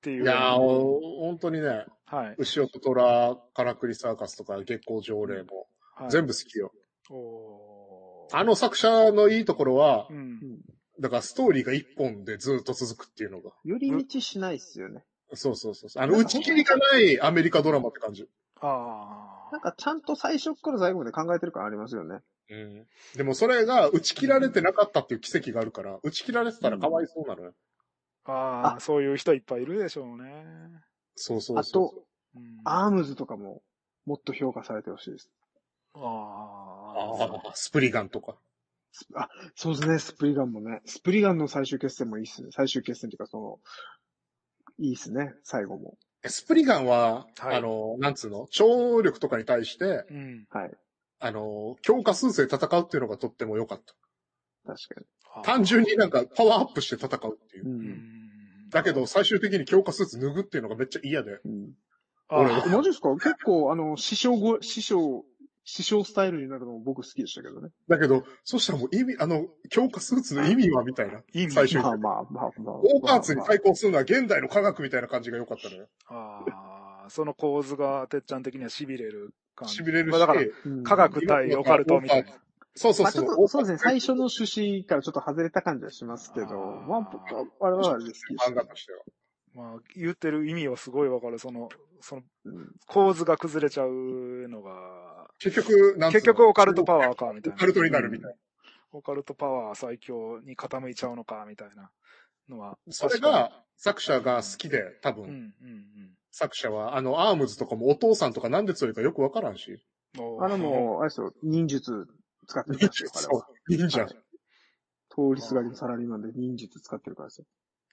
Speaker 1: てい。
Speaker 2: い うやー、お本当にね、
Speaker 1: はい。
Speaker 2: 牛尾と虎、カラクリサーカスとか月光条例も、
Speaker 1: はい
Speaker 2: 全部好きよ。
Speaker 1: おー
Speaker 2: あの作者のいいところは
Speaker 1: う、ん。
Speaker 2: だからストーリーが一本でずっと続くっていうのが。
Speaker 3: 寄り道しないっすよね。
Speaker 2: そうそうそうそう。あの、打ち切りがないアメリカドラマって感じ。
Speaker 1: ああ
Speaker 3: なん。かちゃんと最初から最後まで考えてる感ありますよね。
Speaker 2: うん。でもそれが打ち切られてなかったっていう奇跡があるから、打ち切られてたらかわいそうなのよ。
Speaker 1: ああ、
Speaker 3: あ
Speaker 1: そういう人いっぱいいるでしょうね。
Speaker 2: そうそ
Speaker 3: あ
Speaker 2: うそう。
Speaker 3: と、
Speaker 1: うん、
Speaker 3: アームズとかも、もっと評価されてほしいです。
Speaker 1: あ
Speaker 2: ああ、スプリガンとか。
Speaker 3: そうですね、スプリガンもね。スプリガンの最終決戦もいいっすね。最終決戦っていうか、その、いいっすね、最後も。
Speaker 2: えスプリガンは、
Speaker 1: はい
Speaker 2: あの、なんつうの超能力とかに対して、
Speaker 1: うん。
Speaker 2: あの、強化スーツで戦うっていうのがとっても良かった。
Speaker 3: 確か
Speaker 1: あー
Speaker 2: 単純になんかパワーアップして戦うっていう。
Speaker 3: に。う。
Speaker 1: うんん。
Speaker 2: だけど、最終的に強化スーツ脱ぐっていうのがめっちゃ嫌で。
Speaker 3: うん、
Speaker 1: あー、
Speaker 2: 俺
Speaker 3: えマジですか結構、あの、師匠ご、師匠、師匠スタイルになるのも僕好きでしたけどね。
Speaker 2: だけど、そしたらもう意味、あの、強化スーツの意味はみたいな。
Speaker 1: 意味
Speaker 2: 最終
Speaker 3: ま
Speaker 2: 的
Speaker 3: あ
Speaker 2: に。
Speaker 3: まあまあまあ。
Speaker 2: オーパーツに
Speaker 3: まあまあ
Speaker 2: 対抗するのは現代の科学みたいな感じが良かったのよ。
Speaker 1: ああ、その構図が、てっちゃん的には痺れる感じ。
Speaker 2: 痺れる
Speaker 1: まあだ
Speaker 2: し
Speaker 1: から、
Speaker 3: うん
Speaker 1: 科学対オカルトみたいな。
Speaker 2: そうそう
Speaker 3: まあち
Speaker 2: そう。
Speaker 3: ょっと、そうですね、最初
Speaker 2: の
Speaker 3: の趣旨からちょっと外れた感じはしますけど、
Speaker 1: あー
Speaker 3: まあ、僕は我々は好きで
Speaker 2: 漫画
Speaker 3: す。
Speaker 2: としては。
Speaker 1: まあ、言ってる意味はすごいわかる。その、その、
Speaker 3: うん
Speaker 1: 構図が崩れちゃうのが、
Speaker 2: 結局、なんつうの
Speaker 1: 結局オカルトパワーか、みたい
Speaker 2: オ
Speaker 1: な。
Speaker 2: カルトになるみたい
Speaker 1: オカルトパワー最強に傾いちゃうのか、みたいなのは。
Speaker 2: な。それが、作者が好きで、多
Speaker 1: 確かに、う
Speaker 2: 分、
Speaker 1: ん、うん、
Speaker 2: 作者は、あの、アームズとかもお父さんとかなんで強いかよくわからんし。
Speaker 1: うんおー。
Speaker 3: あれも、あれですよ、忍術使ってるからですよ、彼は。
Speaker 2: いいんじゃん
Speaker 3: は。通りすがりのサラリーマンで忍術使ってるからですよ。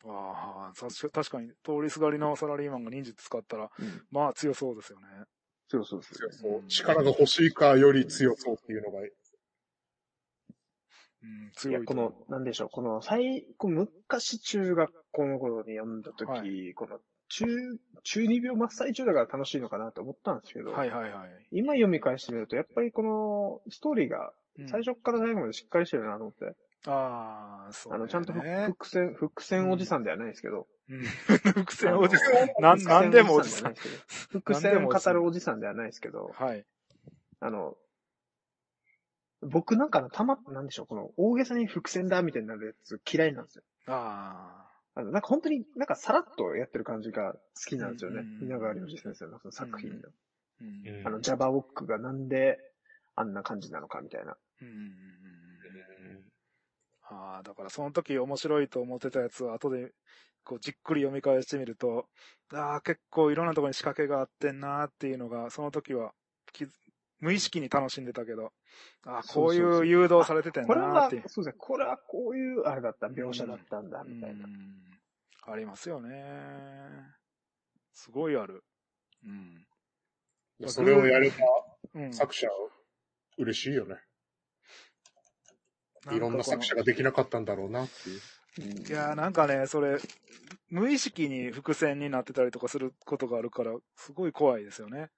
Speaker 1: ああ、確か確かに、通りすがりのサラリーマンが忍術使ったら、
Speaker 3: うん
Speaker 1: まあ強そうですよね。
Speaker 3: そうそうそう。
Speaker 2: そう力が欲しいかより強そうっていうのが、
Speaker 1: うん、
Speaker 3: いや
Speaker 1: 強、いと
Speaker 3: こ
Speaker 1: 思う
Speaker 3: の、なんでしょう、この、最、この昔中学校の頃に読んだとき、
Speaker 1: は
Speaker 3: この、中、中二病真っ最中だから楽しいのかなと思ったんですけど、
Speaker 1: はいはいはい。
Speaker 3: 今読み返してみると、やっぱりこの、ストーリーが、
Speaker 1: うん
Speaker 3: 最初から最後までしっかりしてるなと思って、
Speaker 1: ああ、そう、ね。
Speaker 3: あの、ちゃんとふ
Speaker 1: ね。
Speaker 3: 伏線、伏線おじさんではないですけど、
Speaker 1: うん伏線おじさん。な
Speaker 3: あの
Speaker 1: ん、なんでもおじさん。。
Speaker 3: 伏線を語るおじさんではないですけど、
Speaker 1: はい。
Speaker 3: あの、僕なんかのたま、なんでしょう、この大げさに伏線だみたいになるやつ嫌いなんですよ。
Speaker 1: あ
Speaker 3: あの、なんか本当になんかさらっとやってる感じが好きなんですよね
Speaker 1: うんうんう。ん
Speaker 3: 稲川良二先生のその作品の。
Speaker 1: あ。うん。うん
Speaker 3: あの、ジャバウォックがなんであんな感じなのかみたいな。
Speaker 1: うんうんうんああ、だからその時面白いと思ってたやつを後で、こうじっくり読み返してみると、ああ、結構いろんなところに仕掛けがあってんなーっていうのが、その時は気づ無意識に楽しんでたけど、ああ、こうい
Speaker 3: そうそうそう
Speaker 1: う誘導されててん
Speaker 3: これ
Speaker 1: なー
Speaker 3: は
Speaker 1: っていう、。
Speaker 3: そうですね、これはこういうあれだった、描写だったんだ、みたいな。
Speaker 1: うんありますよね。すごいある。うん。
Speaker 2: うんそれをやれ
Speaker 1: うん
Speaker 2: た作者、嬉しいよね。いろんな作者ができなかったんだろうなっていう。
Speaker 3: うん
Speaker 1: いやーなんかね、それ、無意識に伏線になってたりとかすることがあるから、すごい怖いですよね。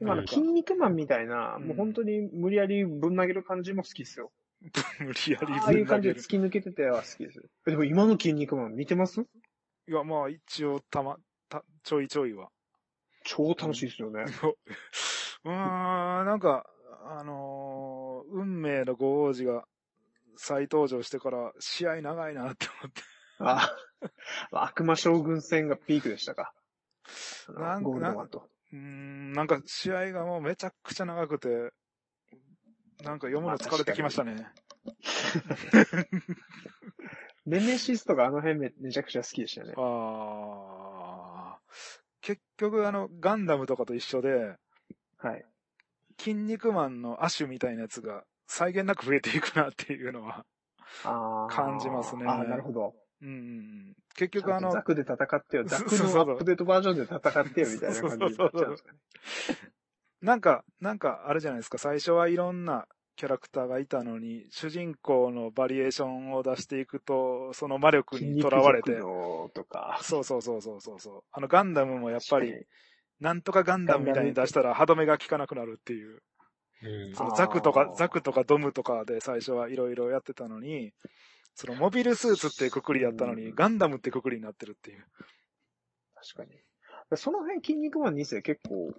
Speaker 3: 今
Speaker 1: な
Speaker 3: の
Speaker 1: んか
Speaker 3: 筋肉マンみたいな、
Speaker 1: うん
Speaker 3: もう本当に無理やりぶん投げる感じも好きですよ。
Speaker 1: 無理やり
Speaker 3: ああいう
Speaker 1: ぶん投
Speaker 3: 感じ
Speaker 1: げ
Speaker 3: で
Speaker 1: る。
Speaker 3: 突き抜けてては好きです。えでも今の筋肉マン見てます
Speaker 1: いや、まあ一応たま、た、ちょいちょいは。
Speaker 3: 超楽しいですよね。
Speaker 1: うーん、なんか、あのー運命のご王子が再登場してから試合長いなって思って。
Speaker 3: ああ、悪魔将軍戦がピークでしたか。あの
Speaker 1: なん
Speaker 3: ゴールドマンと。
Speaker 1: うーん、なんか試合がもうめちゃくちゃ長くて、なんか読むの疲れてきましたね。
Speaker 3: ネメシスとかあの辺めめちゃくちゃ好きでしたね。
Speaker 1: ああ。結局、あの、ガンダムとかと一緒で、
Speaker 3: はい。
Speaker 1: 筋肉マンの亜種みたいなやつが、際限なく増えていくなっていうのは。
Speaker 3: あー
Speaker 1: 感じますね
Speaker 3: あーなるほど。
Speaker 1: うんうんうん。結
Speaker 3: ち
Speaker 1: 局、
Speaker 3: ゃ
Speaker 1: あ
Speaker 3: んとザ
Speaker 1: の、
Speaker 3: クで戦ってよ。
Speaker 1: そう
Speaker 3: ザク
Speaker 1: そうそう
Speaker 3: のアップデートバージョンで戦ってよみたいな感じになっちゃうんですかね。
Speaker 1: なんか、なんか、あれじゃないですか、最初はいろんなキャラクターがいたのに、主人公のバリエーションを出していくと、その魔力
Speaker 3: 筋
Speaker 1: にと
Speaker 3: 肉
Speaker 1: らわれて
Speaker 3: 族。のとか。
Speaker 1: そうそうそうそうそうそう。あの、ガンダムもやっぱり、なんとかガンダムみたいに出したら歯止めが効かなくなるっていう。
Speaker 2: うん
Speaker 1: そのザクとか
Speaker 3: あ、ー
Speaker 1: ザクとかドムとかで最初はいろいろやってたのに、そのモビルスーツってくくりやったの
Speaker 3: う
Speaker 1: に、
Speaker 3: ん
Speaker 1: ガンダムってくくりになってるっていう。
Speaker 3: 確かに。その辺、筋肉マン2世結構、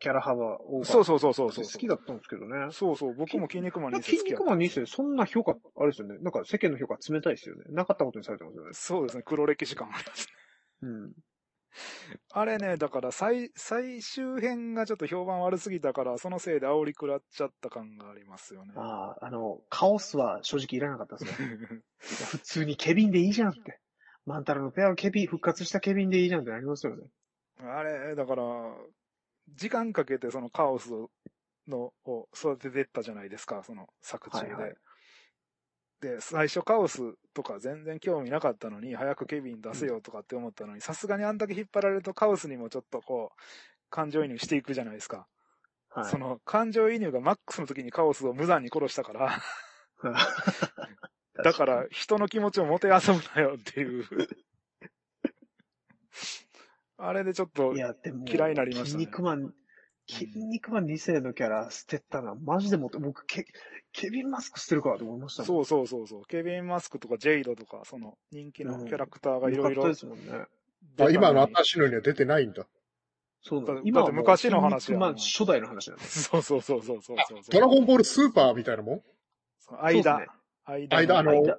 Speaker 3: キャラ幅多
Speaker 1: そう
Speaker 3: そ
Speaker 1: そうそうそうそう。
Speaker 3: 好きだったんですけどね。
Speaker 1: そうそう、僕も筋肉マンに好き
Speaker 3: 筋
Speaker 1: や
Speaker 3: 肉マン2世、そんな評価、あれですよね。なんか世間の評価冷たいですよね。なかったことにされてますよね。
Speaker 1: そうですね、黒歴史感あります
Speaker 3: うん。
Speaker 1: あれね、だから最、最終編がちょっと評判悪すぎたから、そのせいで煽り食らっちゃった感がありますよね。
Speaker 3: ああ、あの、カオスは正直いらなかったですね。普通にケビンでいいじゃんって。 マンタラのペアはケビン、復活したケビンでいいじゃんってなりますよね。
Speaker 1: あれ、だから、時間かけてそのカオスをのを育ててったじゃないですか、その作中で。
Speaker 3: はいはい
Speaker 1: で、最初カオスとか全然興味なかったのに、早くケビン出せよとかって思ったのに、さすがにあんだけ引っ張られるとカオスにもちょっとこう、感情移入していくじゃないですか。
Speaker 3: はい。
Speaker 1: その感情移入がマックスの時にカオスを無残に殺したから、だか
Speaker 3: 確
Speaker 1: ら、人の気持ちをもてあそぶなよって いう。あれでちょっと
Speaker 3: に、い、や、でも、
Speaker 1: 嫌いになりましたね
Speaker 3: 筋肉マン、筋肉マン2世のキャラ捨てたな。マジでもって、僕、ケ、ケビンマスク捨てるかと思いましたもん。
Speaker 1: そうそうそうそう、ケビン・マスクとかジェイドとか、その人気のキャラクターがい
Speaker 3: よ
Speaker 1: ろ
Speaker 3: かっ
Speaker 1: い
Speaker 3: た
Speaker 1: ろ
Speaker 3: で。すもんね。
Speaker 2: あ今の
Speaker 1: 出たに
Speaker 2: 新しいのには出てないんだ。
Speaker 3: そうな
Speaker 1: だっ
Speaker 3: の。
Speaker 1: て
Speaker 3: 今は
Speaker 1: だ
Speaker 3: もう
Speaker 1: って昔の話
Speaker 3: 筋
Speaker 1: や
Speaker 3: 肉
Speaker 1: もん
Speaker 3: マン初代の話なんです。
Speaker 1: そうそうそうそうそうそう。
Speaker 2: ドラゴンボールスーパーみたいなもん
Speaker 1: その間、
Speaker 3: そうっすね
Speaker 1: 間
Speaker 2: 間あの
Speaker 3: 間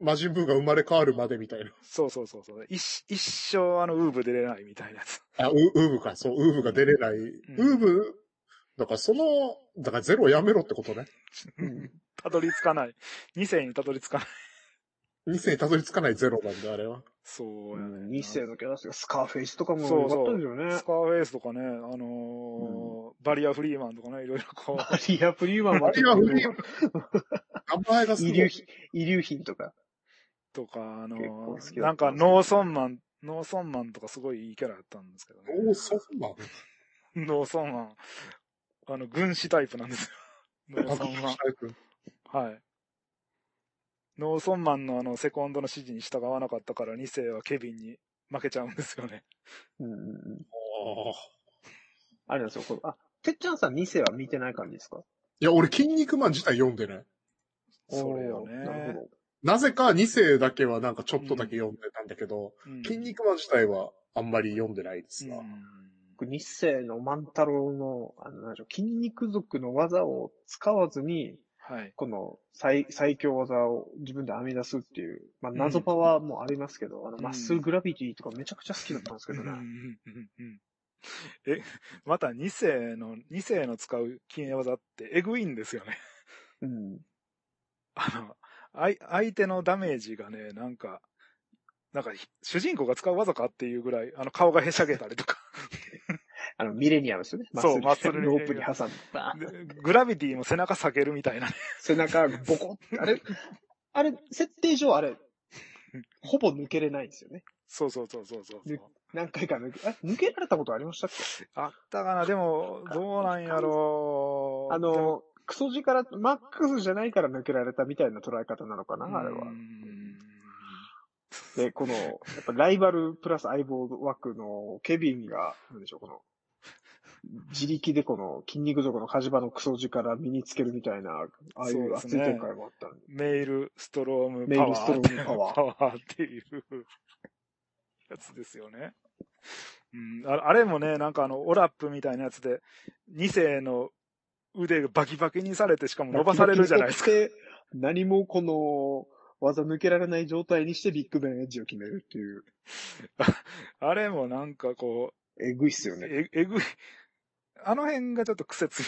Speaker 2: 魔人ブーが生まれ変わるまでみたいな。
Speaker 1: そうそうそうそう。一一生あのウーブ出れないみたいなやつ。
Speaker 2: あ、ウウーブか、そう、ウーブが出れない。ウーブ、だからその、だからゼロやめろってことね。
Speaker 3: うん
Speaker 1: たどり着かない。二世にたどり着かない。
Speaker 2: 2000にたどり着かないゼロなんで、あれは。
Speaker 1: そうやねんな。
Speaker 3: 2世のキャラですが、スカーフェイスとかも
Speaker 1: そう
Speaker 3: 良
Speaker 1: そう
Speaker 3: かったですよね。
Speaker 1: スカーフェイスとかね、あのーバリアフリーマンとかね、いろいろこ う。
Speaker 3: マリア・フリーマンは
Speaker 2: マ
Speaker 3: ち
Speaker 2: リア
Speaker 3: ょっと
Speaker 2: フリーマン名前がすご
Speaker 3: 遺
Speaker 2: い。
Speaker 3: 留品、遺留品とか。
Speaker 1: とか、あの
Speaker 3: 結構好きだったんですけど
Speaker 1: なんか、ノーソンマン、ノーソンマンとかすごいいいキャラやったんですけど ね。
Speaker 2: おー、そんなん。
Speaker 1: ノーソンマン。あの、軍師タイプなんです よ。ノーソンマン。はい。ノーソンマンのあの、セコンドの指示に従わなかったから、2世はケビンに負けちゃうんですよね。
Speaker 3: うんうんうん
Speaker 2: あー
Speaker 3: あれなんですよ。これあ、てっちゃんさん2世は見てない感じですか
Speaker 2: いや、俺、筋肉マン自体読んでない。
Speaker 1: それよね
Speaker 3: おーなるほど。
Speaker 2: なぜか2世だけはなんかちょっとだけ読んでたんだけど、
Speaker 1: うん
Speaker 2: 筋肉マン自体はあんまり読んでないですな。
Speaker 1: うん
Speaker 3: 僕、日世の万太郎の、あの、なんでしょう、筋肉族の技を使わずに、
Speaker 1: はい。
Speaker 3: この最最強技を自分で編み出すっていう、まあ、謎パワーもありますけど、あの、
Speaker 1: うん
Speaker 3: マッスルグラビティとかめちゃくちゃ好きだったんですけどね。
Speaker 1: うんうんうんうんえ、また2世の、2世の使う禁煙技ってエグいんですよね。
Speaker 3: うん。
Speaker 1: あの、あい相手のダメージがね、なんか、なんか、主人公が使う技かっていうぐらい、あの、顔がへしゃげたり とか、
Speaker 3: あの、ミレニアムですよね。
Speaker 1: そう
Speaker 3: マッス
Speaker 1: マッスル
Speaker 3: ル
Speaker 1: ミレニアム
Speaker 3: ロープに挟んで、バーン
Speaker 1: でグラビティも背中下げるみたいなね。
Speaker 3: 背中ボコって、あれ、あれ、設定上あれ、ほぼ抜けれないんですよね。
Speaker 1: そうそうそうそうそうそう。
Speaker 3: 何回か抜け、あ抜けられたことありましたっけ
Speaker 1: あったかな、でも、どうなんやろう。
Speaker 3: あ
Speaker 1: でも、
Speaker 3: の、クソ力、マックスじゃないから抜けられたみたいな捉え方なのかな、あれは
Speaker 1: う。ん
Speaker 3: で、この、やっぱライバルプラス相棒枠のケビンが、なんでしょう、この、自力でこの筋肉族の火事場のクソ力身につけるみたいな、ああい
Speaker 1: そう
Speaker 3: う
Speaker 1: です
Speaker 3: 熱い
Speaker 1: ね
Speaker 3: 展開もあったんで。
Speaker 1: メールストローム
Speaker 3: メ
Speaker 1: パワ
Speaker 3: イルストロ
Speaker 1: ー。
Speaker 3: ームパワー。
Speaker 1: パワーっていうやつですよね。うん、ああれもね、なんかあの、オラップみたいなやつで、2世の腕がバキバキにされて、しかも伸ばされるじゃないですか。
Speaker 3: か。何もこの、技抜けられない状態にしてビッグベンエッジを決めるっていう。
Speaker 1: あれもなんかこ
Speaker 3: えぐいっすよ
Speaker 1: う、
Speaker 3: ね。
Speaker 1: ええぐい。あの辺がちょっと癖強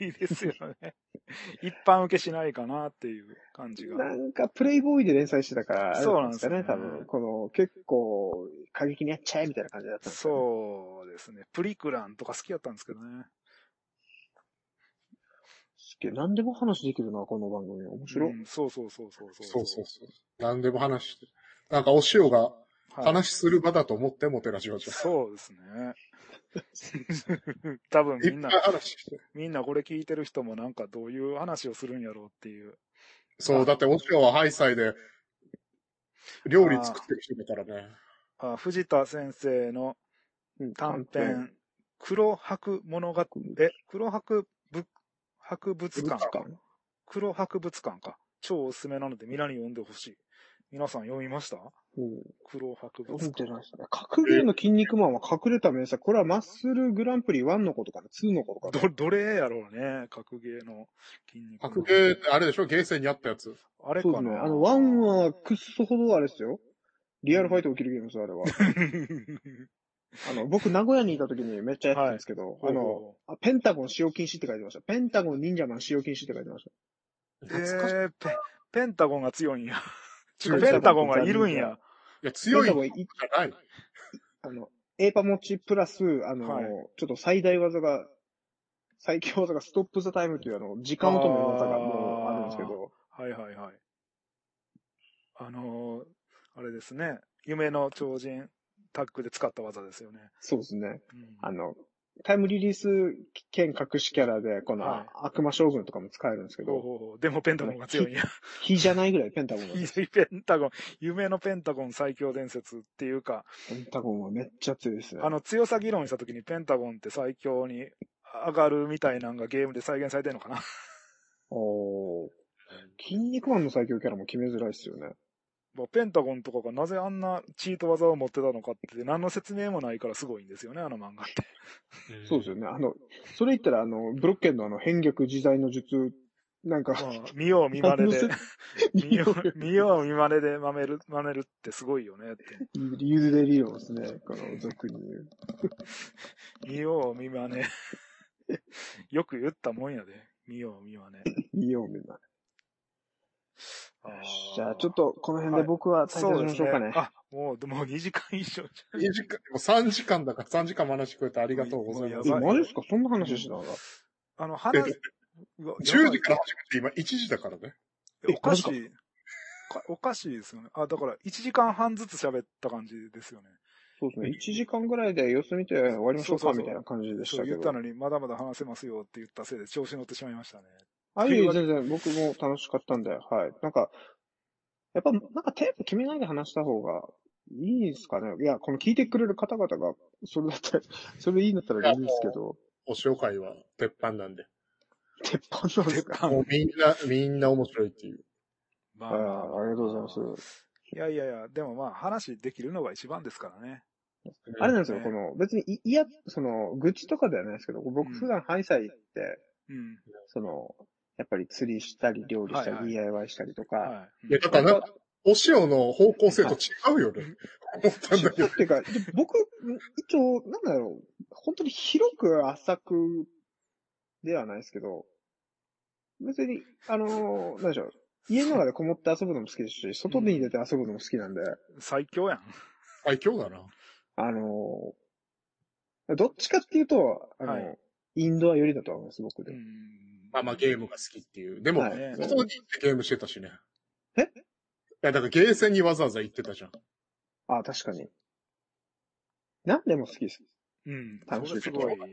Speaker 1: いですよね。一般受けしないかなっていう感じが。
Speaker 3: なんか、プレイボーイで連載してたから、
Speaker 1: そうなんですよ
Speaker 3: あ
Speaker 1: ね
Speaker 3: れだったんですかね、多分。この、結構、過激にやっちゃえみたいな感じだったんですかね
Speaker 1: そうですね。プリクランとか好きだったんですけどね。
Speaker 3: すっげえ何でも話できるな、この番組。面白い。
Speaker 1: うんそうそうそうそうそう。
Speaker 2: そうそうそう。何でも話して。なんか、お塩が
Speaker 1: はい
Speaker 2: 話する場だと思って、モテラジオじゃん。
Speaker 1: そうですね。 多分み
Speaker 2: い
Speaker 1: ん
Speaker 2: っ
Speaker 1: な
Speaker 2: ぱい、話して。
Speaker 1: みんなこれ聞いてる人もなんかどういう話をするんやろうっていう。
Speaker 2: そう、だってお塩はハイサイで、料理作ってる人だからね。
Speaker 1: あ藤田先生の
Speaker 3: うん
Speaker 1: 短編、黒白物語、え、黒白ぶ博物
Speaker 3: 短編。
Speaker 1: 館。黒博物館か。超おすすめなので皆に読んでほしい。皆さん読みました
Speaker 3: うん。
Speaker 1: 黒博物
Speaker 3: 読ん
Speaker 1: 館。
Speaker 3: でないですね。格ゲーの筋肉マンは隠れた名作。これはマッスルグランプリ1のことかな ?2 のことかな
Speaker 1: ど、どれやろうね、格ゲーの筋肉マン。
Speaker 2: 格ゲーってあれでしょゲーセンにあったやつ。
Speaker 1: あれか
Speaker 3: そう
Speaker 1: な
Speaker 3: ですね。あの、1 はくっそほどあれですよ。リアルファイト起きるゲームですよ、あれ は。あの、僕、名古屋にいた時にめっちゃやってたんですけど、
Speaker 1: はい
Speaker 3: あ
Speaker 1: ほうほう
Speaker 3: のあペンタゴン使用禁止って書いてました。ペンタゴン忍者マン使用禁止って書いてました。
Speaker 1: え
Speaker 2: 懐かしい。い
Speaker 1: ー、ペ、ペンタゴンが強いん や。
Speaker 2: 強い
Speaker 1: ペンタゴンがいるんや。
Speaker 2: や、強い
Speaker 3: ペンタ
Speaker 2: じ
Speaker 3: ゴンい
Speaker 2: ゃない。
Speaker 3: あの、エーパ持ちプラス、あの、
Speaker 1: はい
Speaker 3: ちょっと最大技が、最強技がストップザタイムというあの、時間を止める技がもうあるんですけど、
Speaker 1: はいはいはい。あのー、あれですね。夢の超人タッグで使った技ですよね。
Speaker 3: そうですね。
Speaker 1: うん
Speaker 3: あの、タイムリリース兼隠しキャラで、この、
Speaker 1: はい
Speaker 3: 悪魔将軍とかも使えるんですけ
Speaker 1: ほう
Speaker 3: ど、
Speaker 1: ほうほう。でもペンタゴンが強 いんや。
Speaker 3: 火じゃないぐらいペンタゴンが。ペ
Speaker 1: いいペンタゴン、夢のペンタゴン最強伝説っていうか、
Speaker 3: ンタゴンはめっちゃ強いですね。
Speaker 1: あの強さ議論した時にペンタゴンって最強に上がるみたいなんがゲームで再現されてるのかな。
Speaker 3: おー筋肉マンの最強キャラも決めづらいですよね。
Speaker 1: まあペンタゴンとかがなぜあんなチート技を持ってたのかって何の説明もないからすごいんですよね、あの漫画って。
Speaker 3: そうですよね。あの、それ言ったら、あの、ブロッケンのあの、変逆自在の術、なんか、
Speaker 1: まあ、見よう見ま ねで
Speaker 3: あの。
Speaker 1: 見よう、見よう見まねでまめる、まねるってすごいよねって。
Speaker 3: ユズデリオンですね。この、俗に言う。
Speaker 1: 見よう見まね。よく言ったもんやで。見よう見まね。
Speaker 3: 見ようみんな。
Speaker 1: あー
Speaker 3: じゃあ、ちょっと、この辺で僕は退
Speaker 1: そう
Speaker 3: 場し
Speaker 1: で
Speaker 3: ますしょうかね。
Speaker 1: ね。あ、もう、もう2時間以上じゃ
Speaker 2: 2時間、もう3時間だから3時間も話してくれてありがとうございます
Speaker 1: もう。やばい
Speaker 3: えマジですかそんな話してたのか
Speaker 1: ん。あの、話、うわ
Speaker 2: 10時から始めて今1時だからね。
Speaker 1: やばいおかしい。おかしいですよね。あ、だから、1時間半ずつ喋った感じですよね。
Speaker 3: そうですね。1時間ぐらいで様子見て終わりましょう
Speaker 1: そうそう
Speaker 3: か、
Speaker 1: そう
Speaker 3: みたいな感じでし
Speaker 1: そ
Speaker 3: た
Speaker 1: う
Speaker 3: け
Speaker 1: 言った
Speaker 3: ど。
Speaker 1: のに、まだまだ話せますよって言ったせいで調子乗ってしまいましたね。
Speaker 3: あ、いえいえ、全然僕も楽しかったんで、はい。なんか、やっぱ、なんかテーマ決めないで話した方がいいですかね。いや、この聞いてくれる方々が、それだったら、それいいんだったらいいんですけど、
Speaker 2: お紹介は鉄板なんで。
Speaker 3: 鉄板なんですか
Speaker 1: あ
Speaker 2: もうみんな、みんな面白いっていう。
Speaker 1: ま
Speaker 3: ああ、ありがとうございます。
Speaker 1: いやいやいや、でもまあ、話できるのが一番ですからね。
Speaker 3: あれなんですよ、
Speaker 1: ね
Speaker 3: この、別にい、いや、その、愚痴とかではないですけど、僕
Speaker 1: うん
Speaker 3: 普段ハイサイ行って、
Speaker 1: うん。
Speaker 3: その、やっぱり釣りしたり、料理したり、
Speaker 1: はいはい
Speaker 3: DIY したりとか、
Speaker 1: はい。
Speaker 2: いや、だからなんか、お塩の方向性と違うよね。思ったんだけど。
Speaker 3: っていうか、で僕、一応、なんだろう、本当に広く浅くではないですけど、別に、あのー、なんでしょう、家の中でこもって遊ぶのも好きですし、外に出て遊ぶのも好きなんで、
Speaker 1: 最強やん。
Speaker 2: 愛嬌だな。
Speaker 3: あのー、どっちかっていうと、あの、
Speaker 1: はい
Speaker 3: インドア寄りだと思います、僕で。
Speaker 1: ん
Speaker 2: まあまあゲームが好きっていう。でも、
Speaker 3: はい
Speaker 2: 外に行ってゲームしてたしね。
Speaker 3: え
Speaker 2: いや、だからゲーセンにわざわざ行ってたじゃん。
Speaker 3: あ、確かに。何でも好きです。
Speaker 1: うん。
Speaker 3: 楽しい
Speaker 1: それ
Speaker 3: こと
Speaker 1: すご。
Speaker 3: はい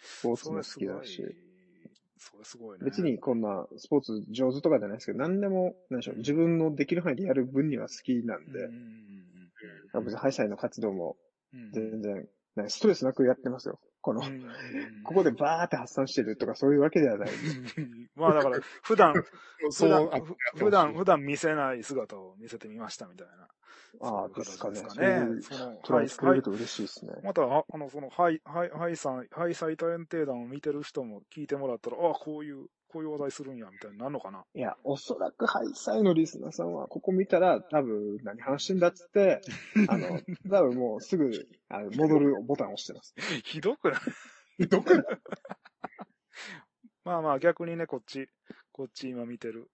Speaker 3: スポーツ
Speaker 1: そ
Speaker 3: も
Speaker 1: れ
Speaker 3: 好
Speaker 1: す
Speaker 3: き
Speaker 1: ご
Speaker 3: だ
Speaker 1: い
Speaker 3: し。。
Speaker 1: それすごいね。
Speaker 3: 別にこんなスポーツ上手とかじゃないですけど、何でも、何でしょう、自分のできる範囲でやる分には好きなんで
Speaker 1: うんうん、うん
Speaker 3: あ別にハイサイの活動も
Speaker 1: うん
Speaker 3: 全然、なんかストレスなくやってますよ。この、
Speaker 1: うんうん
Speaker 3: ここでバーって発散してるとかそういうわけではない。
Speaker 1: まあだから、普 段、普
Speaker 2: そう、
Speaker 1: 段
Speaker 2: あ、、
Speaker 1: 普段、普段見せない姿を見せてみましたみたいな。
Speaker 3: あ
Speaker 1: そう
Speaker 3: あ、
Speaker 1: いう
Speaker 3: ですか
Speaker 1: 形
Speaker 3: ね。
Speaker 1: です
Speaker 3: そ
Speaker 1: かね。そ
Speaker 3: ういう
Speaker 1: の、
Speaker 3: トライ作れ
Speaker 1: はい
Speaker 3: ると嬉しいですね。
Speaker 1: また、ああの、その、ハイ、ハイ、ハイさん、ハイサイタレンテー団を見てる人も聞いてもらったら、ああ、こういう、こういう話題するんや、みたいになるのかな。
Speaker 3: いや、おそらくハイサイのリスナーさんは、ここ見たら、多分、何話してんだっつって、あの、多分もうすぐ、あの戻るボタンを押してます。
Speaker 1: ひどくない
Speaker 2: どこ
Speaker 1: まあまあ、逆にね、こっち、こっち今見てる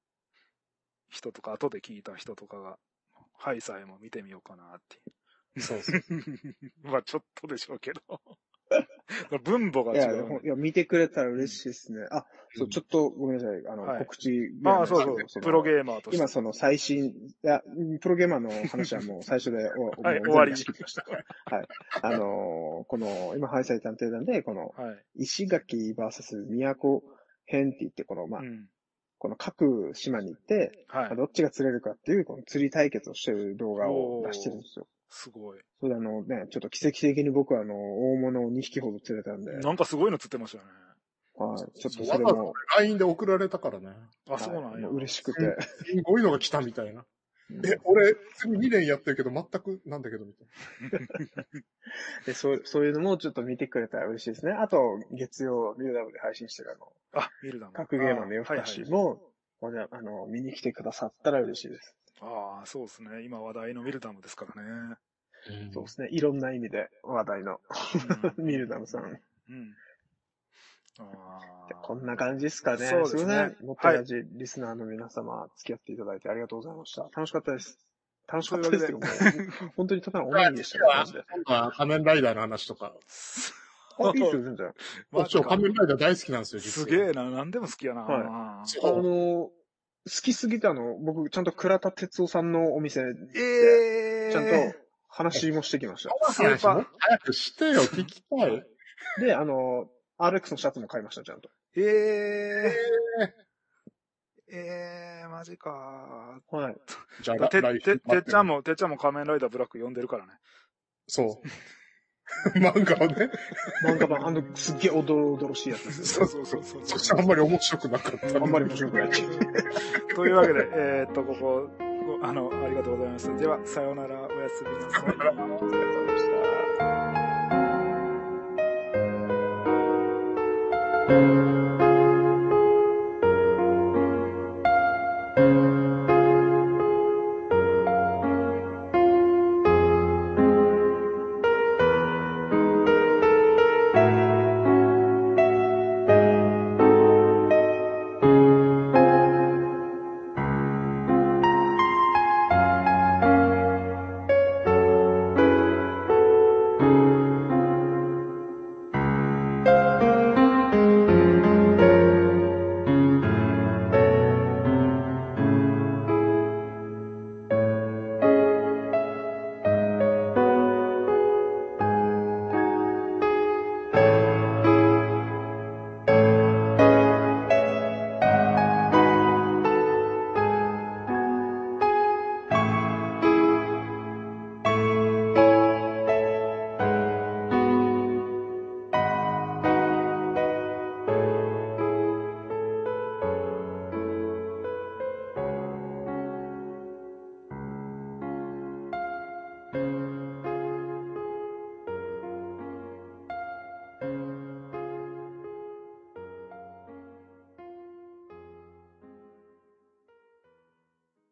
Speaker 1: 人とか、後で聞いた人とかが、ハイサイも見てみようかなっていう。
Speaker 2: そうそう。
Speaker 1: まあ、ちょっとでしょうけど。 分母が
Speaker 3: いや、
Speaker 1: 違
Speaker 3: で
Speaker 1: うね、
Speaker 3: もいや見てくれたら嬉しいですね。あ、そうう、
Speaker 2: ん
Speaker 3: ちょっとごめんなさい。あの、
Speaker 1: はい
Speaker 3: 告知。
Speaker 1: ああ、そうそう。プロ
Speaker 3: ー
Speaker 1: ゲーマーとして。
Speaker 3: 今その最新、いや、プロゲーマーの話はもう最初でお
Speaker 1: はい、
Speaker 3: もう
Speaker 1: 終わり。
Speaker 3: 全部出し切りましたあのーこの、今、ハイサイ探偵団で、この、
Speaker 1: はい。
Speaker 3: 石垣 VS 都編って言って、この、まあ
Speaker 1: う、ん。
Speaker 3: この各島に行って、
Speaker 1: は
Speaker 3: まあ
Speaker 1: い。
Speaker 3: どっちが釣れるかっていう、この釣り対決をしてる動画を出してるんですよ。
Speaker 1: すごい。
Speaker 3: それであのね、ちょっと奇跡的に僕はあの、大物を2匹ほど釣れたんで、はい、ちょ
Speaker 1: なんかすごいの釣ってましたよね。
Speaker 3: っと
Speaker 2: わ
Speaker 3: それ
Speaker 2: ざわざ
Speaker 3: も、
Speaker 2: LINE で送られたからね。
Speaker 1: あ、そうなん
Speaker 3: はい
Speaker 1: や
Speaker 3: も。う嬉しくて、
Speaker 2: すごいのが来たみたいな。え、俺、次2年やってるけど、全くなんだけど、みたい
Speaker 3: でそう、そういうのもちょっと見てくれたら嬉しいですね。あと、月曜、ミューダムで配信してるあの、
Speaker 1: あ、見るだもん。
Speaker 3: 格ゲーマンの夜更
Speaker 1: はい
Speaker 3: か
Speaker 1: は
Speaker 3: し
Speaker 1: い。
Speaker 3: も、おじゃあの、見に来てくださったら嬉しいです。
Speaker 1: ああ、そうですね。今話題のミルダムですから ね。
Speaker 2: な。
Speaker 3: そうですね。いろんな意味で話題の ミルダムさん。
Speaker 1: うん。うん。ああ。
Speaker 3: こんな感じですかね。
Speaker 1: そうですね
Speaker 3: もっとラジリスナーの皆様、付き合っていただいてありがとうございました。楽しかったです。楽しかったですよ。も う本当にただのオンラインでしたよ。マジで
Speaker 2: 今度は仮面ライダーの話とか。
Speaker 3: あ、いいですよ、全然。
Speaker 2: こっちは仮面ライダー大好きなんですよ、
Speaker 1: す
Speaker 2: 実は
Speaker 1: げえな、何でも好きやな。
Speaker 3: はい
Speaker 1: あー
Speaker 3: あのー好きすぎたの、僕、ちゃんと倉田哲夫さんのお店、
Speaker 1: ええー、
Speaker 3: ちゃんと話もしてきまし
Speaker 2: スーパー。もっと早くしてよ、聞きたい。
Speaker 3: た。で、あのー RX のシャツも買いました、ちゃんと。
Speaker 1: ええ
Speaker 2: え
Speaker 1: ー、ええー、マジか。
Speaker 3: はい。
Speaker 2: ーじゃ
Speaker 1: て、
Speaker 2: 来
Speaker 1: て、
Speaker 2: 週
Speaker 1: てっちゃんも、てっちゃんも仮面ライダーブラック読んでるからね。
Speaker 2: そう。 漫画をね。
Speaker 3: 漫画版、あの、すっげえおどろおどろしいやつです
Speaker 1: そうそうそうそう。
Speaker 2: そしてあんまり面白くなかった。
Speaker 3: よ。あんまり面白くない。
Speaker 1: というわけで、えー、っと、ここ、ごあの、ありがとうございました。では、さようなら、おやすみなさい。
Speaker 3: お疲れ様でした。